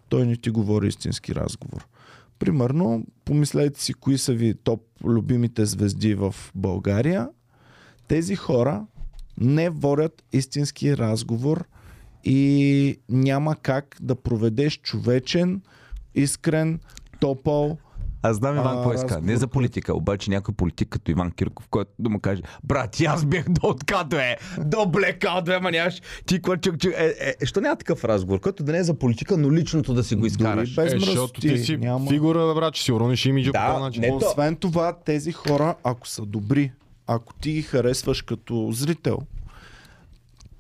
Speaker 1: той не ти говори истински разговор. Примерно, помислете си кои са ви топ любимите звезди в България. Тези хора не водят истински разговор и няма как да проведеш човечен, искрен, топъл.
Speaker 7: Аз знам Иван
Speaker 1: А,
Speaker 7: какво иска. Не
Speaker 1: разговор,
Speaker 7: за политика, обаче някой политик като Иван Кирков, който да му каже, брат, и аз бях до откато е, до блекато е, ма нямаш, ти клачък, чук. Е, е, що няма такъв разговор, който да не е за политика, но личното да си го изкараш.
Speaker 1: Дори без
Speaker 8: Е, защото ти
Speaker 1: мръсоти,
Speaker 8: си
Speaker 1: няма.
Speaker 8: фигура, бе, брат, ще си урониш имиджа значи?
Speaker 7: Да,
Speaker 8: по този начин.
Speaker 7: не то.
Speaker 1: Освен това, тези хора, ако са добри, ако ти ги харесваш като зрител,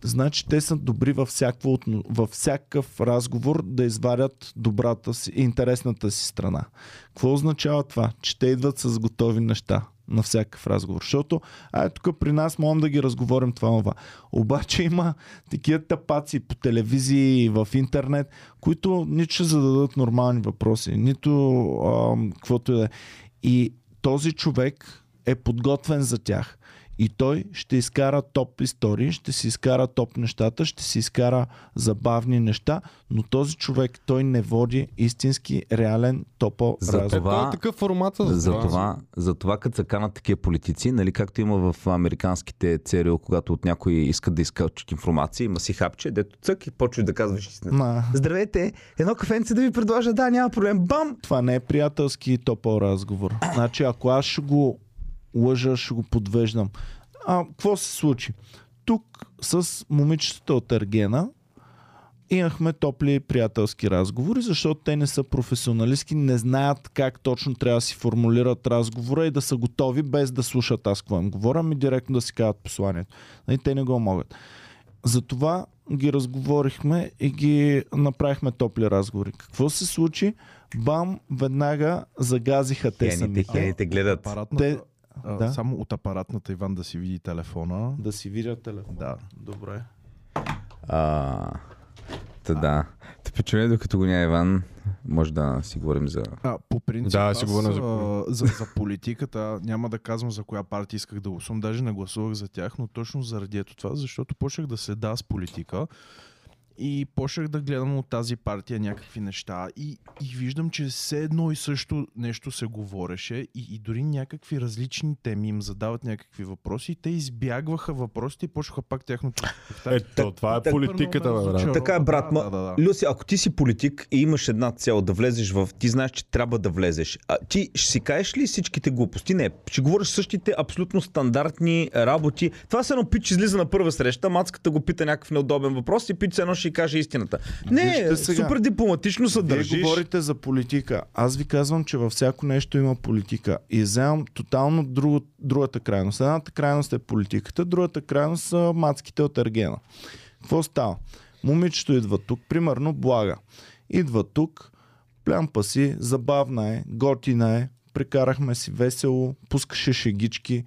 Speaker 1: значи те са добри във, всякакво, отно- във всякакъв разговор да извадят добрата си, интересната си страна. Какво означава това? Че те идват с готови неща на всякакъв разговор. Защото, ай, тук при нас можем да ги разговорим това това. Обаче има такива тапаци по телевизии и в интернет, които нито ще зададат нормални въпроси, нито ам, каквото и да е. И този човек е подготвен за тях. И той ще изкара топ истории, ще си изкара топ нещата, ще си изкара забавни неща, но този човек, той не води истински, реален топо
Speaker 7: За
Speaker 8: Е,
Speaker 1: разговор.
Speaker 7: това-
Speaker 8: това е такъв формата.
Speaker 7: За това, за това като се канат такива политици, нали, както има в американските ЦРУ, когато от някой искат да искат информация, има си хапче, дето цък и почваш да казваш истината.
Speaker 1: На,
Speaker 7: Здравейте, едно кафенце да ви предложа, да, няма проблем, бам!
Speaker 1: това не е приятелски топъл разговор. Значи, ако аз ще го лъжа, ще го подвеждам. А, какво се случи? Тук с момичетата от Ергена имахме топли приятелски разговори, защото те не са професионалистки, не знаят как точно трябва да си формулират разговора и да са готови без да слушат аз какво им говоря, ми директно да си казват посланието. Нали, те не го могат. Затова ги разговорихме и ги направихме топли разговори. Какво се случи? Бам, веднага загазиха те
Speaker 7: Хените,
Speaker 1: самите.
Speaker 7: хените гледат.
Speaker 9: Апаратната,
Speaker 1: Те,
Speaker 9: а,
Speaker 1: да.
Speaker 9: Само от апаратната Иван да си види телефона.
Speaker 1: Да си видя телефон.
Speaker 9: Да.
Speaker 1: Добре.
Speaker 7: А, та да. Те печене, докато го няма Иван, може да си говорим за...
Speaker 9: А, по принцип,
Speaker 8: Да, е
Speaker 9: аз,
Speaker 8: си говорим за
Speaker 9: а, за, за политиката, няма да казвам за коя партия исках да гласувам, даже не гласувах за тях, но точно заради ето това, защото почнах да следа с политика и почнах да гледам от тази партия някакви неща и, и виждам, че все едно и също нещо се говореше и, и дори някакви различни теми им задават някакви въпроси и те избягваха въпросите и почнаха пак тяхното...
Speaker 8: Ето, това е
Speaker 7: Та-
Speaker 8: политиката, бе, брат.
Speaker 7: Така е, брат.
Speaker 9: Да,
Speaker 7: Ма...
Speaker 9: да, да.
Speaker 7: Люси, ако ти си политик и имаш една цел да влезеш в... Ти знаеш, че трябва да влезеш. А ти ще си кажеш ли всичките глупости? Не. Ще говориш същите абсолютно стандартни работи. Това се едно пич излиза на първа среща, мацката го пита някакъв неудобен въпрос и пич се едно ще й каже истината. Не,
Speaker 1: Вижте сега.
Speaker 7: супер дипломатично се
Speaker 1: Вие
Speaker 7: държиш.
Speaker 1: говорите за политика. Аз ви казвам, че във всяко нещо има политика. И вземам тотално друго, другата крайност. Едната крайност е политиката, другата крайност са мацките от Ергена. Какво става? Момичето идва тук, примерно Блага. Идва тук, плямпа си, забавна е, готина е, прекарахме си весело, пускаше шегички,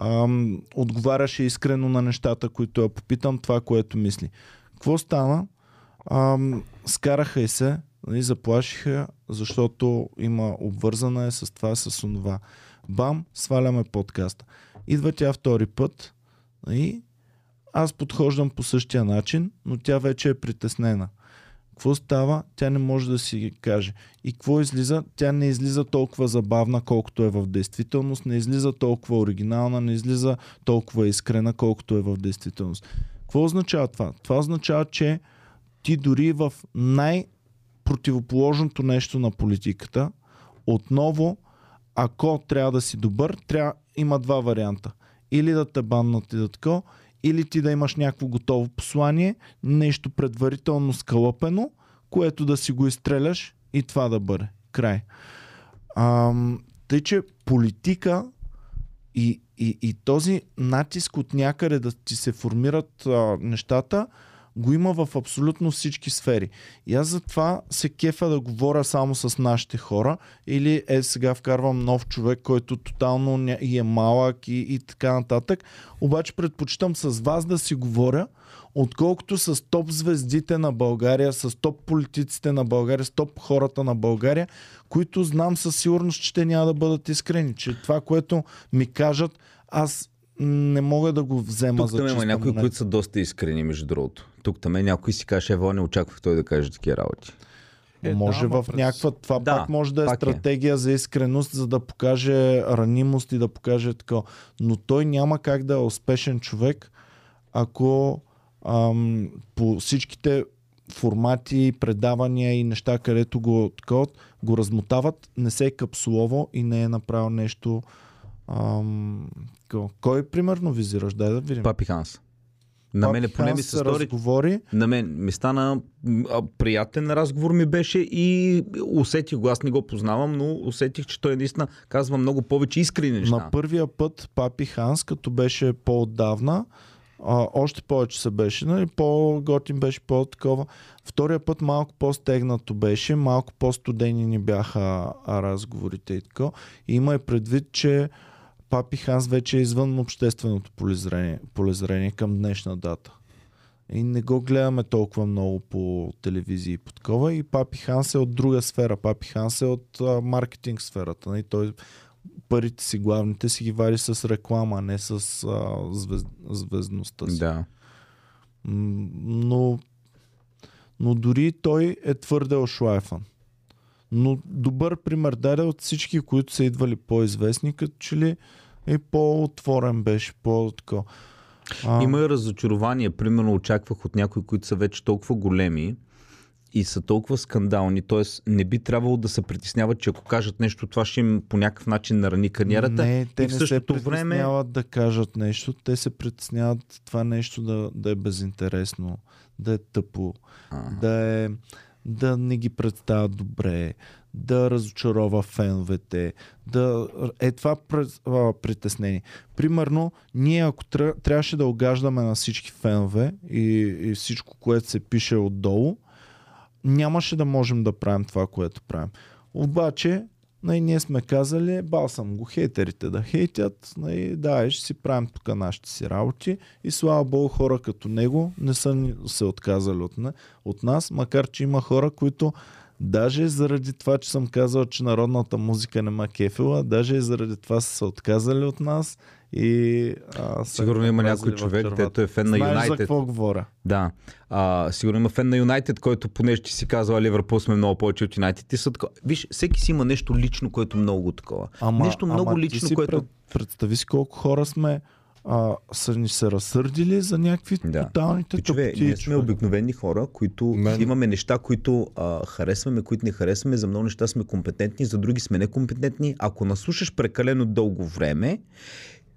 Speaker 1: ам, отговаряше искрено на нещата, които я попитам, това, което мисли. Какво стана? Ам, скараха и се, нали, заплашиха, защото има обвързана е с това, с онова. Бам, сваляме подкаста. Идва тя втори път и аз подхождам по същия начин, но тя вече е притеснена. Какво става? Тя не може да си каже. И какво излиза? Тя не излиза толкова забавна, колкото е в действителност, не излиза толкова оригинална, не излиза толкова искрена, колкото е в действителност. Какво означава това? Това означава, че ти дори в най-противоположното нещо на политиката, отново, ако трябва да си добър, трябва, има два варианта. Или да те баннат и да тако, или ти да имаш някакво готово послание, нещо предварително скалъпено, което да си го изстреляш и това да бъде. Край. Ам, тъй, че политика и, и, и този натиск от някъде да ти се формират а, нещата, го има в абсолютно всички сфери. И аз затова се кефа да говоря само с нашите хора или е сега вкарвам нов човек, който тотално ня- и е малък и, и така нататък. Обаче предпочитам с вас да си говоря, отколкото с топ звездите на България, с топ политиците на България, с топ хората на България, които знам със сигурност, че те няма да бъдат искрени, че това, което ми кажат, аз не мога да го взема
Speaker 7: Тук
Speaker 1: за
Speaker 7: там има
Speaker 1: чиста
Speaker 7: някои,
Speaker 1: монета.
Speaker 7: които са доста искрени, между другото. Тук там е някой си каже, ево, не очаквах той да каже такива работи.
Speaker 9: Е,
Speaker 1: може
Speaker 9: да, ама
Speaker 1: в
Speaker 9: през-
Speaker 1: някаква. Това
Speaker 7: Да,
Speaker 1: да, пак може да е
Speaker 7: пак е.
Speaker 1: стратегия е. за искреност, за да покаже ранимост и да покаже така. Но той няма как да е успешен човек, ако ам, по всичките формати, предавания и неща, където го, така, го размотават, не се е капсулово и не е направил нещо. Ам, такова. Кой примерно визираш? Дай да видим.
Speaker 7: Папи Ханс. На
Speaker 1: Папи
Speaker 7: мене поне ми
Speaker 1: Ханс
Speaker 7: се стори,
Speaker 1: разговори.
Speaker 7: На мен ми стана м, а, приятен разговор ми беше и усетих го, аз не го познавам, но усетих, че той наистина казва много повече искрени неща.
Speaker 1: На първия път Папи Ханс, като беше по-отдавна, а, още повече се беше, нали, по-готин беше, по-такова. Втория път малко по-стегнато беше, малко по-студени ни бяха а, разговорите и така. И има и предвид, че Папи Ханс вече е извън общественото полезрение, полезрение към днешна дата. И не го гледаме толкова много по телевизии и по такова. И Папи Ханс е от друга сфера. Папи Ханс е от а, маркетинг сферата. Нали? Той парите си, главните си ги вари с реклама, а не с а, звезд, звездността си.
Speaker 7: Да.
Speaker 1: М, Но, но дори той е твърде ошлайфан. Но добър пример даде от всички, които са идвали по-известни, като че ли и по-отворен беше, по-тако. А,
Speaker 7: Има и разочарование. Примерно очаквах от някои, които са вече толкова големи и са толкова скандални, т.е. не би трябвало да се притесняват, че ако кажат нещо, това ще им по някакъв начин нарани кариерата.
Speaker 1: Не, те
Speaker 7: и в
Speaker 1: не се
Speaker 7: същото време-
Speaker 1: притесняват да кажат нещо, те се притесняват това нещо да, да е безинтересно, да е тъпо,
Speaker 7: А.
Speaker 1: да е да не ги представят добре, да разочарова феновете, да е това през- а, притеснение. Примерно, ние ако тря- трябваше да огаждаме на всички фенове и, и всичко, което се пише отдолу, нямаше да можем да правим това, което правим. Обаче, най- ние сме казали, бал съм го, хейтерите да хейтят, най- да, и ще си правим тук нашите си работи и слава богу хора като него не са ни се отказали от, не, от нас, макар че има хора, които Даже заради това, че съм казал, че народната музика не ма кефила, даже и заради това са се отказали от нас и... А, са
Speaker 7: Сигурно
Speaker 1: ни
Speaker 7: има
Speaker 1: мразили
Speaker 7: някой
Speaker 1: в
Speaker 7: човек,
Speaker 1: червата.
Speaker 7: дето е фен на
Speaker 1: Знаеш за
Speaker 7: Юнайтед.
Speaker 1: какво говоря?
Speaker 7: Да. А, сигурно има фен на Юнайтед, който понеже ти си казал, а Ливърпул сме много повече от Юнайтед. Ти са тако... Виж, всеки си има нещо лично, което е много такова.
Speaker 1: Ама,
Speaker 7: нещо много
Speaker 1: ама ти
Speaker 7: лично,
Speaker 1: си
Speaker 7: което...
Speaker 1: Пред, представи си колко хора сме а, са ни се разсърдили за някакви
Speaker 7: Да.
Speaker 1: да. тоталните
Speaker 7: Чове,
Speaker 1: тъпоти.
Speaker 7: ние сме обикновени хора, които
Speaker 8: Мен-
Speaker 7: имаме неща, които а, харесваме, които не харесваме. За много неща сме компетентни, за други сме некомпетентни. Ако наслушаш прекалено дълго време,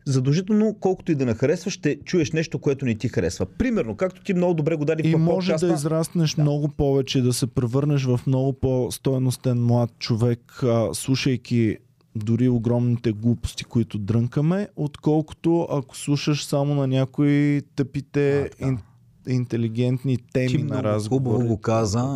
Speaker 7: задължително, колкото и да не харесваш, ще чуеш нещо, което не ти харесва. Примерно, както ти много добре го дали
Speaker 1: И
Speaker 7: в
Speaker 1: може да
Speaker 7: подкаста,
Speaker 1: израснеш да. много повече, да се превърнеш в много по-стойностен млад човек, а, слушайки дори огромните глупости, които дрънкаме, отколкото ако слушаш само на някои тъпите а, ин, интелигентни теми
Speaker 7: Ти
Speaker 1: на
Speaker 7: много
Speaker 1: разговор.
Speaker 7: хубаво го каза,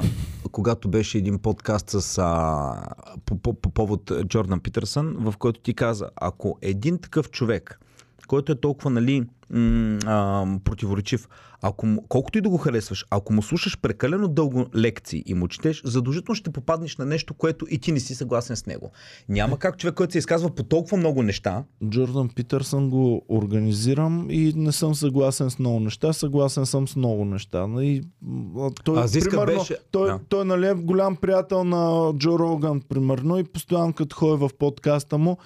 Speaker 7: когато беше един подкаст с, а, по, по, по повод Джордан Питърсън, в който ти каза, ако един такъв човек, който е толкова нали, м, а, противоречив, ако му, колкото и да го харесваш, ако му слушаш прекалено дълго лекции и му четеш, задължително ще попаднеш на нещо, което и ти не си съгласен с него. Няма как човек, който се изказва по толкова много неща,
Speaker 1: Джордан Питърсън го организирам и не съм съгласен с много неща, съгласен съм с много неща. Нали, м, а той,
Speaker 7: А Зиска
Speaker 1: примерно,
Speaker 7: беше-
Speaker 1: той,
Speaker 7: да.
Speaker 1: той нали, е голям приятел на Джо Роган, примерно, и постоянно като ходи в подкаста му,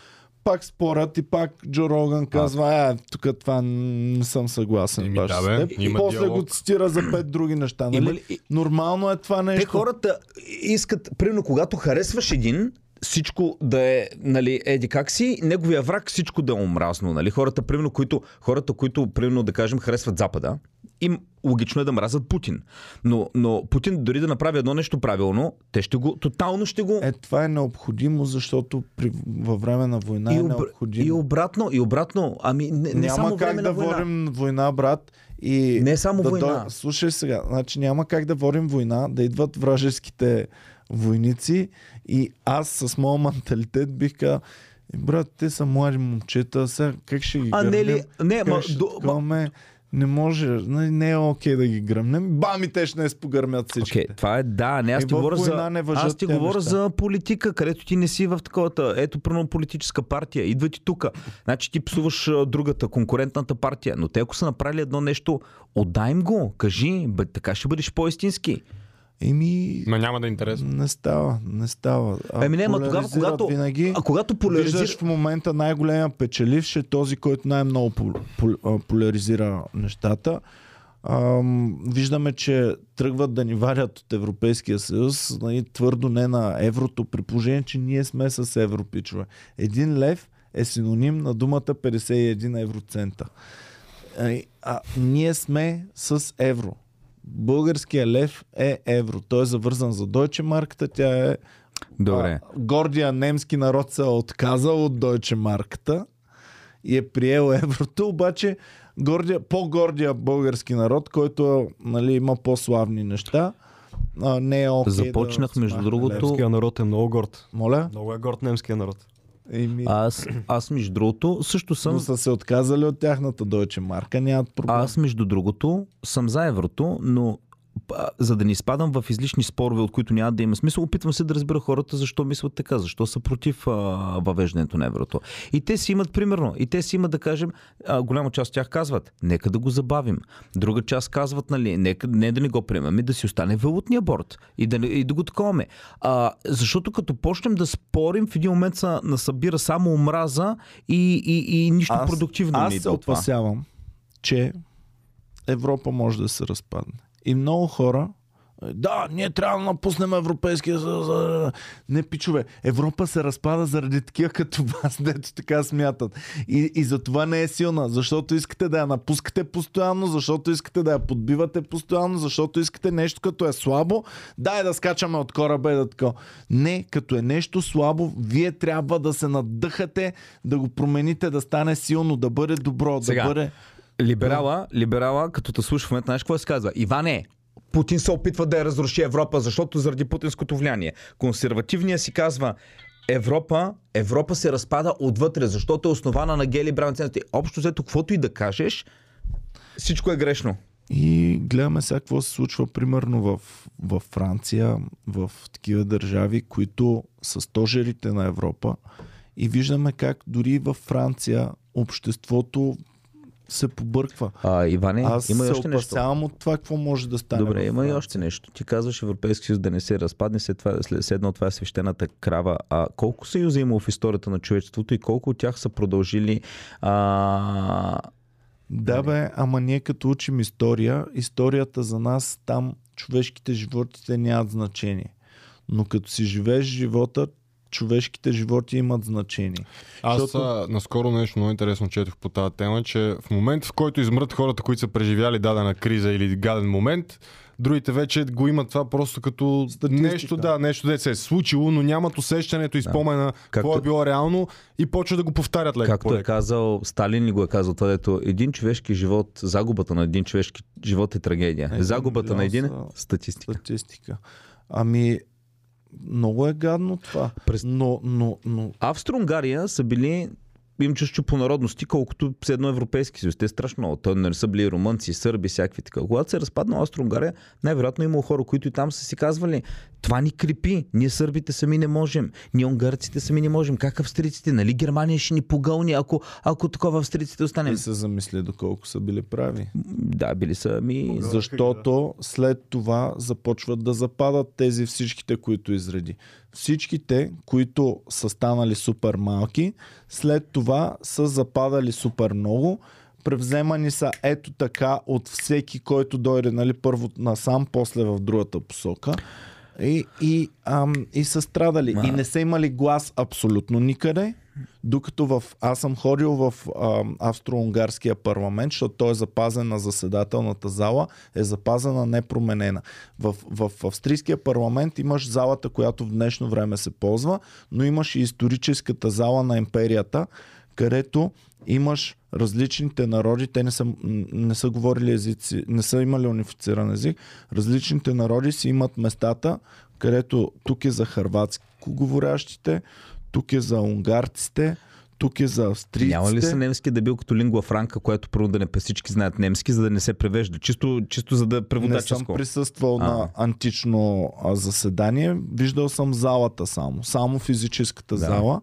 Speaker 1: пак спорят и пак Джо Роган казва, а, тук това не съм съгласен.
Speaker 8: Еми,
Speaker 1: баш
Speaker 8: да,
Speaker 1: с
Speaker 8: бе,
Speaker 1: теб. и
Speaker 8: има
Speaker 1: после
Speaker 8: диалог.
Speaker 1: го цитира за пет други неща.
Speaker 7: Има
Speaker 1: Нали?
Speaker 7: ли-
Speaker 1: Нормално е това нещо.
Speaker 7: Те хората искат, примерно, когато харесваш един, всичко да е, нали, еди как си, неговия враг всичко да е омразно, нали? Хората, примерно, които, хората, които, примерно, да кажем, харесват Запада, им логично е да мразят Путин. Но, но Путин дори да направи едно нещо правилно, те ще го, тотално ще го...
Speaker 1: Е, това е необходимо, защото при, във време на война
Speaker 7: и,
Speaker 1: е
Speaker 7: обр...
Speaker 1: необходимо.
Speaker 7: и обратно, и обратно. Ами, не, не
Speaker 1: няма
Speaker 7: само
Speaker 1: как
Speaker 7: време
Speaker 1: да
Speaker 7: на война.
Speaker 1: водим война, брат. И
Speaker 7: Не само
Speaker 1: да
Speaker 7: война.
Speaker 1: дой- Слушай сега, значи няма как да водим война, да идват вражеските войници и аз с моя менталитет бих казал, «Е, брат, те са млади момчета, сега как ще ги
Speaker 7: А, не
Speaker 1: гръмнем?
Speaker 7: ли? Не,
Speaker 1: Как
Speaker 7: ма,
Speaker 1: ще
Speaker 7: до, ма,
Speaker 1: такаваме? Не може, не, не е окей да ги гръмнем. Бам и те ще не спогърмят всички.
Speaker 7: Окей, okay, това е да, не аз
Speaker 1: И
Speaker 7: ти
Speaker 1: в
Speaker 7: говоря
Speaker 1: война
Speaker 7: за
Speaker 1: не въжат
Speaker 7: аз ти
Speaker 1: тези
Speaker 7: говоря
Speaker 1: неща.
Speaker 7: за политика, където ти не си в таковата, ето пръвно политическа партия, идва ти тука. Значи ти псуваш а, другата, конкурентната партия, но те ако са направили едно нещо, отдай им го, кажи, бе, така ще бъдеш по-истински.
Speaker 1: Еми,
Speaker 8: Ма няма да е интересно.
Speaker 1: не става, не става. А,
Speaker 7: Еми не, ма тогава,
Speaker 1: поляризират
Speaker 7: когато,
Speaker 1: винаги...
Speaker 7: а когато поляризираш...
Speaker 1: Виждаш в момента най-големия печеливш е този, който най-много пол, пол, а, поляризира нещата. Ам, виждаме, че тръгват да ни варят от Европейския съюз, нали, твърдо не на еврото, при положение, че ние сме с европичове. Един лев е синоним на думата 51 евроцента. А, а ние сме с евро. Българския лев е евро. Той е завързан за Deutsche марката, тя е
Speaker 7: Добре.
Speaker 1: а, гордия немски народ се е отказал от Deutsche марката и е приел еврото, обаче гордия, по-гордия български народ, който нали, има по-славни неща, а, не е окей
Speaker 7: Започнах,
Speaker 1: да
Speaker 7: между
Speaker 1: смахне
Speaker 7: другото,
Speaker 1: лев.
Speaker 3: Немския народ е много горд.
Speaker 1: Моля?
Speaker 3: Много е горд немския народ.
Speaker 1: Еми, а,
Speaker 7: Аз, аз между другото също съм...
Speaker 1: но са се отказали от тяхната Deutsche марка, нямат проблем.
Speaker 7: Аз, между другото, съм за еврото, но а, за да не изпадам в излишни спорове, от които няма да има смисъл, опитвам се да разбера хората защо мислят така, защо са против а, въвеждането на еврото. И те си имат, примерно, и те си имат, да кажем, а, голяма част от тях казват, нека да го забавим. Друга част казват, нали, нека не да не го приемаме, да си остане валутния борт и да, не- и да го таковаме. А, защото като почнем да спорим, в един момент са, насъбира само омраза и, и, и нищо
Speaker 1: Аз-
Speaker 7: продуктивно
Speaker 1: аз
Speaker 7: не
Speaker 1: се
Speaker 7: идва от това.
Speaker 1: опасявам, че Европа може да се разпадне. И много хора е, да, ние трябва да напуснем Европейския съюз. а, а, а». Не, пичове, Европа се разпада заради такива като вас, [LAUGHS] дето така смятат. И, и затова не е силна, защото искате да я напускате постоянно, защото искате да я подбивате постоянно, защото искате нещо като е слабо. Дай да скачаме от кораба и да така. Не, като е нещо слабо, вие трябва да се надъхате, да го промените, да стане силно, да бъде добро,
Speaker 7: Сега,
Speaker 1: да бъде...
Speaker 7: Либерала, либерала, като те слуша в момента, знаеш какво се казва? Иване, Путин се опитва да я разруши Европа, защото заради путинското влияние. Консервативният си казва, Европа, Европа се разпада отвътре, защото е основана на гели бранценности. Общо взето, каквото и да кажеш, всичко е грешно.
Speaker 1: И гледаме сега какво се случва, примерно в, в Франция, в такива държави, които са стожерите на Европа. И виждаме как дори във Франция обществото се побърква.
Speaker 7: А, Иване,
Speaker 1: Аз
Speaker 7: Е, има и
Speaker 1: се
Speaker 7: още нещо.
Speaker 1: опасявам от това, какво може да стане.
Speaker 7: Добре,
Speaker 1: във
Speaker 7: има и
Speaker 1: Франция.
Speaker 7: още нещо. Ти казваш Европейски съюз да не се разпадне, след, това, след едно това е свещената крава. А колко съюза има в историята на човечеството и колко от тях са продължили а,
Speaker 1: Да бе, ама ние като учим история, историята за нас там човешките животите нямат значение. Но като си живееш живота, човешките животи имат значение.
Speaker 8: Аз
Speaker 1: Защото-
Speaker 8: а, наскоро нещо много интересно четох по тази тема, че в момент в който измрат хората, които са преживяли дадена криза или гаден момент, другите вече го имат това просто като
Speaker 1: Статистика.
Speaker 8: нещо, да, нещо де се е случило, но нямат усещането и спомена какво
Speaker 7: Както-
Speaker 8: е било реално и почва да го повтарят леко.
Speaker 7: Както е
Speaker 8: по-леко.
Speaker 7: казал, Сталин ли го е казал това, дето един човешки живот, загубата на един човешки живот е трагедия.
Speaker 1: Един
Speaker 7: загубата на един е
Speaker 1: милион са-
Speaker 7: статистика.
Speaker 1: Статистика. Ами, много е гадно това.
Speaker 7: През-
Speaker 1: Но, но, но
Speaker 7: Австро-Унгария са били им чущо по народности, колкото с едно Европейски съюз. Те страшно много. Те не са били румънци, сърби, всякакви така. Когато се е разпаднала Австро-Унгария, най-вероятно е имало хора, които и там са си казвали, това ни крепи, ние сърбите сами не можем, ние унгарците сами не можем, как австрийците, нали Германия ще ни погълни, ако, ако такова австрийците останем.
Speaker 1: не се замисли доколко са били прави.
Speaker 7: Да, били са ми...
Speaker 3: Да,
Speaker 1: Защото след това започват да западат тези всичките, които изреди. Всичките, които са станали супер малки, след това са западали супер много. Превземани са ето така от всеки, който дойде нали, първо насам, после в другата посока. И, Е, и, ам, и са страдали.
Speaker 7: Ма-
Speaker 1: И не са имали глас абсолютно никъде. Докато в, аз съм ходил в ам, австро-унгарския парламент, защото той е запазен на заседателната зала, е запазена непроменена. В, в, австрийския парламент имаш залата, която в днешно време се ползва, но имаш и историческата зала на империята, където имаш различните народи, те не са, м, не са говорили езици, не са имали унифициран език, различните народи си имат местата, където тук е за хърватско говорящите, тук е за унгарците, тук е за австрийците.
Speaker 7: Няма ли са немски да бил като лингва франка, което първо да не пе всички знаят немски, за да не се превежда? Чисто, чисто за да е
Speaker 1: Не съм
Speaker 7: преводаческо.
Speaker 1: присъствал
Speaker 7: А.
Speaker 1: на антично а, заседание. Виждал съм залата само. Само физическата
Speaker 7: Да.
Speaker 1: зала.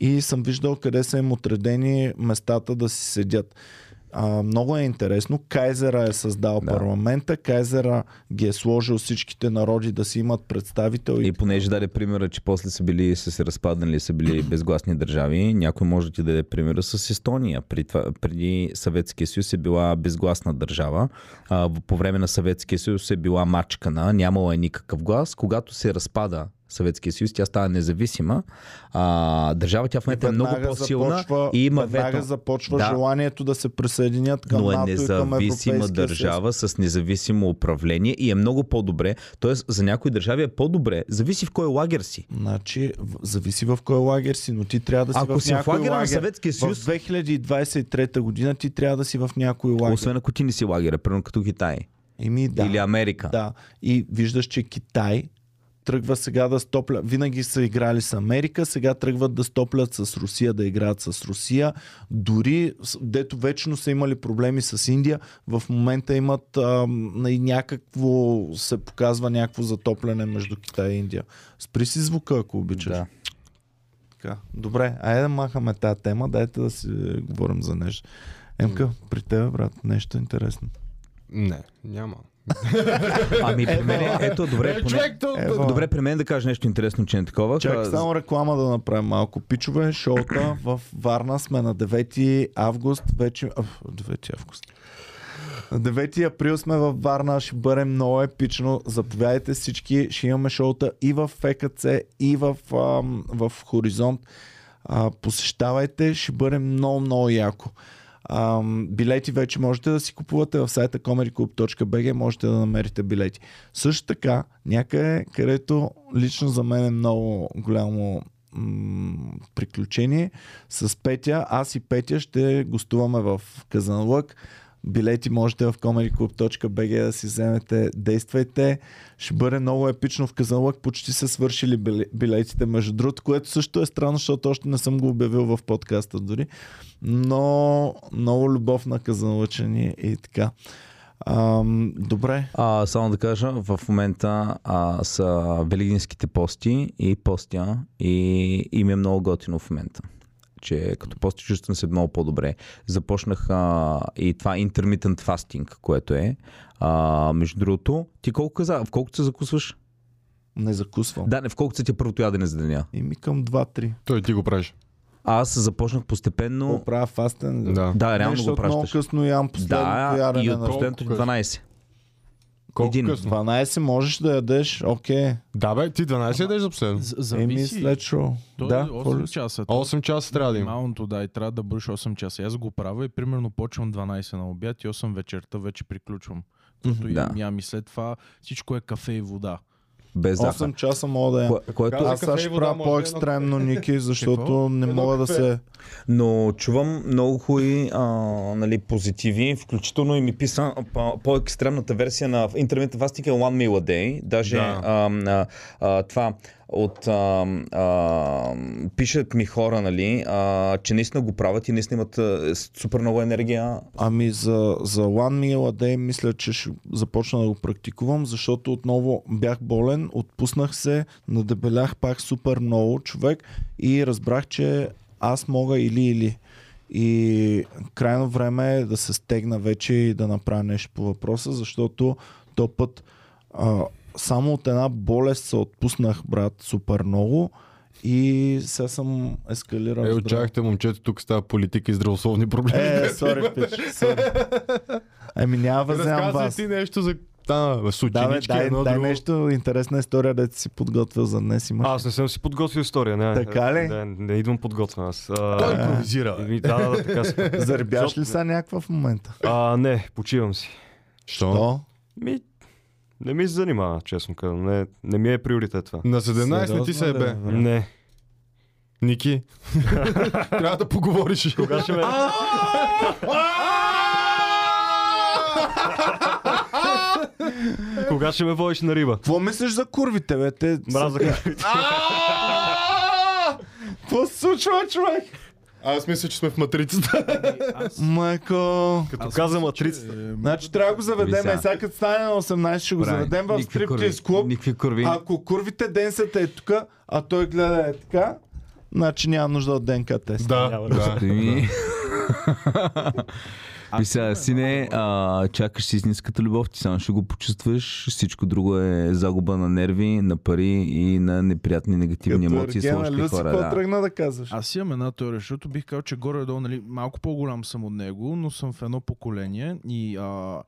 Speaker 1: И съм виждал къде са им отредени местата да си седят. А, много е интересно. Кайзера е създал
Speaker 7: Да.
Speaker 1: да. парламента. Кайзера ги е сложил всичките народи да си имат представител. И...
Speaker 7: И понеже даде примера, че после са били, са се разпаднали,
Speaker 1: [CLEARS THROAT]
Speaker 7: са били безгласни държави, някой може да ти даде примера с Естония. При това, преди Съветския съюз е била безгласна държава, а, в- по време на Съветския съюз е била мачкана, нямала е никакъв глас. Когато се разпада Съветския съюз, тя става независима. А, държава тя в момента е много
Speaker 1: Веднага
Speaker 7: по-силна
Speaker 1: започва,
Speaker 7: и има
Speaker 1: веднага
Speaker 7: вето.
Speaker 1: започва
Speaker 7: Да.
Speaker 1: желанието да се присъединят към
Speaker 7: но е
Speaker 1: НАТО и към
Speaker 7: независима
Speaker 1: Европейския съюз.
Speaker 7: държава с независимо управление и е много по-добре. Тоест, за някои държави е по-добре. Зависи в кой лагер си.
Speaker 1: Значи, в- зависи в кой лагер си, но ти трябва да си
Speaker 7: Ако
Speaker 1: в
Speaker 7: си в
Speaker 1: някой
Speaker 7: лагера на
Speaker 1: лагер.
Speaker 7: Съветския съюз-
Speaker 1: В 2023 година ти трябва да си в някой лагер.
Speaker 7: Освен ако ти не си лагера, примерно като Китай
Speaker 1: Еми, да,
Speaker 7: да. или Америка.
Speaker 1: да. И виждаш, че Китай тръгва сега да стопля. Винаги са играли с Америка, сега тръгват да стоплят с Русия, да играят с Русия. Дори, с- дето вечно са имали проблеми с Индия, в момента имат ам, и някакво, се показва някакво затопляне между Китай и Индия. Спри си звука, ако обичаш.
Speaker 7: Да.
Speaker 1: Така. Добре, айде да махаме тази тема, дайте да си е, говорим за нещо. Емка, при теб, брат, нещо интересно.
Speaker 8: Не, няма.
Speaker 7: Ами
Speaker 1: Е,
Speaker 7: при мен, ето добре, поне...
Speaker 8: Е,
Speaker 7: Е,
Speaker 1: Ева,
Speaker 7: Добре, при мен да кажа нещо интересно, че не е такова.
Speaker 1: Чакай
Speaker 7: А,
Speaker 1: само реклама да направим малко. Пичове, шоута в Варна сме на 9 август. Вече... Аф, 9 август. На 9 април сме във Варна, ще бъде много епично. Заповядайте всички, ще имаме шоута и в ФКЦ, и в, ам, в Хоризонт. А, посещавайте, ще бъде много, много яко. Ам, билети вече можете да си купувате в сайта comedyclub.bg, можете да намерите билети. Също така, някъде, където лично за мен е много голямо м, приключение, с Петя, аз и Петя ще гостуваме в Казанлък. Билети можете в comedyclub.bg да си вземете, действайте. Ще бъде много епично в Казанлък, почти са свършили били- билетите, между другото, което също е странно, защото още не съм го обявил в подкаста дори. Но много любов на казанлъчани и е така. Ам, добре.
Speaker 7: А, само да кажа, в момента а, са велигинските пости и постя и им е много готино в момента. Че като пости чувствам се много по-добре. Започнах а, и това intermittent fasting, което е. А, между другото, ти колко каза, в колко се закусваш?
Speaker 1: Не закусвам.
Speaker 7: Да, не, в колко се ти е първото ядене за деня?
Speaker 1: И ми към 2-3.
Speaker 8: Той ти го правиш.
Speaker 7: Аз започнах постепенно.
Speaker 1: Какво правя фастен?
Speaker 8: Да.
Speaker 7: Да, реално
Speaker 1: Нещо
Speaker 7: го
Speaker 1: много
Speaker 7: пращаш.
Speaker 1: късно ям последното
Speaker 7: Да,
Speaker 1: ядене
Speaker 7: и от
Speaker 1: на
Speaker 7: последното
Speaker 8: Колко късно?
Speaker 7: 12.
Speaker 8: Колко
Speaker 7: Един.
Speaker 8: късно?
Speaker 1: 12 можеш да ядеш, окей.
Speaker 8: Да бе, ти 12 ядеш за последно.
Speaker 9: З-
Speaker 1: Еми
Speaker 9: Зависи.
Speaker 1: след шоу.
Speaker 9: Той
Speaker 1: Да,
Speaker 9: е
Speaker 1: какво
Speaker 9: 8
Speaker 1: ли?
Speaker 9: часа.
Speaker 8: 8 часа трябва да има.
Speaker 9: Минималното, да, и трябва да бъдеш 8 часа. И Аз го правя и примерно почвам 12 на обяд и 8 вечерта вече приключвам. Като
Speaker 7: Да.
Speaker 9: да. ям и след това всичко е кафе и вода.
Speaker 7: Без захар.
Speaker 1: 8 часа мога да ям.
Speaker 7: Кое- което
Speaker 1: Аз сега ще правя по-екстремно, Ники, защото
Speaker 9: е Какво?
Speaker 1: не мога да се...
Speaker 7: Но чувам много хубави а, нали, позитиви, включително и ми писа а, по- по-екстремната версия на интернет фастинг е One Meal a Day. Даже
Speaker 8: Да.
Speaker 7: да. а, а, а, това от а, а, пишат ми хора, нали, а, че наистина го правят и наистина имат а, с- супер много енергия.
Speaker 1: Ами за, за One Meal a Day мисля, че ще започна да го практикувам, защото отново бях болен, отпуснах се, надебелях пак супер много човек и разбрах, че аз мога или-или. И крайно време е да се стегна вече и да направя нещо по въпроса, защото то път а, само от една болест се отпуснах, брат, супер много и сега съм ескалирал.
Speaker 8: Е,
Speaker 1: здраво.
Speaker 8: очаквахте момчето, тук става политика и здравословни проблеми.
Speaker 1: Е, сори, пич, сори. Ами няма да вземам
Speaker 8: [LAUGHS] Разказвай
Speaker 1: вас.
Speaker 8: ти нещо за... А, с
Speaker 1: Да, бе,
Speaker 8: ученички,
Speaker 1: дай,
Speaker 8: едно
Speaker 1: дай
Speaker 8: друго.
Speaker 1: нещо, интересна история, да ти си подготвил за днес имаш.
Speaker 3: Аз не съм си подготвил история, не.
Speaker 1: Така ли?
Speaker 3: Не, не идвам подготвен аз.
Speaker 8: Той
Speaker 3: А,
Speaker 8: импровизира. бе.
Speaker 3: ми- да, да, да, така се.
Speaker 1: Заребяш ли са някаква в момента?
Speaker 3: А, не, почивам си.
Speaker 8: Що?
Speaker 1: То?
Speaker 3: Ми, не ми занимава, честно казвам. Не, не ми е приоритет това.
Speaker 8: На 17 не ти се
Speaker 1: Сериозно
Speaker 8: е
Speaker 1: ли, бе?
Speaker 8: бе.
Speaker 3: Не.
Speaker 8: Ники, [LAUGHS] трябва да поговориш.
Speaker 3: Кога ще ме... Кога ще ме водиш на риба?
Speaker 1: Какво мислиш за курвите, бе? Те...
Speaker 3: Мраза
Speaker 1: Какво се случва, човек?
Speaker 8: Аз мисля, че сме в матрицата.
Speaker 1: Майко...
Speaker 3: Като каза матрицата.
Speaker 1: Значи трябва да го заведем,
Speaker 7: Вися.
Speaker 1: е, сега като стане на 18, ще го заведем в стриптиз клуб.
Speaker 7: Ами Никакви курви.
Speaker 1: Ако курвите денсата е тук, а той гледа е така, значи няма нужда от ДНК тест.
Speaker 8: Да, да.
Speaker 7: Ми... [LAUGHS] И сега, сине, а, чакаш си истинската любов, ти само ще го почувстваш. Всичко друго е загуба на нерви, на пари и на неприятни негативни
Speaker 1: Като
Speaker 7: емоции с
Speaker 1: Ергена
Speaker 7: лошите
Speaker 1: Люси,
Speaker 7: хора.
Speaker 1: какво
Speaker 7: Да.
Speaker 1: тръгна да казваш?
Speaker 9: Аз имам една теория, защото бих казал, че горе-долу, нали, малко по-голям съм от него, но съм в едно поколение и а,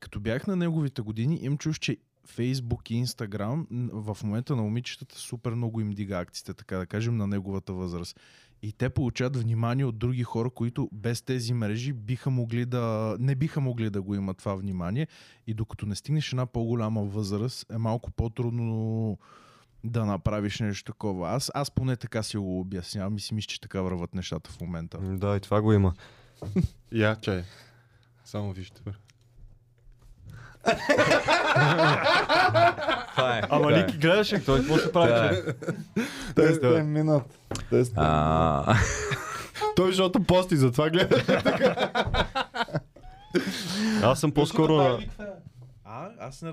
Speaker 9: като бях на неговите години, им чуш, че Фейсбук и Инстаграм н- в момента на момичетата супер много им дига акциите, така да кажем, на неговата възраст. И те получават внимание от други хора, които без тези мрежи биха могли да, не биха могли да го имат това внимание. И докато не стигнеш една по-голяма възраст, е малко по-трудно да направиш нещо такова. Аз, аз поне така си го обяснявам и си мисля, че така върват нещата в момента.
Speaker 3: Да, и това го има.
Speaker 8: Я, чай. Само вижте. бе.
Speaker 7: Това е.
Speaker 3: Ама Ники гледаше, той какво ще прави? че?
Speaker 1: Тест е минат. Тест е
Speaker 7: А,
Speaker 8: Той, защото пости, затова гледа.
Speaker 3: Аз съм по-скоро на...
Speaker 9: А, аз не...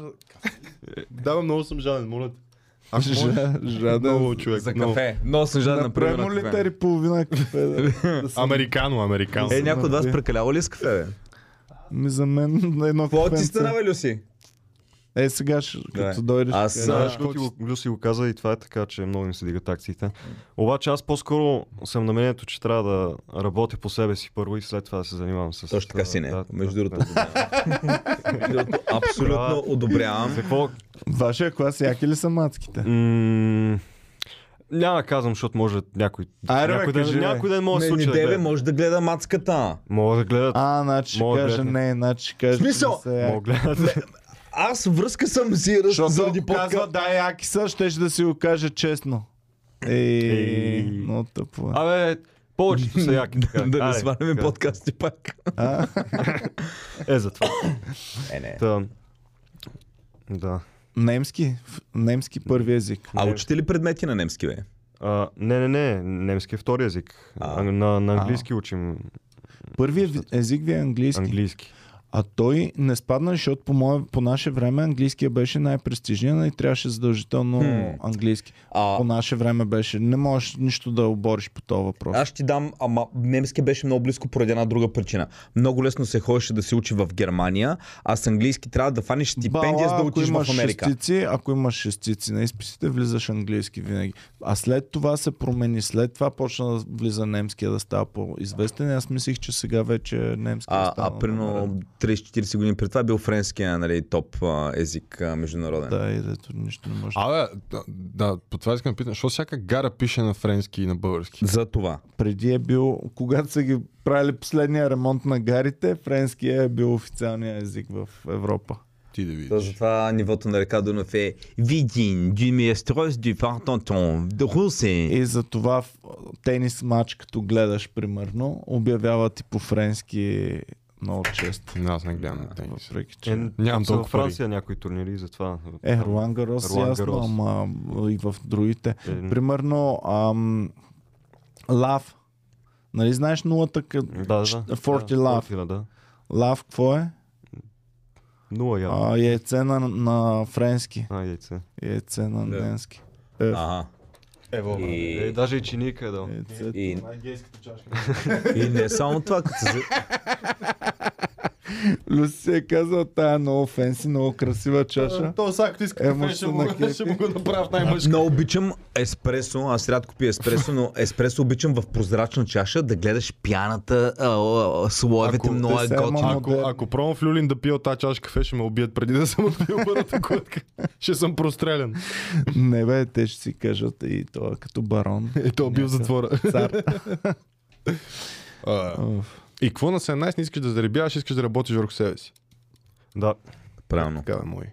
Speaker 8: Да, бе, много съм жаден, моля те. Ако можеш, много човек.
Speaker 7: за
Speaker 8: много.
Speaker 7: кафе. Но съм жаден на Ами-
Speaker 1: Направо
Speaker 7: пример.
Speaker 1: литър и половина кафе.
Speaker 7: [LAUGHS]
Speaker 1: Да, да съм...
Speaker 8: Американо, американо.
Speaker 7: Е, някой от вас прекалява ли с кафе? бе?
Speaker 1: Ми за мен на едно
Speaker 7: Какво ти стана,
Speaker 1: кафе.
Speaker 7: бе, Люси?
Speaker 1: Е, сега, ще, като дойдеш.
Speaker 7: Аз
Speaker 1: ще кажа.
Speaker 3: Знаеш, какво ти го, Люси го каза и това е така, че много им се дигат акциите. Обаче аз по-скоро съм на мнението, че трябва да работя по себе си първо и след това да се занимавам с...
Speaker 7: Точно така си не.
Speaker 3: Да,
Speaker 7: Между
Speaker 3: да,
Speaker 7: другото, одобрявам. Между другото, абсолютно одобрявам.
Speaker 3: За какво?
Speaker 1: Вашия клас, яки ли са мацките?
Speaker 3: М, Няма да казвам, защото може някой...
Speaker 1: Айде, бе,
Speaker 3: някой, ден,
Speaker 1: кажи, бе.
Speaker 3: някой ден може да
Speaker 7: Не, не,
Speaker 3: случи да
Speaker 7: тебе
Speaker 3: гледат.
Speaker 7: може да гледа мацката.
Speaker 3: Мога да гледат.
Speaker 1: А, значи ще
Speaker 3: Мога да
Speaker 1: кажа
Speaker 3: гледат.
Speaker 1: не, значи ще кажа.
Speaker 7: В смисъл?
Speaker 1: че не са яки.
Speaker 3: Мога да гледат.
Speaker 7: Аз връзка съм си раз-
Speaker 1: Защото
Speaker 7: заради
Speaker 1: ако казва
Speaker 7: подкаст.
Speaker 1: да, яки са, ще да си го кажа честно. Ей,
Speaker 3: Ей.
Speaker 1: много тъпо. е.
Speaker 3: Абе,
Speaker 7: [LAUGHS]
Speaker 3: повечето са яки. така.
Speaker 7: Да, да не
Speaker 3: Айде,
Speaker 7: сваляме
Speaker 3: така.
Speaker 7: подкасти пак.
Speaker 1: А?
Speaker 3: Е, затова.
Speaker 7: Е, не.
Speaker 3: Та, Да.
Speaker 1: Немски? Ф- Немски първи език.
Speaker 7: А учите ли предмети на немски, бе?
Speaker 3: А, не, не, не, немски е втори език.
Speaker 7: А.
Speaker 3: А, на, на английски учим
Speaker 1: Първи език ви е английски.
Speaker 3: английски.
Speaker 1: А той не спадна, защото по, мое, по наше време английския беше най-престижният и трябваше задължително
Speaker 7: Хм.
Speaker 1: английски.
Speaker 7: А,
Speaker 1: По наше време беше. Не можеш нищо да обориш по този въпрос.
Speaker 7: Аз ще ти дам, ама немски беше много близко поради една друга причина. Много лесно се ходеше да се учи в Германия, а с английски трябва да фанеш стипендия, за да
Speaker 1: ако
Speaker 7: учиш в
Speaker 1: имаш
Speaker 7: Америка.
Speaker 1: Шестици, ако имаш шестици на изписите, влизаш английски винаги. А след това се промени. След това почна да влиза немския да става по-известен. Аз мислих, че сега вече е немски
Speaker 7: А, а примерно 30-40 години преди това е бил френския нали, топ а, език а, международен.
Speaker 1: Да, и дето нищо не може. А...
Speaker 8: Абе, да, да, по това искам да питам, защо всяка гара пише на френски и на български?
Speaker 7: За това.
Speaker 1: Преди е бил, когато са ги правили последния ремонт на гарите, френския е бил официалния език в Европа.
Speaker 8: Ти да
Speaker 7: То,
Speaker 8: видиш.
Speaker 7: затова нивото на река Дунав е Видин, Дюмиестрос, Дюпартантон, Русе.
Speaker 1: И за това в тенис матч, като гледаш примерно, обявяват и по френски много често.
Speaker 8: Не, аз не гледам на тенис.
Speaker 1: Въпреки, че...
Speaker 3: Е,
Speaker 8: Нямам
Speaker 3: са във
Speaker 8: толкова пари.
Speaker 3: Франция някои турнири, затова.
Speaker 1: Е, Руан Гарос,
Speaker 3: Руан
Speaker 1: ясно,
Speaker 3: Гарос.
Speaker 1: ама и в другите.
Speaker 3: Е,
Speaker 1: Примерно, ам, Лав. Нали знаеш нулата? къд-
Speaker 3: Да, да.
Speaker 1: 40
Speaker 3: да,
Speaker 1: love.
Speaker 3: 40, да.
Speaker 1: Лав, какво е?
Speaker 3: Нула явно.
Speaker 1: А, яйце на, на френски.
Speaker 3: А, яйце.
Speaker 1: Яйце на
Speaker 7: Да.
Speaker 1: денски.
Speaker 7: Ага.
Speaker 6: Ево, бе.
Speaker 3: Е,
Speaker 7: И,
Speaker 3: даже и чиника е дал.
Speaker 1: Яйце.
Speaker 7: и,
Speaker 6: Най-гейската чашка.
Speaker 7: и не само това, като се...
Speaker 1: Люси си е казал, тая е много фенси, много красива чаша.
Speaker 6: То сега, като иска
Speaker 1: Е,
Speaker 6: кафе,
Speaker 1: може
Speaker 6: ще
Speaker 1: да
Speaker 6: му,
Speaker 1: накепи.
Speaker 6: ще му го направя в най-мъжко.
Speaker 7: Но обичам еспресо, аз рядко пия еспресо, но еспресо обичам в прозрачна чаша да гледаш пяната, а, а, а, слоевете
Speaker 8: Ако
Speaker 7: много
Speaker 1: те
Speaker 7: е
Speaker 1: са,
Speaker 7: готино.
Speaker 1: ама-
Speaker 8: Ако,
Speaker 1: Модерно.
Speaker 8: ако пробвам в Люлин да пия от тази чаша кафе, ще ме убият преди да съм [LAUGHS] отпил първата глътка. Ще съм прострелян.
Speaker 1: Не бе, те ще си кажат и това като барон.
Speaker 8: Е, то бил в затвора.
Speaker 1: Цар.
Speaker 8: [LAUGHS] А,
Speaker 1: Уф.
Speaker 8: И какво на 17 не искаш да заребяваш, искаш да работиш върху себе си.
Speaker 3: Да.
Speaker 7: Правилно.
Speaker 8: Така бе, мой.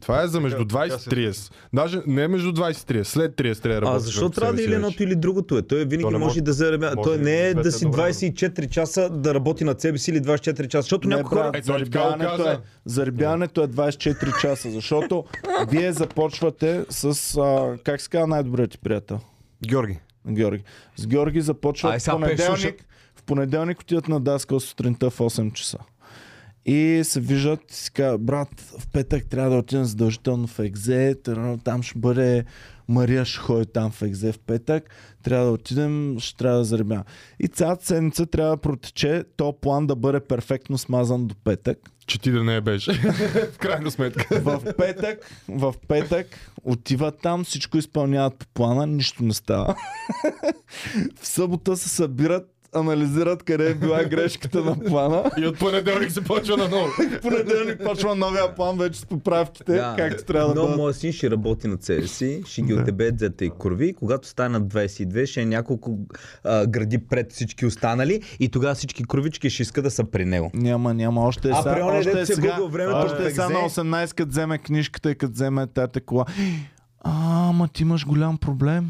Speaker 8: Това е за между
Speaker 3: Така-
Speaker 8: 20
Speaker 3: така
Speaker 8: и
Speaker 3: се-
Speaker 8: 30. Даже не е между 20 и 30. След 30 трябва да
Speaker 7: А
Speaker 8: работиш.
Speaker 7: защо
Speaker 8: върху
Speaker 7: трябва
Speaker 8: себе
Speaker 7: да
Speaker 8: си
Speaker 7: или
Speaker 8: вече?
Speaker 7: едното или другото е? Той винаги
Speaker 3: То не
Speaker 7: може,
Speaker 3: може-
Speaker 7: да заребя.
Speaker 3: може
Speaker 7: Той
Speaker 3: и
Speaker 7: не е
Speaker 3: двете
Speaker 7: да си
Speaker 3: едновременно.
Speaker 7: 24 часа да работи над себе си или 24 часа, защото
Speaker 1: Не,
Speaker 7: някои хора...
Speaker 1: брат,
Speaker 8: Е, той така го
Speaker 1: заребяването, е,
Speaker 8: каза.
Speaker 1: заребяването е 24 часа, защото вие започвате с, а, как се казва най-добрият ти приятел?
Speaker 3: Георги.
Speaker 1: Георги. С Георги
Speaker 7: Ай,
Speaker 1: започват в
Speaker 7: сега Пеш, слушай.
Speaker 1: понеделник. В понеделник отиват на Даскал сутринта в 8 часа. И се виждат, и си казват, брат, в петък трябва да отидем задължително в Екзе, тър- там ще бъде Мария ще ходи там в Екзе в петък, трябва да отидем, ще трябва да заребяваме. И цялата седмица трябва да протече, то план да бъде перфектно смазан до петък
Speaker 8: Че ти да не е беше. [LAUGHS] в крайна сметка.
Speaker 1: в петък, в петък отиват там, всичко изпълняват по плана, нищо не става. [LAUGHS] в събота се събират, анализират къде е била грешката на плана.
Speaker 8: И от понеделник се почва наново.
Speaker 1: В [LAUGHS] понеделник почва новия план вече с поправките,
Speaker 7: Да.
Speaker 1: както трябва да
Speaker 7: Но
Speaker 1: бъдат.
Speaker 7: моят син ще работи на себе си, ще ги отебе дзета и курви. Когато стане на 22, ще е няколко а, гради пред всички останали и тогава всички курвички ще искат да са при него.
Speaker 1: Няма, няма, още е
Speaker 7: А при
Speaker 1: сега,
Speaker 7: оня,
Speaker 1: още е
Speaker 7: дето се
Speaker 1: сега,
Speaker 7: губил времето,
Speaker 1: още е
Speaker 7: пък
Speaker 1: сега
Speaker 7: взе.
Speaker 1: на 18, като вземе книжката и като вземе тата кола. А, ма ти имаш голям проблем.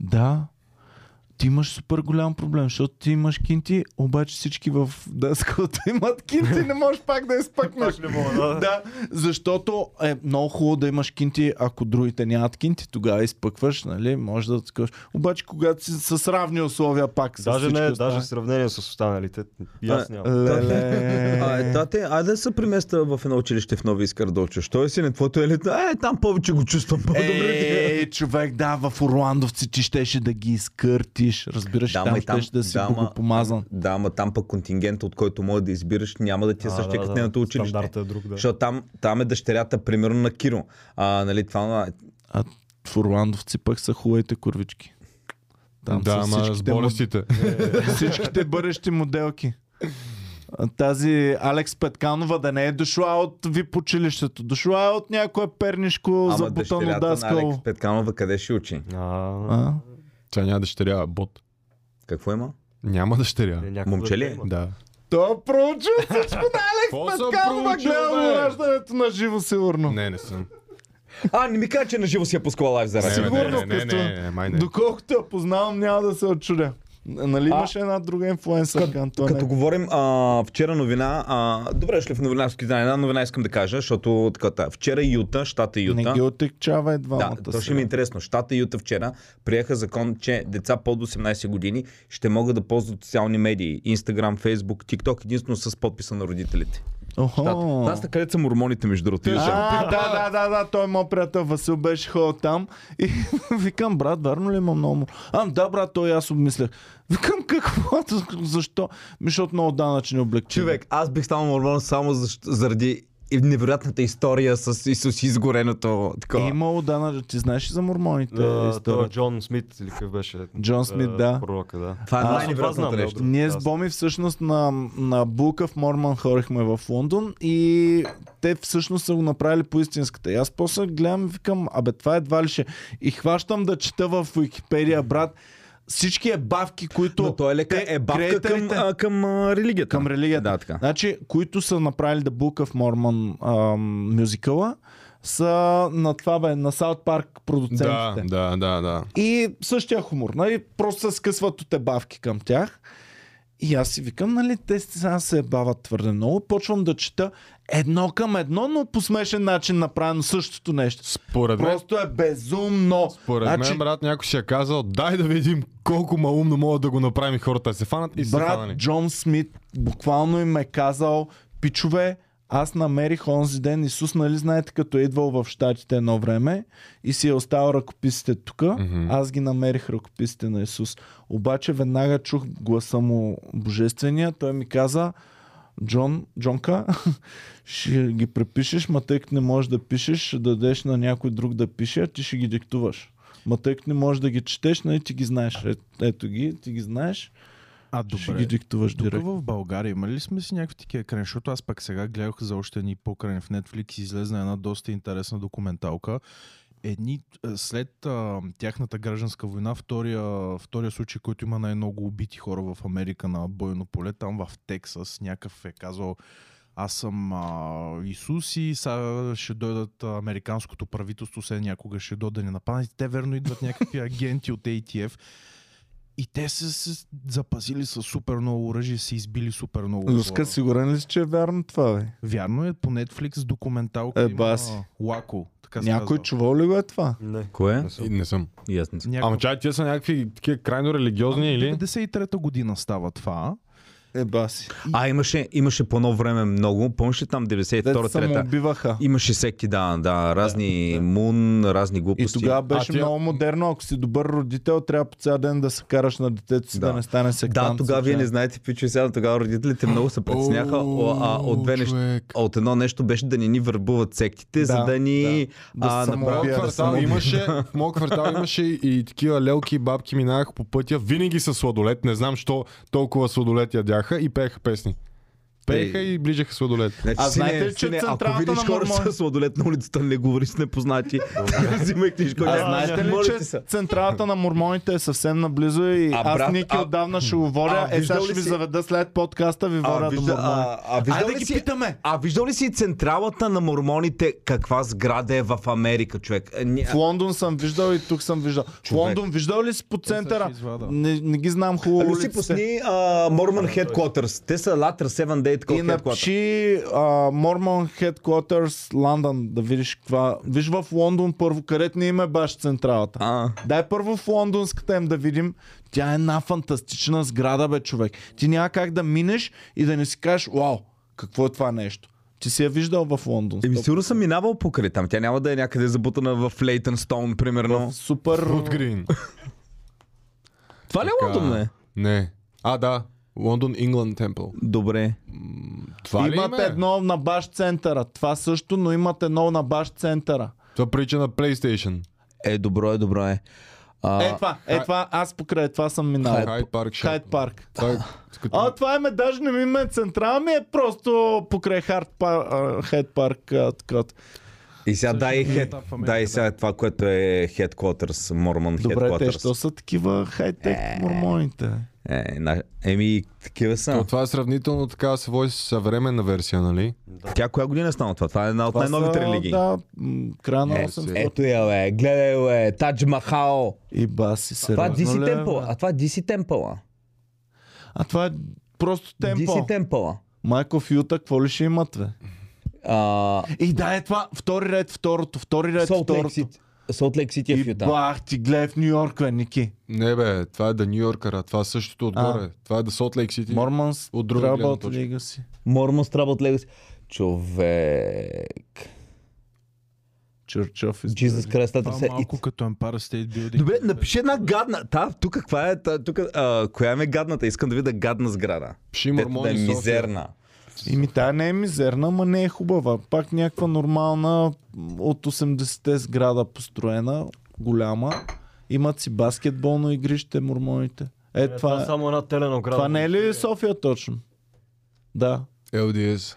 Speaker 1: Да. Ти имаш супер голям проблем, защото ти имаш кинти, обаче всички в дъското [LAUGHS] имат кинти, не можеш пак да изпъкнеш.
Speaker 3: Не мога, да.
Speaker 1: Да, защото е много хубаво да имаш кинти, ако другите нямат кинти, тогава изпъкваш, нали, може да такъваш. Обаче когато си с равни условия пак с
Speaker 3: Даже
Speaker 1: всички
Speaker 3: не,
Speaker 1: останали-
Speaker 3: даже в сравнение с останалите. И аз нямам.
Speaker 1: е, Леле.
Speaker 7: А, е, тате, айде да се преместа в едно училище в Нови Искър да учиш. Той си не твоето е летно. Е, там повече го чувствам по-добре.
Speaker 1: Е, човек, да, в Орландовци ти щеше да ги изкъртиш. Разбираш,
Speaker 7: Да,
Speaker 1: да,
Speaker 7: ма
Speaker 1: там
Speaker 7: и там-
Speaker 1: щеше да си
Speaker 7: да, ма-
Speaker 1: богопомазан.
Speaker 7: Да, ма там пък контингент, от който може да избираш, няма да ти е
Speaker 3: А,
Speaker 7: същия
Speaker 3: да,
Speaker 7: като
Speaker 3: да.
Speaker 7: нейното училище.
Speaker 3: Стандартът е друг, да.
Speaker 7: Защото там, там е дъщерята, примерно, на Киро. А, нали, това
Speaker 1: А в Орландовци пък са хубавите курвички. Там
Speaker 8: Да,
Speaker 1: да, са
Speaker 8: ама с
Speaker 1: всичките, му...
Speaker 8: [LAUGHS] болестите.
Speaker 1: всичките бъдещи моделки. А Тази Алекс Петканова да не е дошла от вип училището. Дошла е от някое пернишко
Speaker 7: Ама
Speaker 1: за бутано
Speaker 7: дъщерята на
Speaker 1: даскало.
Speaker 7: Алекс Петканова къде ще учи?
Speaker 3: А,
Speaker 1: А?
Speaker 8: Тя няма дъщеря, а бот.
Speaker 7: Какво има?
Speaker 8: Няма дъщеря.
Speaker 3: е, някакво
Speaker 7: Момче ли е?
Speaker 3: да има.
Speaker 8: Да.
Speaker 1: Той е проучил всичко на
Speaker 8: Какво
Speaker 1: Алекс
Speaker 8: съм
Speaker 1: Петканова.
Speaker 8: проучил,
Speaker 1: Гледал
Speaker 8: бе?
Speaker 1: раждането на живо, сигурно.
Speaker 8: Не, не съм.
Speaker 7: А, не ми кажа, че на живо си я пускала лайв за радио.
Speaker 1: Сигурно,
Speaker 8: не, не, не, не, май не.
Speaker 1: Доколкото я познавам, няма да се отчудя. Нали имаше една друга инфлуенсърка, Антоне?
Speaker 7: Като говорим а, вчера новина, а, добре, ще в новинарски знания. Една новина искам да кажа, защото така, та, вчера е Юта, щата Юта.
Speaker 1: Не ги отекчава
Speaker 7: Да,
Speaker 1: едвамата
Speaker 7: то ще ми е интересно. Штата Юта вчера приеха закон, че деца под 18 години ще могат да ползват социални медии. Инстаграм, Фейсбук, ТикТок, единствено с подписа на родителите.
Speaker 1: Охо.
Speaker 7: Щата. Аз където са мормоните, между другото. Юта.
Speaker 1: А, да, да, да, да, той моят приятел Васил беше ходил там и [LAUGHS] викам, брат, верно ли имам много? му- А, да, брат, той и аз обмислях. Викам, какво? [LAUGHS] Защо? Ми, Защото много данъчни облегчи.
Speaker 12: Човек, аз бих станал мормон само защ- заради невероятната история с Исус и изгореното
Speaker 1: Е,
Speaker 12: такова.
Speaker 1: имало данъчни. Ти знаеш ли за мормоните?
Speaker 3: Да, той е
Speaker 1: историята?
Speaker 3: Джон Смит или какъв беше?
Speaker 1: Джон Смит,
Speaker 3: а,
Speaker 1: да.
Speaker 3: Пророка, да.
Speaker 12: Това е
Speaker 3: Аз това
Speaker 12: най-невероятното
Speaker 3: знам,
Speaker 12: нещо.
Speaker 3: да,
Speaker 1: Ние
Speaker 3: да.
Speaker 1: с Боми всъщност на, на Булка в Морман хорихме в Лондон и те всъщност са го направили по истинската. И аз после гледам и викам, абе това едва ли ще... И хващам да чета в Уикипедия, брат, всички ебавки, които...
Speaker 7: Но той е лека
Speaker 1: те-
Speaker 7: е бабка към,
Speaker 1: креаторите-
Speaker 7: а, към а, религията.
Speaker 1: към религията.
Speaker 7: Да, така.
Speaker 1: Значи, които са направили да Book в Mormon ам, мюзикъла, са на това бе, на Саут Парк продуцентите.
Speaker 8: Да, да, да, да.
Speaker 1: И същия хумор. Нали? Просто се скъсват от ебавки към тях. И аз си викам, нали, те сега се ебават твърде много. Почвам да чета едно към едно, но по смешен начин направено същото нещо.
Speaker 8: Според мен,
Speaker 1: Просто е безумно.
Speaker 8: според
Speaker 1: Значи,
Speaker 8: мен, брат, някой ще е казал, дай да видим колко малумно могат да го направим и хората да се фанат и са
Speaker 1: брат
Speaker 8: фанани.
Speaker 1: Джон Смит буквално им е казал, пичове, аз намерих онзи ден Исус, нали знаете, като е идвал в Штатите едно време и си е оставил ръкописите тук, mm-hmm. аз ги намерих ръкописите на Исус. Обаче веднага чух гласа му божествения, той ми каза, Джон, Джонка, [LAUGHS] ще ги препишеш, ма тъй като не можеш да пишеш, ще дадеш на някой друг да пише, а ти ще ги диктуваш. Ма тъй като не можеш да ги четеш, нали ти ги знаеш. Е, ето ги, ти ги знаеш.
Speaker 9: А,
Speaker 1: Ще
Speaker 9: добре.
Speaker 1: ги диктуваш
Speaker 9: Тук
Speaker 1: директно.
Speaker 9: в България има ли сме си някакви такива крани? Защото аз пък сега гледах за още едни покрани в Netflix и излезна една доста интересна документалка. Едни, а, след а, тяхната гражданска война, втория, втория случай, който има най-много убити хора в Америка на бойно поле, там в Тексас, някакъв е казал аз съм а, Исус и сега ще дойдат а, американското правителство, се някога ще дойде да ни нападнат. И Те верно идват някакви агенти от ATF и те са се запазили с супер много оръжие, са избили супер много
Speaker 1: Луска,
Speaker 9: хора.
Speaker 1: сигурен ли си, че е вярно това, бе?
Speaker 9: Вярно е, по Netflix документалка
Speaker 1: Е,
Speaker 9: има
Speaker 1: баси.
Speaker 9: Лако. Така се
Speaker 1: Някой
Speaker 9: казва.
Speaker 1: чувал ли го е това?
Speaker 3: Не.
Speaker 7: Кое?
Speaker 3: Не съм.
Speaker 8: И не съм.
Speaker 7: Ясно.
Speaker 9: Някакъв-
Speaker 8: Ама чай, тия са някакви такива крайно
Speaker 1: Ами
Speaker 8: религиозни или?
Speaker 9: 93-та година става това.
Speaker 1: Е, баси.
Speaker 7: А, имаше, имаше по едно време много. Помниш ли там
Speaker 1: Те
Speaker 7: 92-та,
Speaker 1: се му
Speaker 7: 3-та?
Speaker 1: убиваха.
Speaker 7: Имаше секти, да, да, разни мун, разни
Speaker 1: И
Speaker 7: глупости.
Speaker 1: тогава беше
Speaker 8: А тя-
Speaker 1: много модерно. Ако си добър родител, трябва по цял ден да се караш на детето си, да,
Speaker 7: Да.
Speaker 1: не стане сектант.
Speaker 7: Да, тогава вие не
Speaker 1: случайно.
Speaker 7: знаете, пичо, сега тогава родителите много се притесняха о, а, от две неща. От едно нещо беше да не ни върбуват сектите,
Speaker 1: Да,
Speaker 7: за да ни
Speaker 1: да. Да
Speaker 7: а,
Speaker 1: се
Speaker 7: направят
Speaker 1: самоубият.
Speaker 8: моят
Speaker 1: да
Speaker 8: квартал имаше, в моят квартал имаше и такива лелки и бабки минаваха по пътя, винаги с сладолет, не знам що толкова сладолет ядяха и пееха песни. Пееха
Speaker 7: Ей.
Speaker 8: и ближаха сладолет.
Speaker 7: Значи,
Speaker 1: А
Speaker 7: сине,
Speaker 1: знаете ли, че
Speaker 7: сине, ако
Speaker 1: централата
Speaker 7: видиш
Speaker 1: на
Speaker 7: хора
Speaker 1: Мормон-
Speaker 7: с сладолет на улицата, не говори с непознати. [LAUGHS] Взимай книжка.
Speaker 1: А
Speaker 7: няма-
Speaker 1: знаете ли,
Speaker 7: моля ти
Speaker 1: че
Speaker 7: се.
Speaker 1: централата на мормоните е съвсем наблизо и
Speaker 7: А,
Speaker 1: аз
Speaker 7: брат,
Speaker 1: Ники
Speaker 7: а-
Speaker 1: отдавна ще говоря. Е,
Speaker 7: а,
Speaker 1: сега
Speaker 7: виждал
Speaker 1: ще
Speaker 7: ли
Speaker 1: ви
Speaker 7: си-
Speaker 1: заведа след подкаста, ви
Speaker 7: А,
Speaker 1: вода до
Speaker 7: вижда,
Speaker 1: мормони.
Speaker 7: а, а, виждал
Speaker 12: Айде
Speaker 7: ли
Speaker 12: ги
Speaker 7: си,
Speaker 12: питаме.
Speaker 7: а виждал ли си централата на мормоните каква сграда е в Америка, човек? Е, ня-
Speaker 1: В Лондон съм виждал и тук съм виждал. В Лондон виждал ли си по центъра?
Speaker 9: извада.
Speaker 1: Не, не ги знам хубаво
Speaker 7: Люси
Speaker 1: улиците.
Speaker 7: Ами пусни а, Mormon Headquarters. Те са Latter 7 Day
Speaker 1: И
Speaker 7: такова Headquarters.
Speaker 1: напиши а, Mormon Headquarters London, да видиш каква... Виж в Лондон първо, където не има баш централата.
Speaker 7: А.
Speaker 1: Дай първо в лондонската им да видим. Тя е една фантастична сграда, бе, човек. Ти няма как да минеш и да не си кажеш, вау, какво е това нещо. Ти си я виждал в Лондон.
Speaker 7: Еми, сигурно съм минавал покрай там. Тя няма да е някъде забутана в Лейтън Стоун, примерно.
Speaker 1: Супер...
Speaker 8: От Грин.
Speaker 7: Това ли е
Speaker 8: Така.
Speaker 7: Лондон, бе?
Speaker 8: Не. А, да. Лондон Ингланд Темпъл.
Speaker 7: Добре.
Speaker 8: Това ли
Speaker 1: имат
Speaker 8: има? Едно...
Speaker 1: едно на баш центъра. Това също, но имат едно на баш центъра.
Speaker 8: Това прилича на PlayStation.
Speaker 7: Е, добро е, добро е. А,
Speaker 1: Е, това, е,
Speaker 8: Хай-
Speaker 1: това, аз покрай това съм минал.
Speaker 8: Хайд Парк. Шоп.
Speaker 1: Хайд парк.
Speaker 8: Това е като...
Speaker 1: А, това е ме, даже не ми ме централ, ми е просто покрай Хард пар, а, Хайд парк. а, така.
Speaker 7: и сега дай,
Speaker 9: Също
Speaker 7: хед,
Speaker 9: е в Америка,
Speaker 7: дай сега това, което е Headquarters, Mormon
Speaker 1: Добре, те, що
Speaker 7: Headquarters.
Speaker 1: са такива хай-тек мормоните?
Speaker 7: Е, на... Еми, такива са.
Speaker 8: То това е сравнително така да се води съвременна версия, нали?
Speaker 7: Тя коя година е станала това? Това е една от
Speaker 1: Това
Speaker 7: най-новите
Speaker 1: са,
Speaker 7: религии.
Speaker 1: Да, м, края на
Speaker 7: Е,
Speaker 1: 800.
Speaker 7: Ето я, бе. Гледай, бе. Тадж Махал.
Speaker 1: И баси,
Speaker 7: Това е
Speaker 1: сериозно
Speaker 7: DC
Speaker 1: ли е,
Speaker 7: Temple.
Speaker 1: бе?
Speaker 7: А това е DC Temple.
Speaker 1: А това е просто
Speaker 13: Ди си
Speaker 1: темпо.
Speaker 13: темпала.
Speaker 1: Майко в Юта, какво ли ще имат, бе?
Speaker 13: А,
Speaker 1: И да е това, втори ред, второто, втори ред,
Speaker 13: Солт Лейк
Speaker 1: второто.
Speaker 13: Сити. Солт Лейк Сити е в
Speaker 1: И
Speaker 13: Юта.
Speaker 1: бах, ти гледай в Нью Йорк, бе, Ники.
Speaker 8: Не бе, това е да Нью Йоркъра, това е същото отгоре.
Speaker 1: А.
Speaker 8: Това е да Солт Лейк Сити.
Speaker 1: Морманс,
Speaker 8: От друга
Speaker 1: трябва
Speaker 8: гледна
Speaker 1: от
Speaker 8: точка.
Speaker 1: лига си.
Speaker 13: Мормонс Troubled Legacy. Човек.
Speaker 1: Чърчов из...
Speaker 13: Jesus Christ, това
Speaker 9: Това
Speaker 13: се...
Speaker 9: малко като Empire State Building.
Speaker 13: Добре, напиши една гадна. Та, тук каква е? Та, тук, а, коя ми е гадната? Искам да видя гадна сграда.
Speaker 8: Пиши
Speaker 13: Дето да е
Speaker 8: Мормони София.
Speaker 13: мизерна.
Speaker 1: Ими тая не е мизерна, ма не е хубава. Пак някаква нормална м, от 80-те сграда построена, голяма. Имат си баскетболно игрище, мормоните. Е,
Speaker 3: Е,
Speaker 1: това,
Speaker 3: това е само една теленограда.
Speaker 1: това не е ли София точно? Да.
Speaker 8: LDS.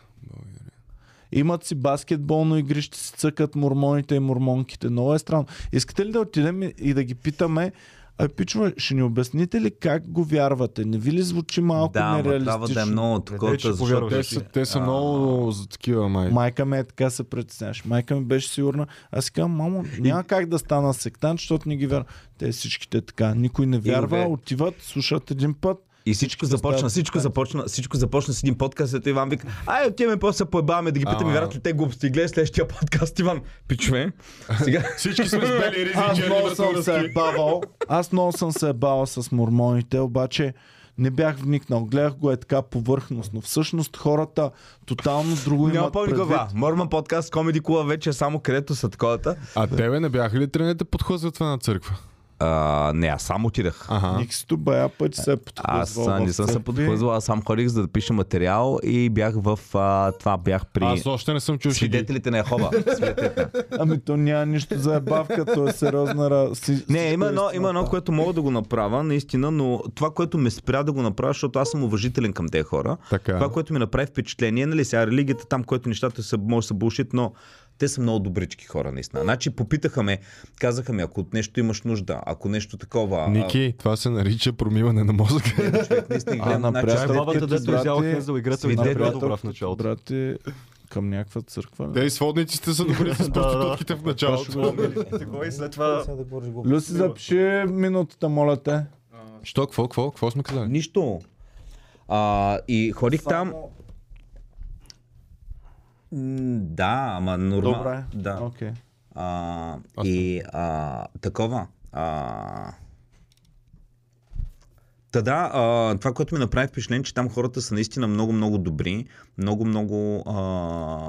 Speaker 1: Имат си баскетболно игрище, си цъкат мормоните и мормонките. Много е странно. Искате ли да отидем и- и да ги питаме? А пичове, ще ни обясните ли как го вярвате? Не ви ли звучи малко
Speaker 7: Да, ма трябва
Speaker 1: нереалистично?
Speaker 7: да е много такова,
Speaker 3: че
Speaker 7: защото...
Speaker 8: Те
Speaker 3: повярваш.
Speaker 8: са, те са много за такива май.
Speaker 1: Майка ми е така се притесняваш. Майка ми беше сигурна. Аз си казвам, мамо, няма как да стана сектант, защото не ги вярвам. Те всичките така. Никой не вярва,
Speaker 7: бе.
Speaker 1: отиват, слушат един път.
Speaker 7: И всичко започна,
Speaker 1: стават
Speaker 7: всичко започна, всичко започна с един подкаст, ето Иван вика, ай отиваме после се поебаваме да ги питаме,
Speaker 8: Ама-
Speaker 7: вярват ли те глупости, гледай следващия подкаст, Иван, пичове,
Speaker 1: [LAUGHS]
Speaker 7: сега...
Speaker 8: Всички сме с бели ризи и
Speaker 1: Аз
Speaker 8: черни
Speaker 1: много съм се
Speaker 8: братовръзки.
Speaker 1: е бавал. Аз много съм се е бавал с мормоните, обаче не бях вникнал. Гледах го е така повърхностно. Всъщност хората тотално друго
Speaker 7: Няма
Speaker 1: имат
Speaker 7: пълни
Speaker 1: предвид.
Speaker 7: глава. Морман подкаст, Комеди Кула вече е само където са таковата.
Speaker 8: А тебе не бяха ли тръгнете подхлъзват в една църква?
Speaker 7: А, не, аз сам отидах.
Speaker 8: Аха.
Speaker 1: Никсито бая пъти се е подхлъзвал.
Speaker 7: Аз а, не
Speaker 1: в
Speaker 7: съм се
Speaker 1: църкви.
Speaker 7: подхлъзвал, аз сам ходих за да пиша материал и бях в... А, това бях при...
Speaker 8: Аз още не съм чул шеги.
Speaker 7: Свидетелите
Speaker 1: [LAUGHS]
Speaker 7: на Ехова.
Speaker 1: Ами то няма нищо за ебавка, то е сериозна... ра- си-
Speaker 7: Не,
Speaker 1: всичко
Speaker 7: има
Speaker 1: е
Speaker 7: едно, има едно,
Speaker 1: истината.
Speaker 7: което мога да го направя, наистина, но това, което ме спря да го направя, защото аз съм уважителен към тези хора,
Speaker 8: Така.
Speaker 7: това, което ми направи впечатление, нали сега религията, там, което нещата са, може да са булшит, но те са много добрички хора, наистина. Значи попитаха ме, казаха ми, ако от нещо имаш нужда, ако нещо такова...
Speaker 8: Ники, това се нарича промиване на мозъка.
Speaker 7: а, човек, наистина,
Speaker 1: А,
Speaker 7: гледам, значи,
Speaker 1: направо.
Speaker 3: Това е бабата, дето
Speaker 1: Брате,
Speaker 3: изяла Хензел играта и
Speaker 1: свидетел.
Speaker 3: направи добра в началото.
Speaker 1: Брате, към някаква църква.
Speaker 8: Те и сводниците са добри с проститутките в началото.
Speaker 3: Такова и след това...
Speaker 1: Люси, запиши минутата, моля те.
Speaker 8: Що, какво, какво, какво сме казали?
Speaker 13: Нищо. А, и ходих там.
Speaker 7: м, Да, ама нормално.
Speaker 1: Добре.
Speaker 7: Да.
Speaker 1: Окей.
Speaker 7: А, и а, такова. А, Та да, а, това, което ми направи впечатление, че там хората са наистина много-много добри, много-много а,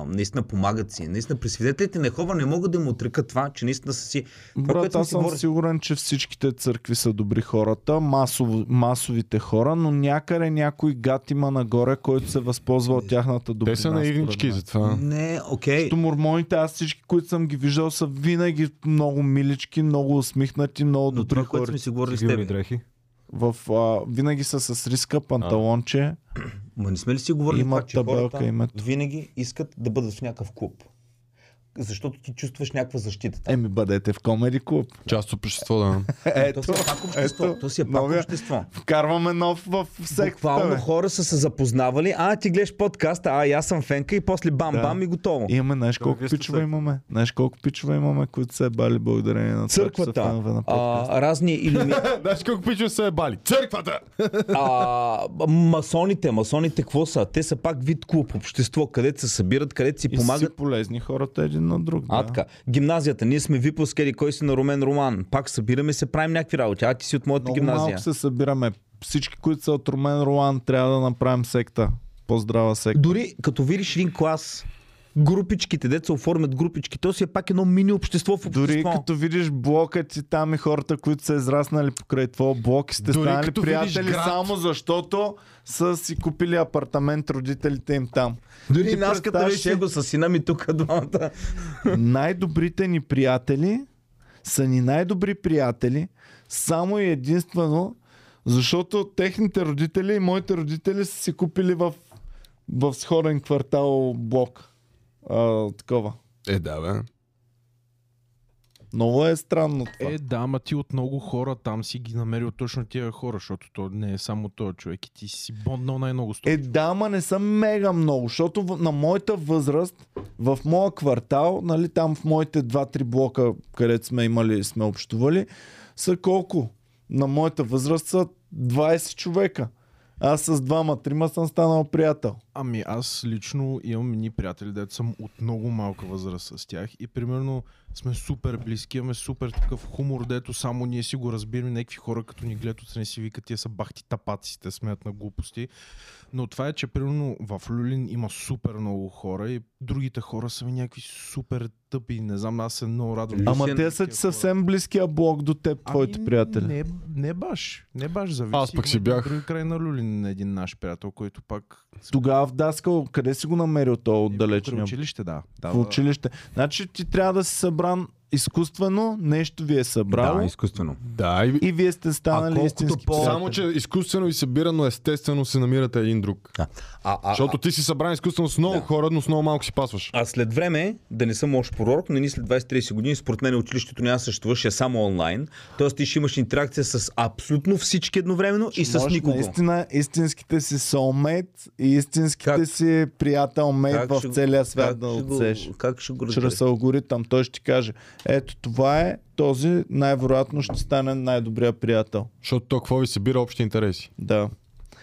Speaker 7: наистина помагат си. Наистина при свидетелите на Хова не могат да им отрека това, че наистина са си... Това,
Speaker 1: Брат,
Speaker 7: което ми
Speaker 1: аз
Speaker 7: си
Speaker 1: съм
Speaker 7: говори-
Speaker 1: сигурен, че всичките църкви са добри хората, масово, масовите хора, но някъде някой гад има нагоре, който се възползва от тяхната добрина.
Speaker 8: Те са
Speaker 1: е според
Speaker 8: наивнички
Speaker 1: мен.
Speaker 8: за това.
Speaker 7: Не, окей.
Speaker 1: Като мормоните, аз всички, които съм ги виждал, са винаги много милички, много усмихнати, много
Speaker 7: Но
Speaker 1: добри
Speaker 7: това, което
Speaker 1: хора.
Speaker 7: сме си говорили с
Speaker 3: Гилни
Speaker 7: теб.
Speaker 3: дрехи.
Speaker 1: В, а, винаги са с риска, панталонче.
Speaker 7: Ма не сме ли си говорили
Speaker 1: Има
Speaker 7: това, че
Speaker 1: табелка,
Speaker 7: хората
Speaker 1: има-
Speaker 7: винаги искат да бъдат в някакъв клуб? Защото ти чувстваш някаква защита.
Speaker 1: Еми, бъдете в Комеди Клуб.
Speaker 8: Част от общество, да.
Speaker 1: Ето,
Speaker 7: То си е пак общество.
Speaker 1: ето,
Speaker 7: То си е пак
Speaker 1: новия-
Speaker 7: общество.
Speaker 1: Вкарваме нов в сектата.
Speaker 7: Буквално
Speaker 1: бе.
Speaker 7: хора са се запознавали. А, ти гледаш подкаста, а, и аз съм фенка и после
Speaker 1: Да.
Speaker 7: бам-бам и готово.
Speaker 1: Имаме, знаеш колко
Speaker 3: вие сте
Speaker 1: пичове
Speaker 3: се-
Speaker 1: имаме. Знаеш колко пичове имаме, които се бали благодарение на това, че са
Speaker 7: Църквата,
Speaker 1: фенове на подкаст.
Speaker 7: а, разни или
Speaker 8: [LAUGHS] Знаеш колко пичове се е бали? Църквата!
Speaker 7: а, масоните, масоните какво са? Те са пак вид клуб, общество, където се събират, където си
Speaker 1: И
Speaker 7: помагат.
Speaker 1: си полезни хората един на друг.
Speaker 7: А,
Speaker 1: Да.
Speaker 7: така. Гимназията, ние сме випуск, еди, кой си на Румен Роман. Пак събираме се, правим някакви работи. А ти си от моята
Speaker 1: Много
Speaker 7: гимназия.
Speaker 1: малко се събираме. Всички, които са от Румен Ролан, трябва да направим секта. По-здрава секта.
Speaker 7: Дори като видиш един клас, групичките, деца оформят групички, то си е пак едно мини общество в общество.
Speaker 1: Дори като видиш блока ти там и хората, които са израснали покрай твоя блок и сте
Speaker 8: Дори
Speaker 1: станали
Speaker 8: като видиш
Speaker 1: приятели
Speaker 8: град.
Speaker 1: само защото са си купили апартамент родителите им там.
Speaker 7: Дори
Speaker 1: Ти е-
Speaker 7: и нас като
Speaker 1: представяш
Speaker 7: беше
Speaker 1: ли?
Speaker 7: го с сина ми тук двамата.
Speaker 1: най-добрите ни приятели са ни най-добри приятели само и единствено, защото техните родители и моите родители са си купили в, в сходен квартал блок. А, такова.
Speaker 8: Е, да, бе.
Speaker 1: Много е странно това.
Speaker 9: Е, да, ама ти от много хора там си ги намерил точно тия хора, защото то не е само този човек и ти си бонднал най-много с този
Speaker 1: Е, да, ма не съм мега много, защото в- на моята възраст, в моя квартал, нали, там в моите 2-3 блока, където сме имали, сме общували, са колко? На моята възраст са 20 човека. Аз с двама, трима съм станал приятел.
Speaker 9: Ами аз лично имам едни приятели, дето съм от много малка възраст с тях и примерно сме супер близки, имаме супер такъв хумор, дето само ние си го разбираме, някакви хора като ни гледат отстрани си викат, тия са бахти тапаците, смеят на глупости. Но това е, че примерно в Люлин има супер много хора и другите хора са ми някакви супер тъпи, не знам, аз се много радвам.
Speaker 1: Ама те са ти
Speaker 9: хора.
Speaker 1: съвсем близкия блок до теб, твоите приятели.
Speaker 9: Ами Не, не баш. Не баш зависи.
Speaker 8: Аз пък си
Speaker 9: Има
Speaker 8: бях.
Speaker 9: Други край на Люлин на един наш приятел, който пак.
Speaker 1: Тогава в Даскал, къде си го намерил то
Speaker 9: Е,
Speaker 1: отдалечния?
Speaker 9: При училище, да. да
Speaker 1: В училище. Значи ти трябва да си събран изкуствено, нещо ви е събрало
Speaker 7: Да, изкуствено.
Speaker 8: Да, и...
Speaker 1: и вие сте станали
Speaker 7: колкото
Speaker 1: истински
Speaker 7: по-
Speaker 1: приятели.
Speaker 8: Само, че изкуствено и събирано, естествено се намирате един друг.
Speaker 7: Да. А, а,
Speaker 8: Защото ти си събран изкуствено с много хора, но с много малко си пасваш.
Speaker 7: А след време, да не съм лош пророк, но ние след 20-30 години, според мен училището няма да съществува, ще е само онлайн. Тоест ти ще имаш интеракция с абсолютно всички едновременно и с
Speaker 1: Можеш
Speaker 7: никого.
Speaker 1: Наистина, истинските си soulmate и истинските
Speaker 7: Как?
Speaker 1: си приятел-мейт
Speaker 7: Как
Speaker 1: в
Speaker 7: ще го-
Speaker 1: целия свят
Speaker 7: как
Speaker 1: да
Speaker 7: ще го-
Speaker 1: отсеш.
Speaker 7: Как ще го разбереш?
Speaker 1: Чрез алгоритъм. Той ще ти каже, ето това е, този най-вероятно ще стане най-добрия приятел.
Speaker 8: Защото то какво ви събира общи интереси.
Speaker 1: Да.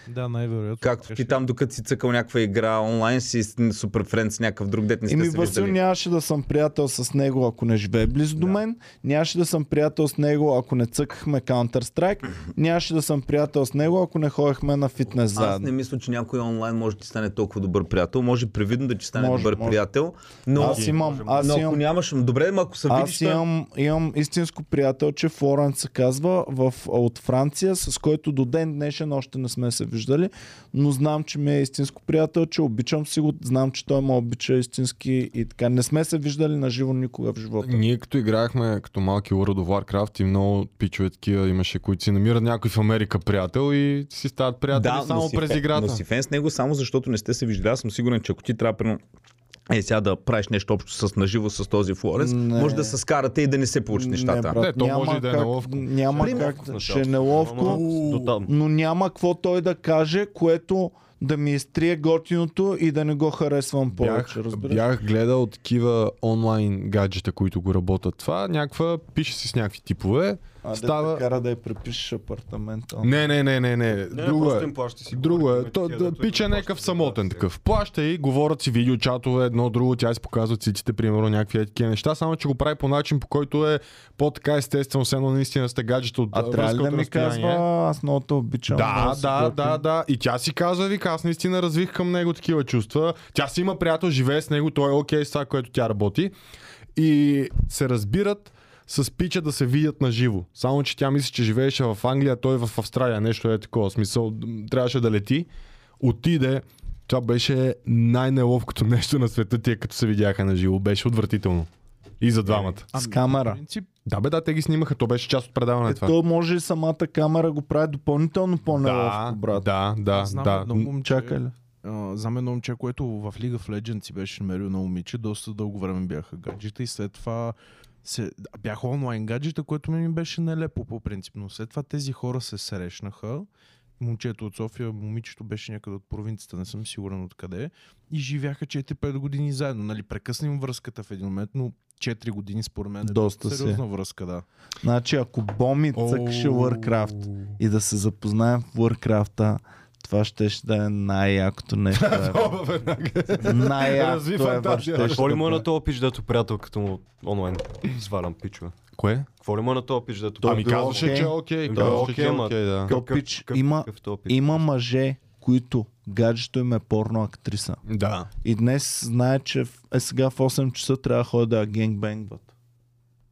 Speaker 9: Да, най-вероятно.
Speaker 7: Както ти там, докато си цъкал някаква игра онлайн, си с- супер френд с някакъв друг дет, не сте
Speaker 1: Еми,
Speaker 7: се
Speaker 1: Васил
Speaker 7: виждали.
Speaker 1: нямаше да съм приятел с него, ако не живее близо до мен. Нямаше да съм приятел с него, ако не цъкахме Counter-Strike. Нямаше да съм приятел с него, ако не ходехме на фитнес
Speaker 7: Аз не
Speaker 1: заедно.
Speaker 7: мисля, че някой онлайн може да ти стане толкова добър приятел. Може привидно да ти стане
Speaker 1: Може,
Speaker 7: добър
Speaker 1: може.
Speaker 7: приятел, но,
Speaker 1: Аз имам, аз
Speaker 7: но ако
Speaker 1: имам
Speaker 7: нямаш... Добре, ма ако се видиш...
Speaker 1: Аз имам, имам истинско приятелче, Флоренц се казва, в, от Франция, с който до ден днешен още не сме се виждали, но знам, че ми е истинско приятелче, обичам си го, знам, че той ме обича истински и така. Не сме се виждали на живо никога в живота.
Speaker 8: Ние като играехме като малки World of Warcraft и много пичове такива имаше, които си намират някой в Америка приятел и си стават приятели
Speaker 1: Нали
Speaker 7: Да,
Speaker 8: само
Speaker 7: но си
Speaker 8: през
Speaker 7: фен-
Speaker 8: играта.
Speaker 7: Но си фен с него само защото не сте се виждали. Аз съм сигурен, че ако ти трябва примерно, е, сега да правиш нещо общо с наживо с този Флоренс,
Speaker 1: Не.
Speaker 7: може да се скарате и да не се получат нещата.
Speaker 1: брат,
Speaker 8: Не, то
Speaker 1: няма
Speaker 8: може и да е
Speaker 1: как-
Speaker 8: неловко.
Speaker 1: Няма
Speaker 3: Ще е
Speaker 1: как,
Speaker 3: неловко в
Speaker 1: ще е
Speaker 3: началото.
Speaker 1: неловко,
Speaker 3: Ама до там.
Speaker 1: но няма какво той да каже, което да ми изтрие готиното и да не го харесвам
Speaker 8: Бях,
Speaker 1: повече, разбираш?
Speaker 8: бях гледал такива онлайн гаджета, които го работят това. Някаква пише си с някакви типове.
Speaker 1: А, Става...
Speaker 8: става...
Speaker 1: да те кара да я препишеш апартамента.
Speaker 8: Не, не, не, не, не.
Speaker 3: Не,
Speaker 8: Друго
Speaker 3: просто
Speaker 8: е.
Speaker 3: им плаща си.
Speaker 8: Друго
Speaker 3: говорите,
Speaker 8: е.
Speaker 3: ме
Speaker 8: То,
Speaker 3: тия,
Speaker 8: да,
Speaker 3: дето
Speaker 8: пича
Speaker 3: им
Speaker 8: някакъв
Speaker 3: плащат,
Speaker 8: самотен
Speaker 3: да,
Speaker 8: такъв. Плаща и говорят си видеочатове, едно друго, тя си показва циците, примерно някакви е такива неща, само че го прави по начин, по който е по-така естествено, все едно наистина сте гаджета от
Speaker 1: А
Speaker 8: а,
Speaker 1: трябва ли да
Speaker 8: връзка е от
Speaker 1: ми
Speaker 8: разстояние.
Speaker 1: казва, аз много те обичам.
Speaker 8: Да,
Speaker 1: много си
Speaker 8: да,
Speaker 1: готин.
Speaker 8: да, да. И тя си казва, вика, аз наистина развих към него такива чувства. Тя си има приятел, живее с него, той е окей с това, което тя работи. И се разбират с пича да се видят на живо. Само, че тя мисли, че живееше в Англия, той в Австралия. Нещо е такова. В Смисъл, м, трябваше да лети. Отиде. Това беше най-неловкото нещо на света, тия като се видяха на живо. Беше отвратително. И за двамата.
Speaker 1: С камера.
Speaker 9: Принцип,
Speaker 8: Да, бе, да, те ги снимаха. То беше част от предаването. Ами, това.
Speaker 1: Е, То може и самата камера го прави допълнително
Speaker 8: Да,
Speaker 1: по-неловко, брат.
Speaker 8: да, да,
Speaker 9: знам
Speaker 8: да.
Speaker 9: едно момче,
Speaker 1: Чакай ли?
Speaker 9: а, знам едно момче, което в League of Legends си беше намерил на момиче, доста дълго време бяха гаджета и след това се, бяха онлайн гаджета, което ми беше нелепо по принцип, но след това тези хора се срещнаха, момчето от София, момичето беше някъде от провинцията, не съм сигурен откъде, и живяха 4-5 години заедно, нали, прекъсна им връзката в един момент, но 4 години според мен е
Speaker 1: Доста си е.
Speaker 9: сериозна връзка, да.
Speaker 1: Значи, ако Боми цъкаше Warcraft и да се запознаем в Warcraft, това ще ще да е най-якото
Speaker 8: [LAUGHS]
Speaker 1: нещо. ever. най-якото
Speaker 8: Разви
Speaker 1: е
Speaker 8: фантазия.
Speaker 1: ще
Speaker 3: Какво ли му е
Speaker 1: да
Speaker 3: на този пич, дето приятелката му онлайн свалям пичове?
Speaker 8: Кое?
Speaker 3: Какво ли му е на този пич, дето
Speaker 8: Ами
Speaker 1: било
Speaker 8: казваше,
Speaker 1: окей.
Speaker 8: че е окей.
Speaker 3: Било
Speaker 8: Казваше,
Speaker 3: окей,
Speaker 8: че е
Speaker 3: ма.
Speaker 8: окей, да.
Speaker 1: То пич има-
Speaker 3: то пич?
Speaker 1: Има мъже, които гаджето им е порно актриса.
Speaker 8: Да.
Speaker 1: И днес знае, че в- е сега в 8 часа трябва да ходя да я генгбенгват.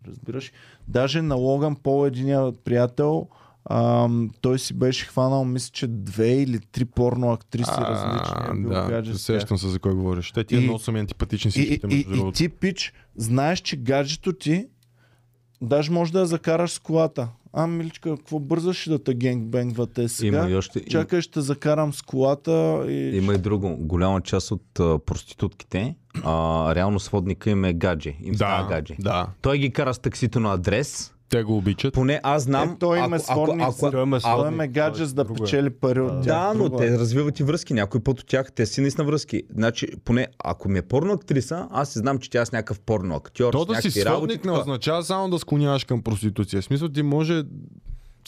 Speaker 1: Разбираш? Даже на Логан Пол единия приятел, ам, той си беше хванал, мисля, че две или три порно актриси различни. е бил
Speaker 8: да,
Speaker 1: гадже с тях.
Speaker 8: сещам се за кой говориш. Те ти
Speaker 1: И-
Speaker 8: е много са ми антипатични
Speaker 1: И,
Speaker 8: всичките,
Speaker 1: и,
Speaker 8: между
Speaker 1: и, и
Speaker 8: другото.
Speaker 1: ти, пич, знаеш, че гаджето ти даже може да я закараш с колата. А, миличка, какво бързаш да те генгбенгват е сега?
Speaker 7: Има и още...
Speaker 1: Чакай, ще те закарам с колата и...
Speaker 7: Има и друго. Голяма част от а, проститутките, а, реално сводника им е гадже. Им
Speaker 8: Да,
Speaker 7: става гадже.
Speaker 8: да.
Speaker 7: Той ги кара с таксито на адрес.
Speaker 8: Те го обичат.
Speaker 7: Поне аз знам.
Speaker 1: Е, той им е
Speaker 7: ако- ако-
Speaker 1: сворник,
Speaker 7: ако-
Speaker 1: сте
Speaker 3: Той ме
Speaker 1: Той ме гадже
Speaker 3: е
Speaker 1: за да
Speaker 8: е.
Speaker 1: печели пари от тях.
Speaker 7: Да, но
Speaker 1: Друго е.
Speaker 7: те развиват и връзки. Някой път от тях те си наистина връзки. Значи, поне ако ми е порно актриса, аз си знам, че тя е с някакъв порно актьор.
Speaker 8: То
Speaker 7: с
Speaker 8: да си
Speaker 7: някакви работи,
Speaker 8: сводник не
Speaker 7: такова.
Speaker 8: означава само да склоняваш към проституция. В смисъл ти може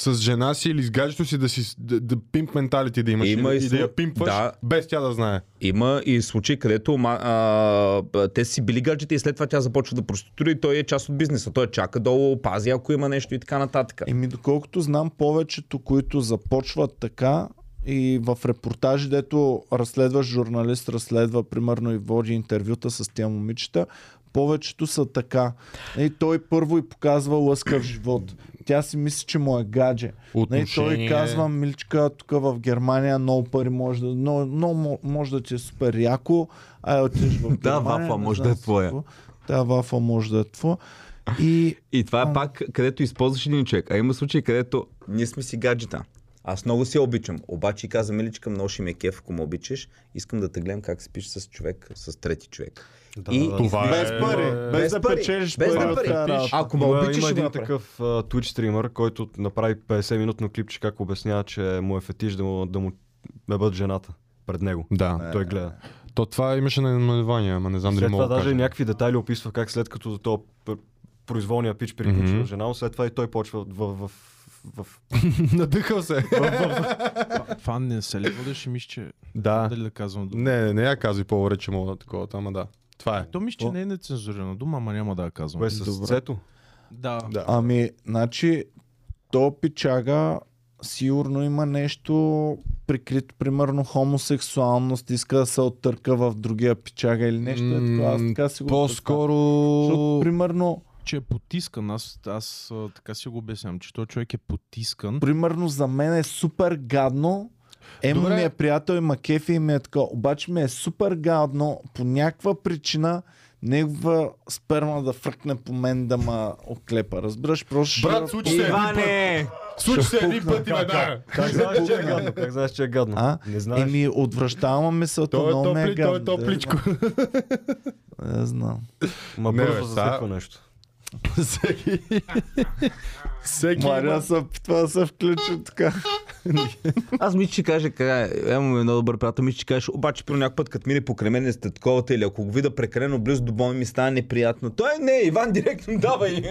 Speaker 8: с жена си или с гаджето си да си да, да пимп менталити да имаш
Speaker 7: Има
Speaker 8: и,
Speaker 7: и
Speaker 8: да, и
Speaker 7: слу-
Speaker 8: да я пимпваш
Speaker 7: Да.
Speaker 8: без тя да знае.
Speaker 7: Има и случаи, където ма, а, б- те си били гаджета и след това тя започва да проституира и той е част от бизнеса. Той чака долу, пази ако има нещо и така нататък.
Speaker 1: Еми, доколкото знам, повечето, които започват така и в репортажи, дето разследваш журналист, разследва примерно и води интервюта с тия момичета, повечето са така. И той първо и показва лъскав живот. Тя си мисли, че му е гадже. И той
Speaker 8: Отношение.
Speaker 1: казва, миличка, тук в Германия много пари може да, но, но мо- може да ти е супер яко, а отиш в Германия.
Speaker 12: вафла
Speaker 1: не
Speaker 12: може
Speaker 1: знам
Speaker 12: [LAUGHS] да е
Speaker 1: си
Speaker 12: твоя.
Speaker 1: какво. Да, вафа може да е твоя. И
Speaker 12: И това е пак, където използваш един човек. А има случаи, където ние сме си гаджета.
Speaker 7: Аз много си я обичам, обаче и каза миличка, много ще ми е кеф, ако ме обичаш. Искам да те гледам как спиш с човек, с трети човек. Да, и,
Speaker 8: Това
Speaker 1: без
Speaker 8: е...
Speaker 1: пари, без,
Speaker 7: без
Speaker 1: да
Speaker 7: пари,
Speaker 1: печелиш
Speaker 7: без
Speaker 1: пари,
Speaker 7: да
Speaker 1: от
Speaker 7: пари.
Speaker 1: тази работа.
Speaker 7: Ако ме
Speaker 3: Има,
Speaker 7: обичаш,
Speaker 3: има
Speaker 7: ще го
Speaker 3: един
Speaker 7: направя.
Speaker 3: такъв а, Twitch стример, който направи 50-минутно клипче, как обяснява, че му е фетиш да му, да му ебат жената пред него.
Speaker 8: Да.
Speaker 3: Той гледа.
Speaker 8: То това имаше на наливание, ама не знам дали
Speaker 3: След
Speaker 8: мога
Speaker 3: това
Speaker 8: да
Speaker 3: даже
Speaker 8: кажа.
Speaker 3: някакви детайли описва как след като за то произволния пич приключи
Speaker 8: Мгм.
Speaker 3: mm-hmm. жена, му, след това и той почва в, в, в, в
Speaker 8: [LAUGHS] Надъхал се.
Speaker 9: Това не се ли водеше, мисля, че...
Speaker 8: да.
Speaker 9: Дали да казвам дума?
Speaker 8: Не, не, не я казвай по-добре, че мога такова, ама да. Това е.
Speaker 9: То мисля, че не е нецензурирана дума, ама няма да я казвам.
Speaker 3: Бе, е с цето.
Speaker 9: Да.
Speaker 8: Да.
Speaker 1: Ами, значи, то пичага сигурно има нещо прикрито, примерно хомосексуалност, иска да се оттърка в другия пичага или нещо е такова. Аз така си го
Speaker 8: По-скоро...
Speaker 1: представям. Защото, примерно,
Speaker 9: Че е потискан. Аз, аз а, така си го обясням, че този човек е потискан.
Speaker 1: примерно за мен е супер гадно. Емо
Speaker 8: Добре.
Speaker 1: ми е приятел и макефи и ми е така. Обаче ми е супер гадно по някаква причина негова сперма да фръкне по мен да ма оклепа. Разбираш? Просто
Speaker 8: Брат,
Speaker 1: ще-
Speaker 8: случи се един път. Случи се един път и веднага.
Speaker 3: Как знаеш, че е гадно? Как знаеш, че е гадно?
Speaker 1: А?
Speaker 3: Не знаеш.
Speaker 1: Еми, отвръщавам мисълта,
Speaker 8: Той е
Speaker 1: но ме е
Speaker 8: топли, той е
Speaker 1: гадно.
Speaker 8: топличко.
Speaker 1: Не, не знам.
Speaker 3: Ма
Speaker 8: Не,
Speaker 3: бързо
Speaker 8: бе,
Speaker 3: засеква
Speaker 8: та-
Speaker 3: нещо.
Speaker 8: [LAUGHS] Всеки... Всеки
Speaker 1: Мария
Speaker 8: има...
Speaker 1: се опитва да се включи така.
Speaker 12: Аз мисля, че каже, края, емо ми е много добър приятел, мисля, че кажеш,
Speaker 7: Обаче, при някой път, като мине покрай мен сте таковата или ако го видя прекалено близо до боми, ми стане неприятно. Той не, Иван директно давай.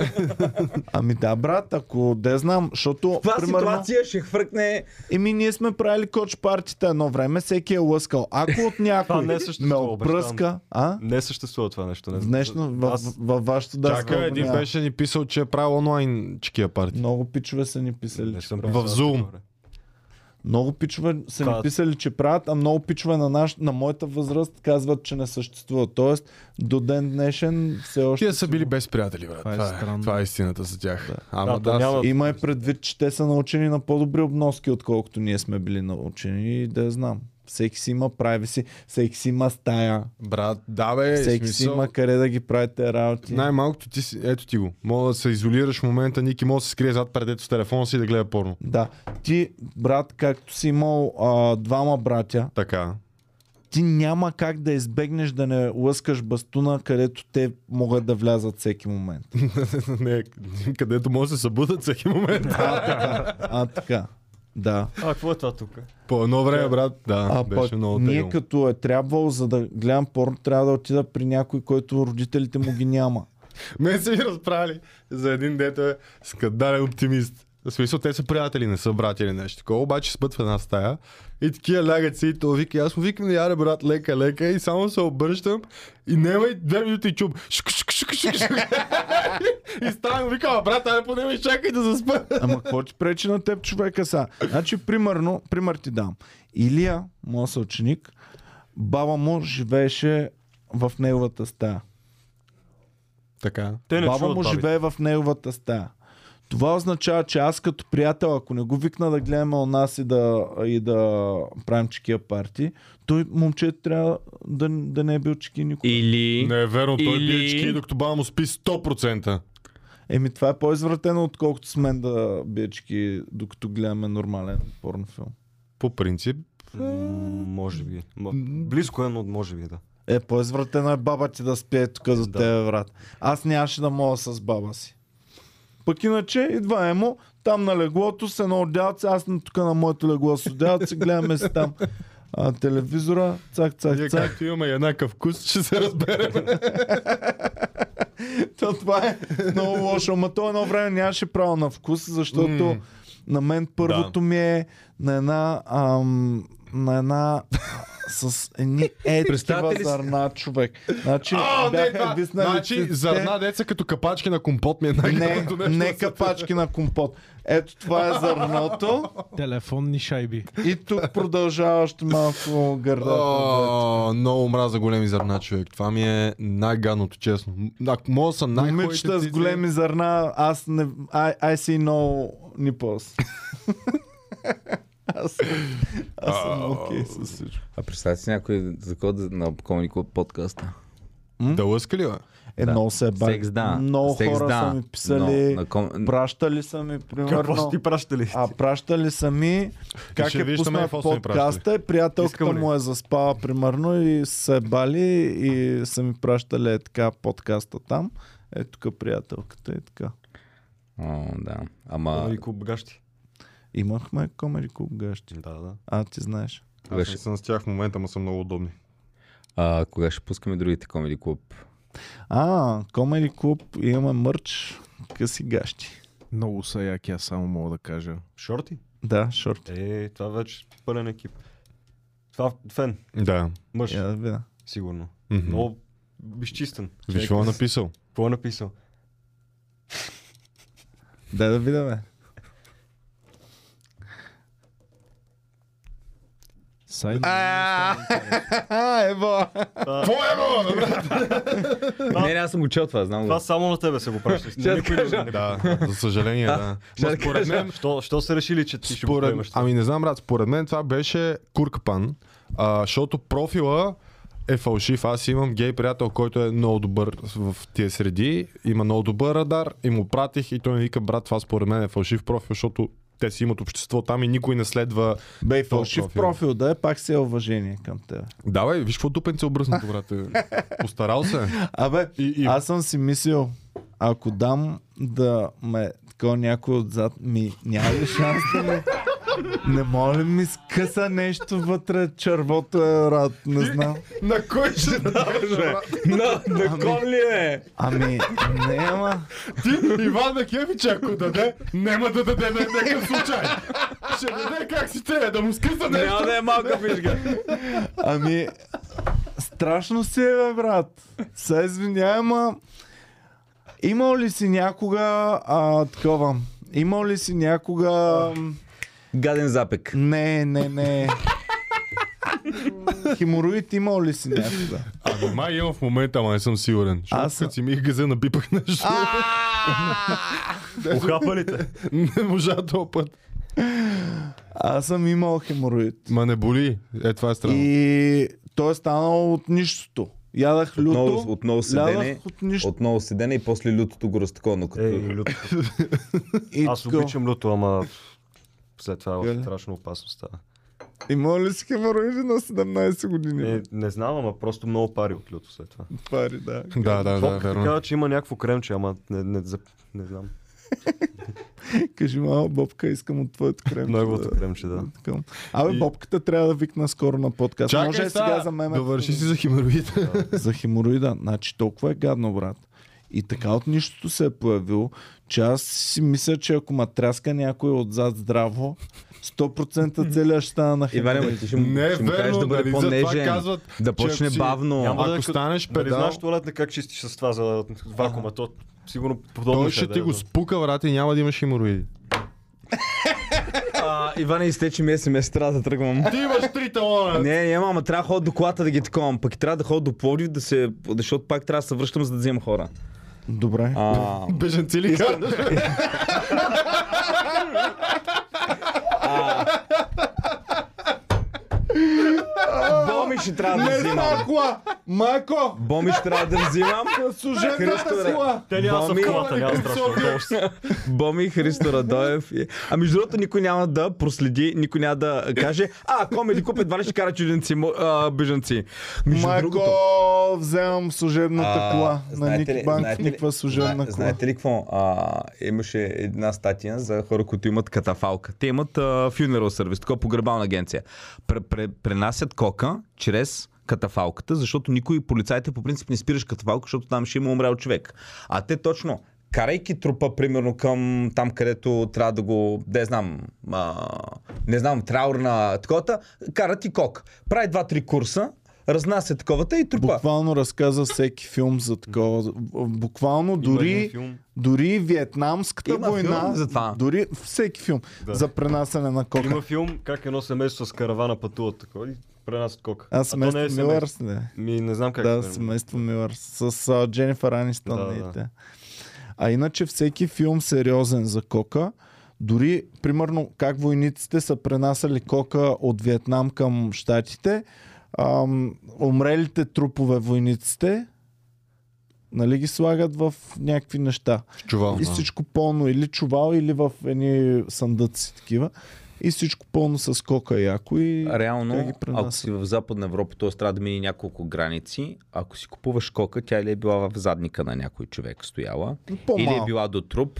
Speaker 1: [LAUGHS] Ами да, брат, ако де знам, защото,
Speaker 7: Това
Speaker 1: примерно,
Speaker 7: ситуация ще хвъркне.
Speaker 1: еми ние сме правили коч партията едно време, всеки е лъскал. Ако от някой
Speaker 3: не е
Speaker 1: ме
Speaker 3: съществува,
Speaker 1: обръска, а?
Speaker 3: Не съществува това нещо. Не.
Speaker 1: В днешно, в,
Speaker 3: Аз-
Speaker 1: във вашето да
Speaker 8: Чака, един беше ни писал, че е правил онлайн чекия парти.
Speaker 1: Много пичове са ни писали.
Speaker 3: не съм
Speaker 1: че правят.
Speaker 3: представял
Speaker 8: Zoom.
Speaker 3: такова, бе.
Speaker 1: Много пичове са ни
Speaker 3: Това-
Speaker 1: писали, че правят, а много пичове на, наш, на моята възраст казват, че не съществува. Тоест, до ден днешен все още...
Speaker 8: Тия са били без приятели, брат.
Speaker 9: Това е
Speaker 8: Това е,
Speaker 9: странно.
Speaker 8: това е истината за тях. Ама
Speaker 3: Да, то
Speaker 8: да,
Speaker 3: няма-
Speaker 8: са-
Speaker 1: Има и предвид, че те са научени на по-добри обноски, отколкото ние сме били научени. И да я знам. Всеки си има прави си, всеки си има стая,
Speaker 8: брат, да бе,
Speaker 1: всеки си
Speaker 8: Е, смисъл.
Speaker 1: има къде да ги правите работи.
Speaker 8: Най-малкото ти си, ето ти го. Мога да се изолираш в момента, Ники може да се скрие зад предето с телефона си и да гледа порно.
Speaker 1: Да. Ти, брат, както си имал а, двама братя,
Speaker 8: Така. [LAUGHS]
Speaker 1: ти няма как да избегнеш да не лъскаш бастуна, където те могат да влязат всеки момент.
Speaker 8: Не, където може да се събудат всеки момент.
Speaker 1: А така. Да.
Speaker 3: А, какво е това тук?
Speaker 8: По едно време, брат, да,
Speaker 1: А пък
Speaker 8: беше много
Speaker 1: ние
Speaker 8: тегъл.
Speaker 1: като е трябвало, за да гледам порно, трябва да отида при някой, който родителите му ги няма.
Speaker 8: Мен са ми разправили за един дето е скандален оптимист. В смисъл, те са приятели, не са брати или нещо такова, обаче спът в една стая и такива лягат си и то вика, и аз му викам, яре брат, лека, лека и само се обръщам и няма и две минути и чуб. Шук, шук, шук, шук, шук. и ставам, вика, «Ама, брат, аре поне ме чакай да заспа.
Speaker 1: Ама какво ти пречи на теб човека са? Значи, примерно, пример ти дам. Илия, моят съученик, баба му живееше в неговата стая.
Speaker 8: Така.
Speaker 3: Те не
Speaker 1: баба
Speaker 3: чуват
Speaker 1: му
Speaker 3: бабите.
Speaker 1: живее в неговата стая. Това означава, че аз като приятел, ако не го викна да гледаме у нас и да, и да правим чекия парти, той момчето трябва да, да не е бил чеки никога.
Speaker 12: Или...
Speaker 8: Не е верно, той
Speaker 12: Или-
Speaker 8: Или... бички, докато баба му спи 100%.
Speaker 1: Еми това е по-извратено, отколкото с мен да бия чеки, докато гледаме нормален порнофилм.
Speaker 8: По принцип,
Speaker 3: М, Може би. М, Близко е, но може би да.
Speaker 1: Е, по-извратено е баба ти да спее тук за да. тебе, брат. Аз нямаше да мога с баба си. Пък иначе, идва Емо, там на леглото се на отделце, аз на тук на моето легло с отделце, гледаме си там а, телевизора, цак,
Speaker 8: ние
Speaker 1: цак, цак.
Speaker 8: както имаме еднакъв вкус, ще се разберем.
Speaker 1: То, това е много лошо, ама то едно време нямаше право на вкус, защото На мен първото ми е на една... Ам, на една с едни е
Speaker 7: Представяте
Speaker 1: такива
Speaker 7: ли си?
Speaker 1: зърна, човек. Значи,
Speaker 8: А, не,
Speaker 1: бяха
Speaker 8: това.
Speaker 1: виснали
Speaker 8: Значи,
Speaker 1: циците.
Speaker 8: зърна деца като капачки на компот ми е
Speaker 1: не,
Speaker 8: най-гадното нещо.
Speaker 1: не капачки на компот. Ето това е зърното
Speaker 9: Телефонни шайби.
Speaker 1: и тук продължаващо малко гърдата.
Speaker 8: О, много мраза големи зърна, човек. Това ми е най-гадното, честно. Ако мога да съм най
Speaker 1: Момичета с големи зърна, аз не... I, I see no nipples. аз, аз съм окей okay с всичко.
Speaker 7: А представете си някой такова да- на Комеди Клуб подкаста.
Speaker 8: Да лъска ли, бе?
Speaker 1: Е, да. много се е бак.
Speaker 7: Секс да.
Speaker 1: Много
Speaker 7: Секс
Speaker 1: хора
Speaker 7: да.
Speaker 1: са ми
Speaker 7: Но,
Speaker 1: писали,
Speaker 7: на
Speaker 1: но,
Speaker 7: ком...
Speaker 1: пращали са ми, примерно.
Speaker 3: Какво ще ти пращали?
Speaker 1: А пращали са ми как
Speaker 8: ще
Speaker 1: е
Speaker 8: виждаме
Speaker 1: пуснал
Speaker 8: какво са ми
Speaker 1: подкаста и приятелката
Speaker 3: Искал ли?
Speaker 1: му е заспала примерно и се е бали и са ми пращали е така подкаста там. Е тук приятелката и така.
Speaker 7: О, да. Ама
Speaker 3: И клуб гащи.
Speaker 1: Имахме комери клуб гащи.
Speaker 3: Да, да.
Speaker 1: А, ти знаеш.
Speaker 7: кога
Speaker 8: Аз не
Speaker 7: ще,
Speaker 8: съм с тях в момента, му са много удобни.
Speaker 7: а, кога ще пускаме другите Комеди Клуб?
Speaker 1: А, комери клуб имаме мърч. Къси гащи.
Speaker 9: Много са яки, аз само мога да кажа.
Speaker 3: Шорти?
Speaker 1: Да, шорт.
Speaker 3: Е, това вече пълен екип. Това фен,
Speaker 8: Да.
Speaker 3: мъж,
Speaker 1: Я да видя.
Speaker 3: сигурно.
Speaker 8: Мгм.
Speaker 3: Много безчистен.
Speaker 8: Виж какво е написал.
Speaker 3: Какво е написал?
Speaker 1: Дай да видя, бе.
Speaker 9: Сай...
Speaker 1: Ево!
Speaker 7: Не, не, аз съм го чел това, знам
Speaker 3: Това
Speaker 7: го.
Speaker 3: само на тебе се го пращаш.
Speaker 7: да
Speaker 3: На никой друг не го
Speaker 8: Да, за
Speaker 3: [LAUGHS]
Speaker 8: съжаление, да.
Speaker 7: Ще да
Speaker 3: Според
Speaker 7: кажа.
Speaker 3: мен, що, що са решили, че ти ще го
Speaker 8: Според,
Speaker 3: приемаш?
Speaker 8: ами не знам, брат, според мен това беше куркапан, а, защото профила е фалшив. Аз имам гей приятел, който е много добър в тия среди, има много добър радар и му пратих и той ми вика, брат, това според мен е фалшив профил, защото те си имат общество там и никой не следва.
Speaker 1: Бе, и
Speaker 8: Това
Speaker 1: фалшив
Speaker 8: профил.
Speaker 1: профил, да е, пак си е уважение към теб.
Speaker 8: Давай, виж какво дупенце обръснато, брат. е. Постарал се.
Speaker 1: Абе,
Speaker 8: И, и...
Speaker 1: Аз съм си мислил, ако дам да ме такова някой отзад, ми няма ли шанс да ми... Не моля ли ми скъса нещо вътре, червото е рад, не знам.
Speaker 8: На кой ще даваш, брат?
Speaker 7: На, на ком ли е?
Speaker 1: Ами, не, ама...
Speaker 8: Ти, Иван Акевич, ако даде, няма да даде на някакъв случай. Ще даде как си те, да му скъса нещо.
Speaker 7: Няма да е малка пижга.
Speaker 1: Ами, страшно си е, бе, брат. Се извинявай, ама... Имал ли си някога а, такова? Имал ли си някога... м,
Speaker 7: Гаден запек.
Speaker 1: Не, не, не. Хемороид имал ли си някога?
Speaker 8: Ами май имам в момента, ама не съм сигурен. Защото
Speaker 1: Аз съм-
Speaker 8: като си мих газа напипах нещо.
Speaker 3: Ухапалите.
Speaker 8: [LAUGHS] не можа този път.
Speaker 1: Аз съм имал хемороид.
Speaker 8: Ма не боли. Е, това е странно.
Speaker 1: И то е станало от нищото. Ядах люто,
Speaker 7: Отново, отново седене.
Speaker 1: лядах от нищото.
Speaker 7: Отново седене и после лютото го разтакова, но
Speaker 3: Е,
Speaker 7: като...
Speaker 3: и люто.
Speaker 1: И
Speaker 3: Аз
Speaker 1: така.
Speaker 3: обичам люто, ама след това
Speaker 1: Гледай.
Speaker 3: е страшно опасно става.
Speaker 1: Има ли си хемороиди на 17 години?
Speaker 3: Е, не знам, ама просто много пари от люто след това.
Speaker 1: Пари, да.
Speaker 8: Да, да, да,
Speaker 3: Бог ти
Speaker 8: верно.
Speaker 3: казва, че има някакво кремче, ама не, не, за- не знам.
Speaker 1: Кажи, мама, бобка, искам от твоето кремче.
Speaker 3: Неговото
Speaker 1: да-
Speaker 3: кремче, да.
Speaker 1: [LAUGHS] Към. Абе, бобката трябва да викна скоро на подкаст. Може
Speaker 8: Чакай
Speaker 1: е сега за
Speaker 8: сега,
Speaker 1: мен.
Speaker 8: довърши си за хемороида.
Speaker 1: за хемороида. Значи толкова е гадно, брат. И така от нищото се е появил, че аз си мисля, че ако ма тряска някой отзад здраво, 100% целият ще стана на
Speaker 7: Иване,
Speaker 1: хемороид.
Speaker 7: ма ти ще му,
Speaker 8: Не е
Speaker 7: ще му кажеш
Speaker 8: верно,
Speaker 7: да бъде
Speaker 8: нали, затова
Speaker 7: по-нежен,
Speaker 8: казват,
Speaker 7: да
Speaker 8: че
Speaker 7: почне
Speaker 8: ако си-
Speaker 7: бавно.
Speaker 3: Няма да е
Speaker 8: Ако
Speaker 3: като-
Speaker 8: станеш
Speaker 3: Нали
Speaker 8: педал,
Speaker 3: знаеш туалетна как чистиш с това за вакуума? То сигурно подобно
Speaker 8: той ще
Speaker 3: е,
Speaker 8: ти
Speaker 3: да,
Speaker 8: го
Speaker 3: да.
Speaker 8: спука, брат, и няма да имаш хемороиди.
Speaker 7: А, Иване, изтече ми смс, трябва да тръгвам.
Speaker 8: Ти имаш три талона.
Speaker 7: Не, няма, ама трябва да ходя до колата да ги таковам. Пък и трябва да ходя до Пловдив, да се, защото пак трябва да се връщам, за да взимам хора.
Speaker 1: Добре.
Speaker 7: А,
Speaker 8: Беженци ли караш?
Speaker 7: Боми ще трябва да взимам.
Speaker 1: кола! Майко!
Speaker 7: Боми ще трябва да взимам. Христо, Ра-
Speaker 3: Те няма са в
Speaker 7: Боми-
Speaker 3: колата, няма страшно. Долу ще са.
Speaker 7: Боми, Христо Радоев. и- А между другото, никой няма да проследи, никой няма да каже, а, Комеди Куп едва ли ще кара чужденци, мо- а, бежанци. Между
Speaker 1: Майко,
Speaker 7: другото,
Speaker 1: вземам служебната
Speaker 7: А,
Speaker 1: кола. На
Speaker 7: знаете ли-
Speaker 1: Ники Банк
Speaker 7: знаете ли-
Speaker 1: никва служебна
Speaker 7: зна-
Speaker 1: кола.
Speaker 7: Знаете ли какво? А, имаше една статия за хора, които имат катафалка. Те имат а, funeral сервис, такова погребална агенция. Пре- пре- Пренасят кока чрез катафалката, защото никой полицайите по принцип не спираш катафалка, защото там ще има умрял човек. А те точно карайки трупа, примерно, към там, където трябва да го, да я знам, а, не знам, траурна, такова, кара ти кок. Прави два-три курса, разнася таковата и трупа.
Speaker 1: Буквално разказа всеки филм за такова. Буквално дори,
Speaker 3: Филм.
Speaker 1: дори Виетнамската
Speaker 7: Има
Speaker 1: война.
Speaker 7: филм за това.
Speaker 1: Дори всеки филм
Speaker 3: Да.
Speaker 1: за пренасене на кока.
Speaker 3: Има филм как едно семейство с каравана пътуват такова и пренасят кока.
Speaker 1: Аз
Speaker 3: а то
Speaker 1: семейство
Speaker 3: не е
Speaker 1: Милърс, не.
Speaker 3: Ми не знам как
Speaker 1: Да,
Speaker 3: се нарича.
Speaker 1: семейство Милърс. С а, Дженнифър Анистън
Speaker 3: Да,
Speaker 1: и
Speaker 3: да.
Speaker 1: те. А иначе всеки филм сериозен за кока, дори, примерно, как войниците са пренасяли кока от Виетнам към Штатите, ам, умрелите трупове войниците, нали ги слагат в някакви неща.
Speaker 6: В чувал.
Speaker 1: И всичко пълно или чувал, или в едни съндъци такива. И всичко пълно с кока яко и те ги
Speaker 7: Реално, ако
Speaker 1: пренасят.
Speaker 7: си в Западна Европа, т.е. трябва да мини няколко граници. Ако си купуваш кока, тя или е била в задника на някой човек стояла,
Speaker 1: По-малко.
Speaker 7: или е била до труп,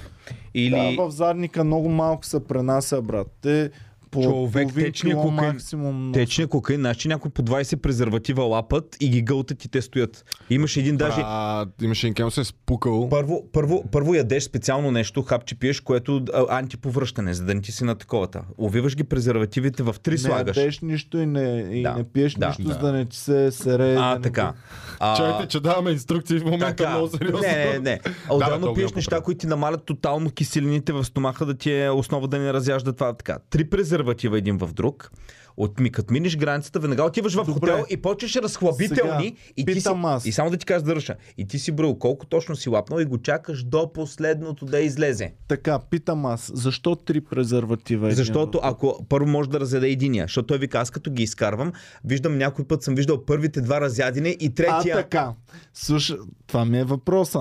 Speaker 7: или...
Speaker 1: Да, в задника много малко се пренася, брат. Те по
Speaker 7: Човек,
Speaker 1: половин
Speaker 7: течния
Speaker 1: кило
Speaker 7: кокаин.
Speaker 1: максимум.
Speaker 7: Течния кокаин, значи някой по 20 презерватива лапат и ги гълтат и те стоят. Имаш един даже...
Speaker 6: А, имаше един кем се е спукал.
Speaker 7: Първо, първо, първо ядеш специално нещо, хапче пиеш, което а, антиповръщане, за да не ти си на таковата. Увиваш ги презервативите в три
Speaker 1: не
Speaker 7: слагаш.
Speaker 1: ядеш нищо и не, и
Speaker 7: Да,
Speaker 1: не пиеш
Speaker 7: да,
Speaker 1: нищо,
Speaker 7: да.
Speaker 1: за да не ти се сере. да
Speaker 7: А,
Speaker 1: не
Speaker 7: така.
Speaker 1: го-
Speaker 7: А,
Speaker 6: Чакайте, че даваме инструкции в момента
Speaker 7: Така.
Speaker 6: много сериозно.
Speaker 7: Не, не, не. А
Speaker 6: Да, бе, то
Speaker 7: Отделно да,
Speaker 6: го
Speaker 7: пиеш
Speaker 6: няма
Speaker 7: неща,
Speaker 6: потреба.
Speaker 7: които ти намалят тотално киселините в стомаха, да ти е основа да не разяжда това. Така. Три презерватива един в друг. От ми, като миниш границата, веднага отиваш в хотел и почваш разхлабителни.
Speaker 1: Сега,
Speaker 7: и, ти си,
Speaker 1: питам аз.
Speaker 7: и само да ти кажа да ръша. И ти си брал колко точно си лапнал и го чакаш до последното да излезе.
Speaker 1: Така, питам аз, защо три презерватива? един
Speaker 7: Защото
Speaker 1: друг?
Speaker 7: ако първо може да разяде единия, защото той вика, аз като ги изкарвам, виждам някой път съм виждал първите два разядене и
Speaker 1: А,
Speaker 7: третия.
Speaker 1: така. Слушай, това ми е въпроса.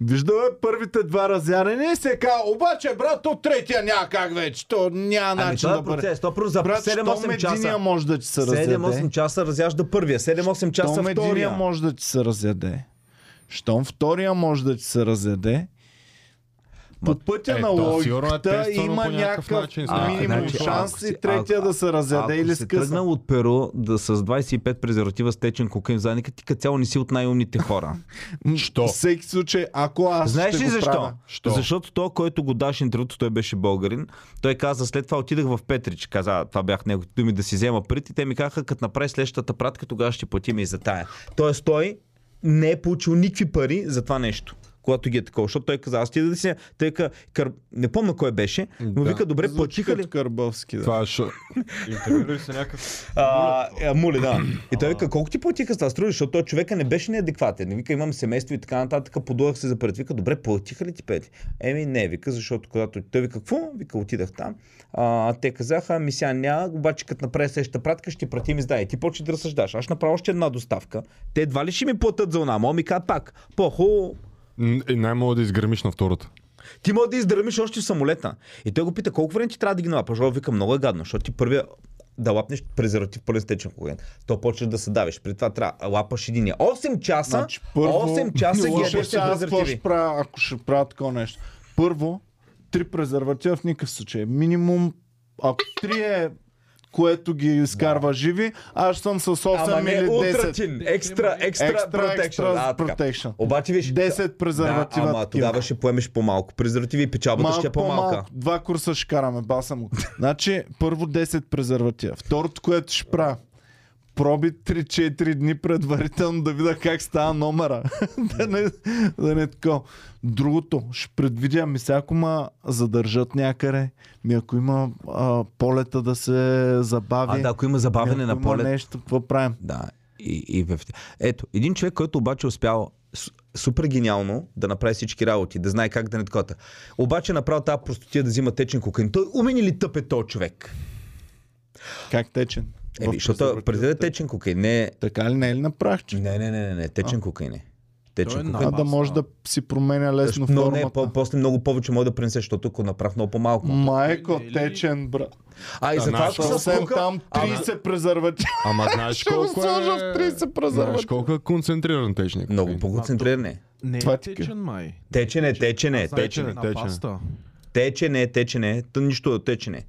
Speaker 1: Виждал е първите два разярени и се казва, обаче, брат, то третия няма как вече. То няма
Speaker 7: Ами
Speaker 1: начин
Speaker 7: това
Speaker 1: да
Speaker 7: е
Speaker 1: бъде.
Speaker 7: процес, то първо за
Speaker 1: Брат, щом
Speaker 7: 7-8 часа.
Speaker 1: единия може да ти се разяде.
Speaker 7: 7-8 часа разяжда първия, 7-8 часа
Speaker 1: Щом единия
Speaker 7: втория.
Speaker 1: може да ти се разяде. Щом втория може да ти се разяде. По пътя
Speaker 6: е,
Speaker 1: на
Speaker 6: то сигурно е
Speaker 1: логиката
Speaker 6: тествано
Speaker 1: има
Speaker 6: по някакъв
Speaker 1: някакъв
Speaker 6: начин,
Speaker 12: знаеш.
Speaker 1: минимум
Speaker 12: Значи,
Speaker 1: шанс
Speaker 12: ако
Speaker 1: и
Speaker 12: си-
Speaker 1: третия
Speaker 12: ако-
Speaker 1: да се разяде
Speaker 12: Ако
Speaker 1: или
Speaker 12: си
Speaker 1: скъса.
Speaker 12: тръгнал от Перу да с 25 презерватива с течен кокаин в задника, ти като цяло не си от най-умните хора.
Speaker 6: Що?
Speaker 1: Всеки случай, ако аз
Speaker 12: Знаеш
Speaker 1: ще
Speaker 12: ли
Speaker 1: го
Speaker 12: защо?
Speaker 1: правя,
Speaker 6: Що?
Speaker 12: Защото то, който го даш интервюто, той беше българин. Той каза, след това отидах в Петрич, каза, а, това бях неговите думи, да си взема парите. Те ми казаха, като направи следващата пратка, тогава ще платим и за тая.
Speaker 7: Тоест той не е получил никакви пари за това нещо когато ги е такова, защото той каза, аз ти да си, той ка, кър... не помня кой беше, но
Speaker 6: Да.
Speaker 7: вика, добре,
Speaker 1: звучи
Speaker 7: платиха ли?
Speaker 1: като Карбовски. Да.
Speaker 6: Това е шо...
Speaker 3: Интервю ли се някакъв?
Speaker 7: А,
Speaker 8: е-
Speaker 7: а, муле, да. И той вика, колко ти платиха за това струва, защото той човека не беше неадекватен. Вика, имам семейство и така нататък, подувах се за пред. Вика, добре, платиха ли ти пети? Еми, не, вика, защото когато той вика, какво? Вика, отидах там. А, те казаха, ами сега няма, обаче като направя следващата пратка, ще ти пратим изда. И ти почи да разсъждаш. Аз ще направя още една доставка. Те едва ли ще ми платят за една? Мо ми каза пак, по-хубаво,
Speaker 6: М,
Speaker 8: е,
Speaker 6: И най-мога да изгърмиш на втората.
Speaker 7: ти може да издърмиш още в самолета. И той го пита колко време ти трябва да ги налапаш. Той вика много е гадно, защото ти първия да лапнеш презерватив пълен с течен коген. То почваш да се давиш. При това трябва да лапаш единия. 8 часа,
Speaker 1: Значи, първо,
Speaker 7: 8 часа ги
Speaker 1: лошо
Speaker 7: ядеш
Speaker 1: сега, аз какво ще
Speaker 7: презервативи.
Speaker 1: правя, ако ще правя такова нещо? Първо, три презерватива в никакъв случай. Минимум, ако три е което ги изкарва живи, аз ще съм с 8
Speaker 7: Ама не
Speaker 1: или 10.
Speaker 7: ултратин, екстра, екстра,
Speaker 1: Екстра,
Speaker 7: protection.
Speaker 1: екстра
Speaker 7: А, така.
Speaker 1: protection.
Speaker 7: Обаче виж,
Speaker 1: 10 презерватива.
Speaker 7: Да, ама
Speaker 1: такива.
Speaker 7: тогава ще поемеш по-малко. Презервативи и печалбата ще е по-малка.
Speaker 1: по-малко. Два курса ще караме, баса му. Значи, първо 10 презерватива. Второто, което ще правя, проби 3-4 дни предварително да видя как става номера. [LAUGHS] да не, да не е такова. Другото, ще предвидя, ми сега ако ма задържат някъде, ми ако има а, полета да се забави,
Speaker 12: А, да, ако има
Speaker 1: ми
Speaker 12: забавяне
Speaker 1: ако
Speaker 12: на
Speaker 1: има
Speaker 12: полет.
Speaker 1: нещо, какво правим?
Speaker 12: Да. И, и в... Ето, един човек, който обаче е успял с-
Speaker 7: супер гениално да направи всички работи, да знае как да не такота. Обаче направи тази простотия да взима течен кокаин. Той умен или тъп е този човек?
Speaker 1: Как течен?
Speaker 7: Еми,
Speaker 1: В
Speaker 7: защото
Speaker 1: презерватива.
Speaker 7: преди да е течен кокаин, не,
Speaker 1: Така ли не е ли [LAUGHS] направих, че?
Speaker 7: не, не, не, не, не течен кокаин е.
Speaker 9: Той е
Speaker 7: Течен кокаин.
Speaker 1: А да може да си променя лесно
Speaker 7: Но
Speaker 1: формата.
Speaker 7: не, е по- после много повече може да принесе, защото ако направ много по-малко.
Speaker 1: Майко,
Speaker 9: Или-
Speaker 1: течен, брат.
Speaker 7: А и за това, ако съм
Speaker 1: Съвсем
Speaker 7: скука,
Speaker 1: там 30 презерватива.
Speaker 6: Ама знаеш
Speaker 1: [LAUGHS] Ще го
Speaker 6: колко
Speaker 1: сложа в
Speaker 6: е...
Speaker 1: 30
Speaker 6: Знаеш
Speaker 1: презерватива.
Speaker 6: колко е концентриран течник.
Speaker 7: много по-концентриран е.
Speaker 9: Не
Speaker 1: Това
Speaker 9: е
Speaker 1: ти
Speaker 9: течен май.
Speaker 7: Течен е, течен е,
Speaker 9: Знаете,
Speaker 6: течен е,
Speaker 9: на
Speaker 6: течен е.
Speaker 9: паста.
Speaker 7: течен е, течен е, то нищо е, течен е.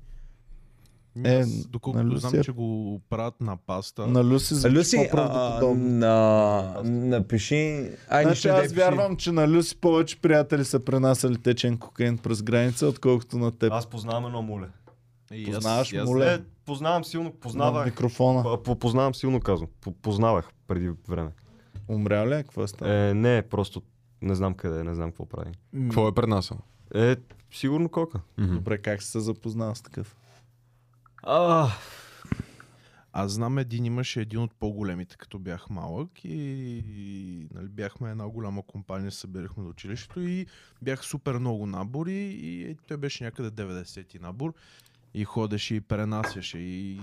Speaker 9: Ми
Speaker 1: Е,
Speaker 9: аз, доколкото
Speaker 1: нали
Speaker 9: знам,
Speaker 1: си е-
Speaker 9: че го правят на паста.
Speaker 1: На Люси звучи
Speaker 14: Е, Люси, а,
Speaker 1: по-правдоподобно.
Speaker 14: на, напиши... Ай,
Speaker 1: Значи
Speaker 14: нищо не
Speaker 1: аз
Speaker 14: пиши.
Speaker 1: вярвам, че на Люси повече приятели са пренасяли течен кокаин през граница, отколкото на теб.
Speaker 3: Аз познавам едно моле.
Speaker 9: И аз-
Speaker 1: Познаваш
Speaker 9: и аз-
Speaker 1: моле
Speaker 3: Е, познавам силно,
Speaker 1: на
Speaker 3: познавах.
Speaker 1: микрофона.
Speaker 3: П- по- Познавам силно, казвам. По- Познавах преди време.
Speaker 1: Умря ли? е? Какво е станало?
Speaker 3: Е, не, просто не знам къде, е, не знам какво прави.
Speaker 8: Какво е пренасял?
Speaker 3: Е, сигурно кока.
Speaker 1: Добре, как си се запознал с такъв?
Speaker 3: А,
Speaker 9: Аз знам един, имаше един от по-големите, като бях малък и, и нали, бяхме една голяма компания, се събирахме до училището и бях супер много набори и е, той беше някъде 90-ти набор и ходеше и пренасяше и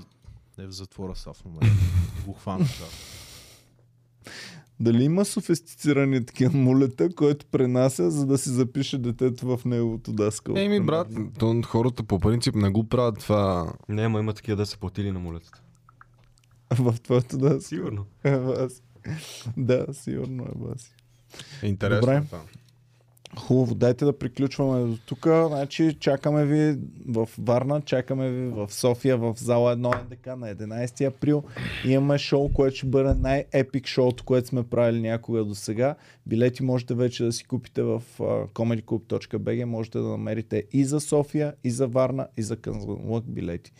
Speaker 9: е в затвора са в момента. Го хвана, да.
Speaker 1: Дали има софистицирани такива молета, който пренася, за да си запише детето в неговото даскало?
Speaker 8: Еми, Е, брат, то, хората по принцип не го правят това.
Speaker 3: не, ма има такива да са платили на молетата.
Speaker 1: [LAUGHS] В твоето даскало.
Speaker 3: Сигурно.
Speaker 1: Баси. [LAUGHS] Да, сигурно е баси.
Speaker 8: Интересно.
Speaker 1: Добре.
Speaker 8: е това.
Speaker 1: Хубаво, дайте да приключваме до тук. Значи, чакаме ви в Варна, чакаме ви в София, в зала 1 НДК на 11 април. Имаме шоу, което ще бъде най-епик шоуто, което сме правили някога до сега. Билети можете вече да си купите в а, comedyclub.bg. Можете да намерите и за София, и за Варна, и за Кънлък билети.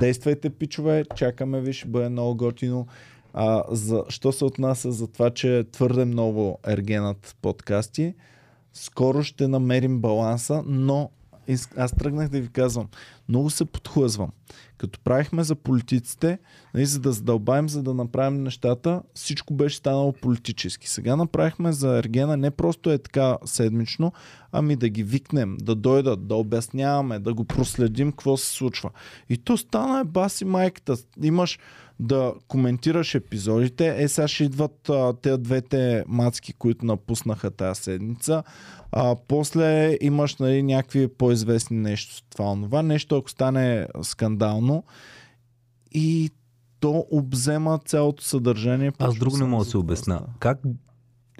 Speaker 1: Действайте, пичове, чакаме ви, ще бъде много готино. А, за, що се отнася за това, че е твърде много ергенат подкасти, скоро ще намерим баланса, но иск- аз тръгнах да ви казвам, много се подхлъзвам. Като правихме за политиците, нали, за да задълбаем, за да направим нещата, всичко беше станало политически. Сега направихме за Ергена не просто е така седмично, ами да ги викнем, да дойдат, да обясняваме, да го проследим какво се случва. И то стана е баси майката. Имаш да коментираш епизодите. Е, сега ще идват а, те двете мацки, които напуснаха тази седмица. А, после имаш нали, някакви по-известни нещо с това онова. Нещо, ако стане скандално. И то обзема цялото съдържание.
Speaker 7: Аз
Speaker 1: почва
Speaker 7: друго не
Speaker 1: само за
Speaker 7: мога да се
Speaker 1: това
Speaker 7: обясна.
Speaker 1: става.
Speaker 7: Как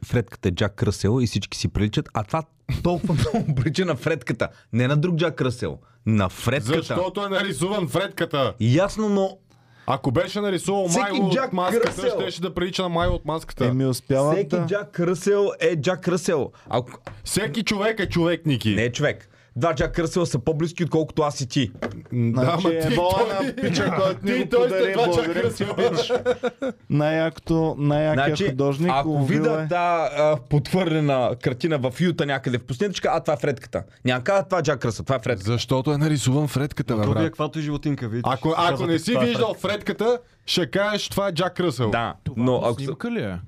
Speaker 7: Фредката е Джак Кръсел и всички си приличат, а това толкова [LAUGHS] много прилича на Фредката. Не на друг Джак Кръсел. На Фредката.
Speaker 8: Защото е нарисуван Фредката.
Speaker 7: Ясно, но
Speaker 8: Ако беше нарисувал
Speaker 7: Всеки
Speaker 8: Майло от
Speaker 7: Джак
Speaker 8: маската,
Speaker 7: Кръсел.
Speaker 8: щеше да прилича на Майло от маската.
Speaker 1: Еми успяват
Speaker 7: всеки
Speaker 1: да...
Speaker 7: Джак Кръсел е Джак Кръсел. Ако...
Speaker 8: Всеки човек е човек, Ники.
Speaker 7: Не е човек. Два Джак Кръсела са по-близки, отколкото аз и ти.
Speaker 8: Да, ама
Speaker 1: Значи,
Speaker 8: ти,
Speaker 1: евола
Speaker 8: той...
Speaker 1: на пича, който ни
Speaker 8: ти,
Speaker 1: го
Speaker 8: той
Speaker 1: подари.
Speaker 8: сте два Джак
Speaker 1: Благодарим ти, пич. Най-якото, най-якият
Speaker 7: Значи,
Speaker 1: художник.
Speaker 7: ако
Speaker 1: уловил е-
Speaker 7: видя та а, подхвърлена картина в Юта някъде в пуснетичка, а това е Фредката. Няма кажа, това е Джак Кръсел, това е Фредката.
Speaker 8: Защото е нарисуван Фредката, бе,
Speaker 3: То вие
Speaker 8: брат.
Speaker 3: каквато и животинка видиш.
Speaker 8: Ако,
Speaker 3: ще
Speaker 8: ако
Speaker 3: казвате,
Speaker 8: не си
Speaker 3: това е
Speaker 8: виждал
Speaker 3: Фредка.
Speaker 8: Фредката, ще кажеш, това е Джак Кръсъл.
Speaker 7: Да,
Speaker 9: Това
Speaker 7: но
Speaker 9: на
Speaker 7: ако... са-
Speaker 9: снимка ли е?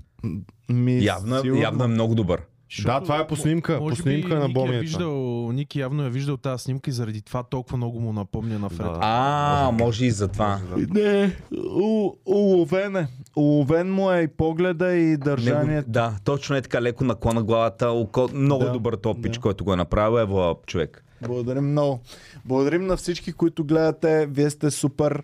Speaker 1: Ми,
Speaker 7: Явно,
Speaker 1: сигурно.
Speaker 7: явно е много добър.
Speaker 8: Да, това е по снимка. По
Speaker 9: Може
Speaker 8: снимка
Speaker 9: би
Speaker 8: на
Speaker 9: Ники е
Speaker 8: бомията.
Speaker 9: виждал, Ники явно е виждал тази снимка и заради това толкова много му напомня на Фред.
Speaker 7: А, може и за това.
Speaker 1: Не, у- уловен е. Уловен му е и погледа и държанието.
Speaker 7: Него, да, точно е така леко наклона главата. Око... Много
Speaker 1: Да,
Speaker 7: да, добър топич,
Speaker 1: да.
Speaker 7: да. който го е направил. Ево, човек.
Speaker 1: Благодарим много. Благодарим на всички, които гледате. Вие сте супер.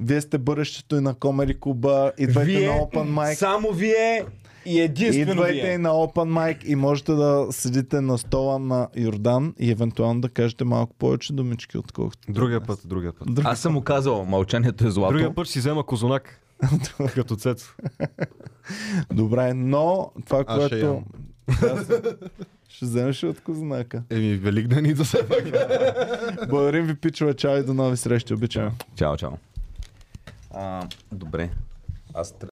Speaker 1: Вие сте бъдещето и на Комери Куба. Идвайте на Open Mic.
Speaker 7: само вие и единствено
Speaker 1: Идвайте и
Speaker 7: вие.
Speaker 1: на Open Mic и можете да седите на стола на Йордан и евентуално да кажете малко повече думички, отколкото.
Speaker 3: Другия път, другия път.
Speaker 7: Аз съм му казал, мълчанието е злато.
Speaker 3: Другия път ще си взема
Speaker 8: [LAUGHS]
Speaker 3: козунак. като цец.
Speaker 1: Добре, но това,
Speaker 8: Аз ще
Speaker 1: което...
Speaker 8: ям.
Speaker 1: Да, с- ще вземеш ли от кознака.
Speaker 8: Еми, велик да ни да се пак.
Speaker 1: Благодарим ви, пичове. Чао и до нови срещи. Обичаме.
Speaker 7: Чао, чао. А, добре. Аз тр-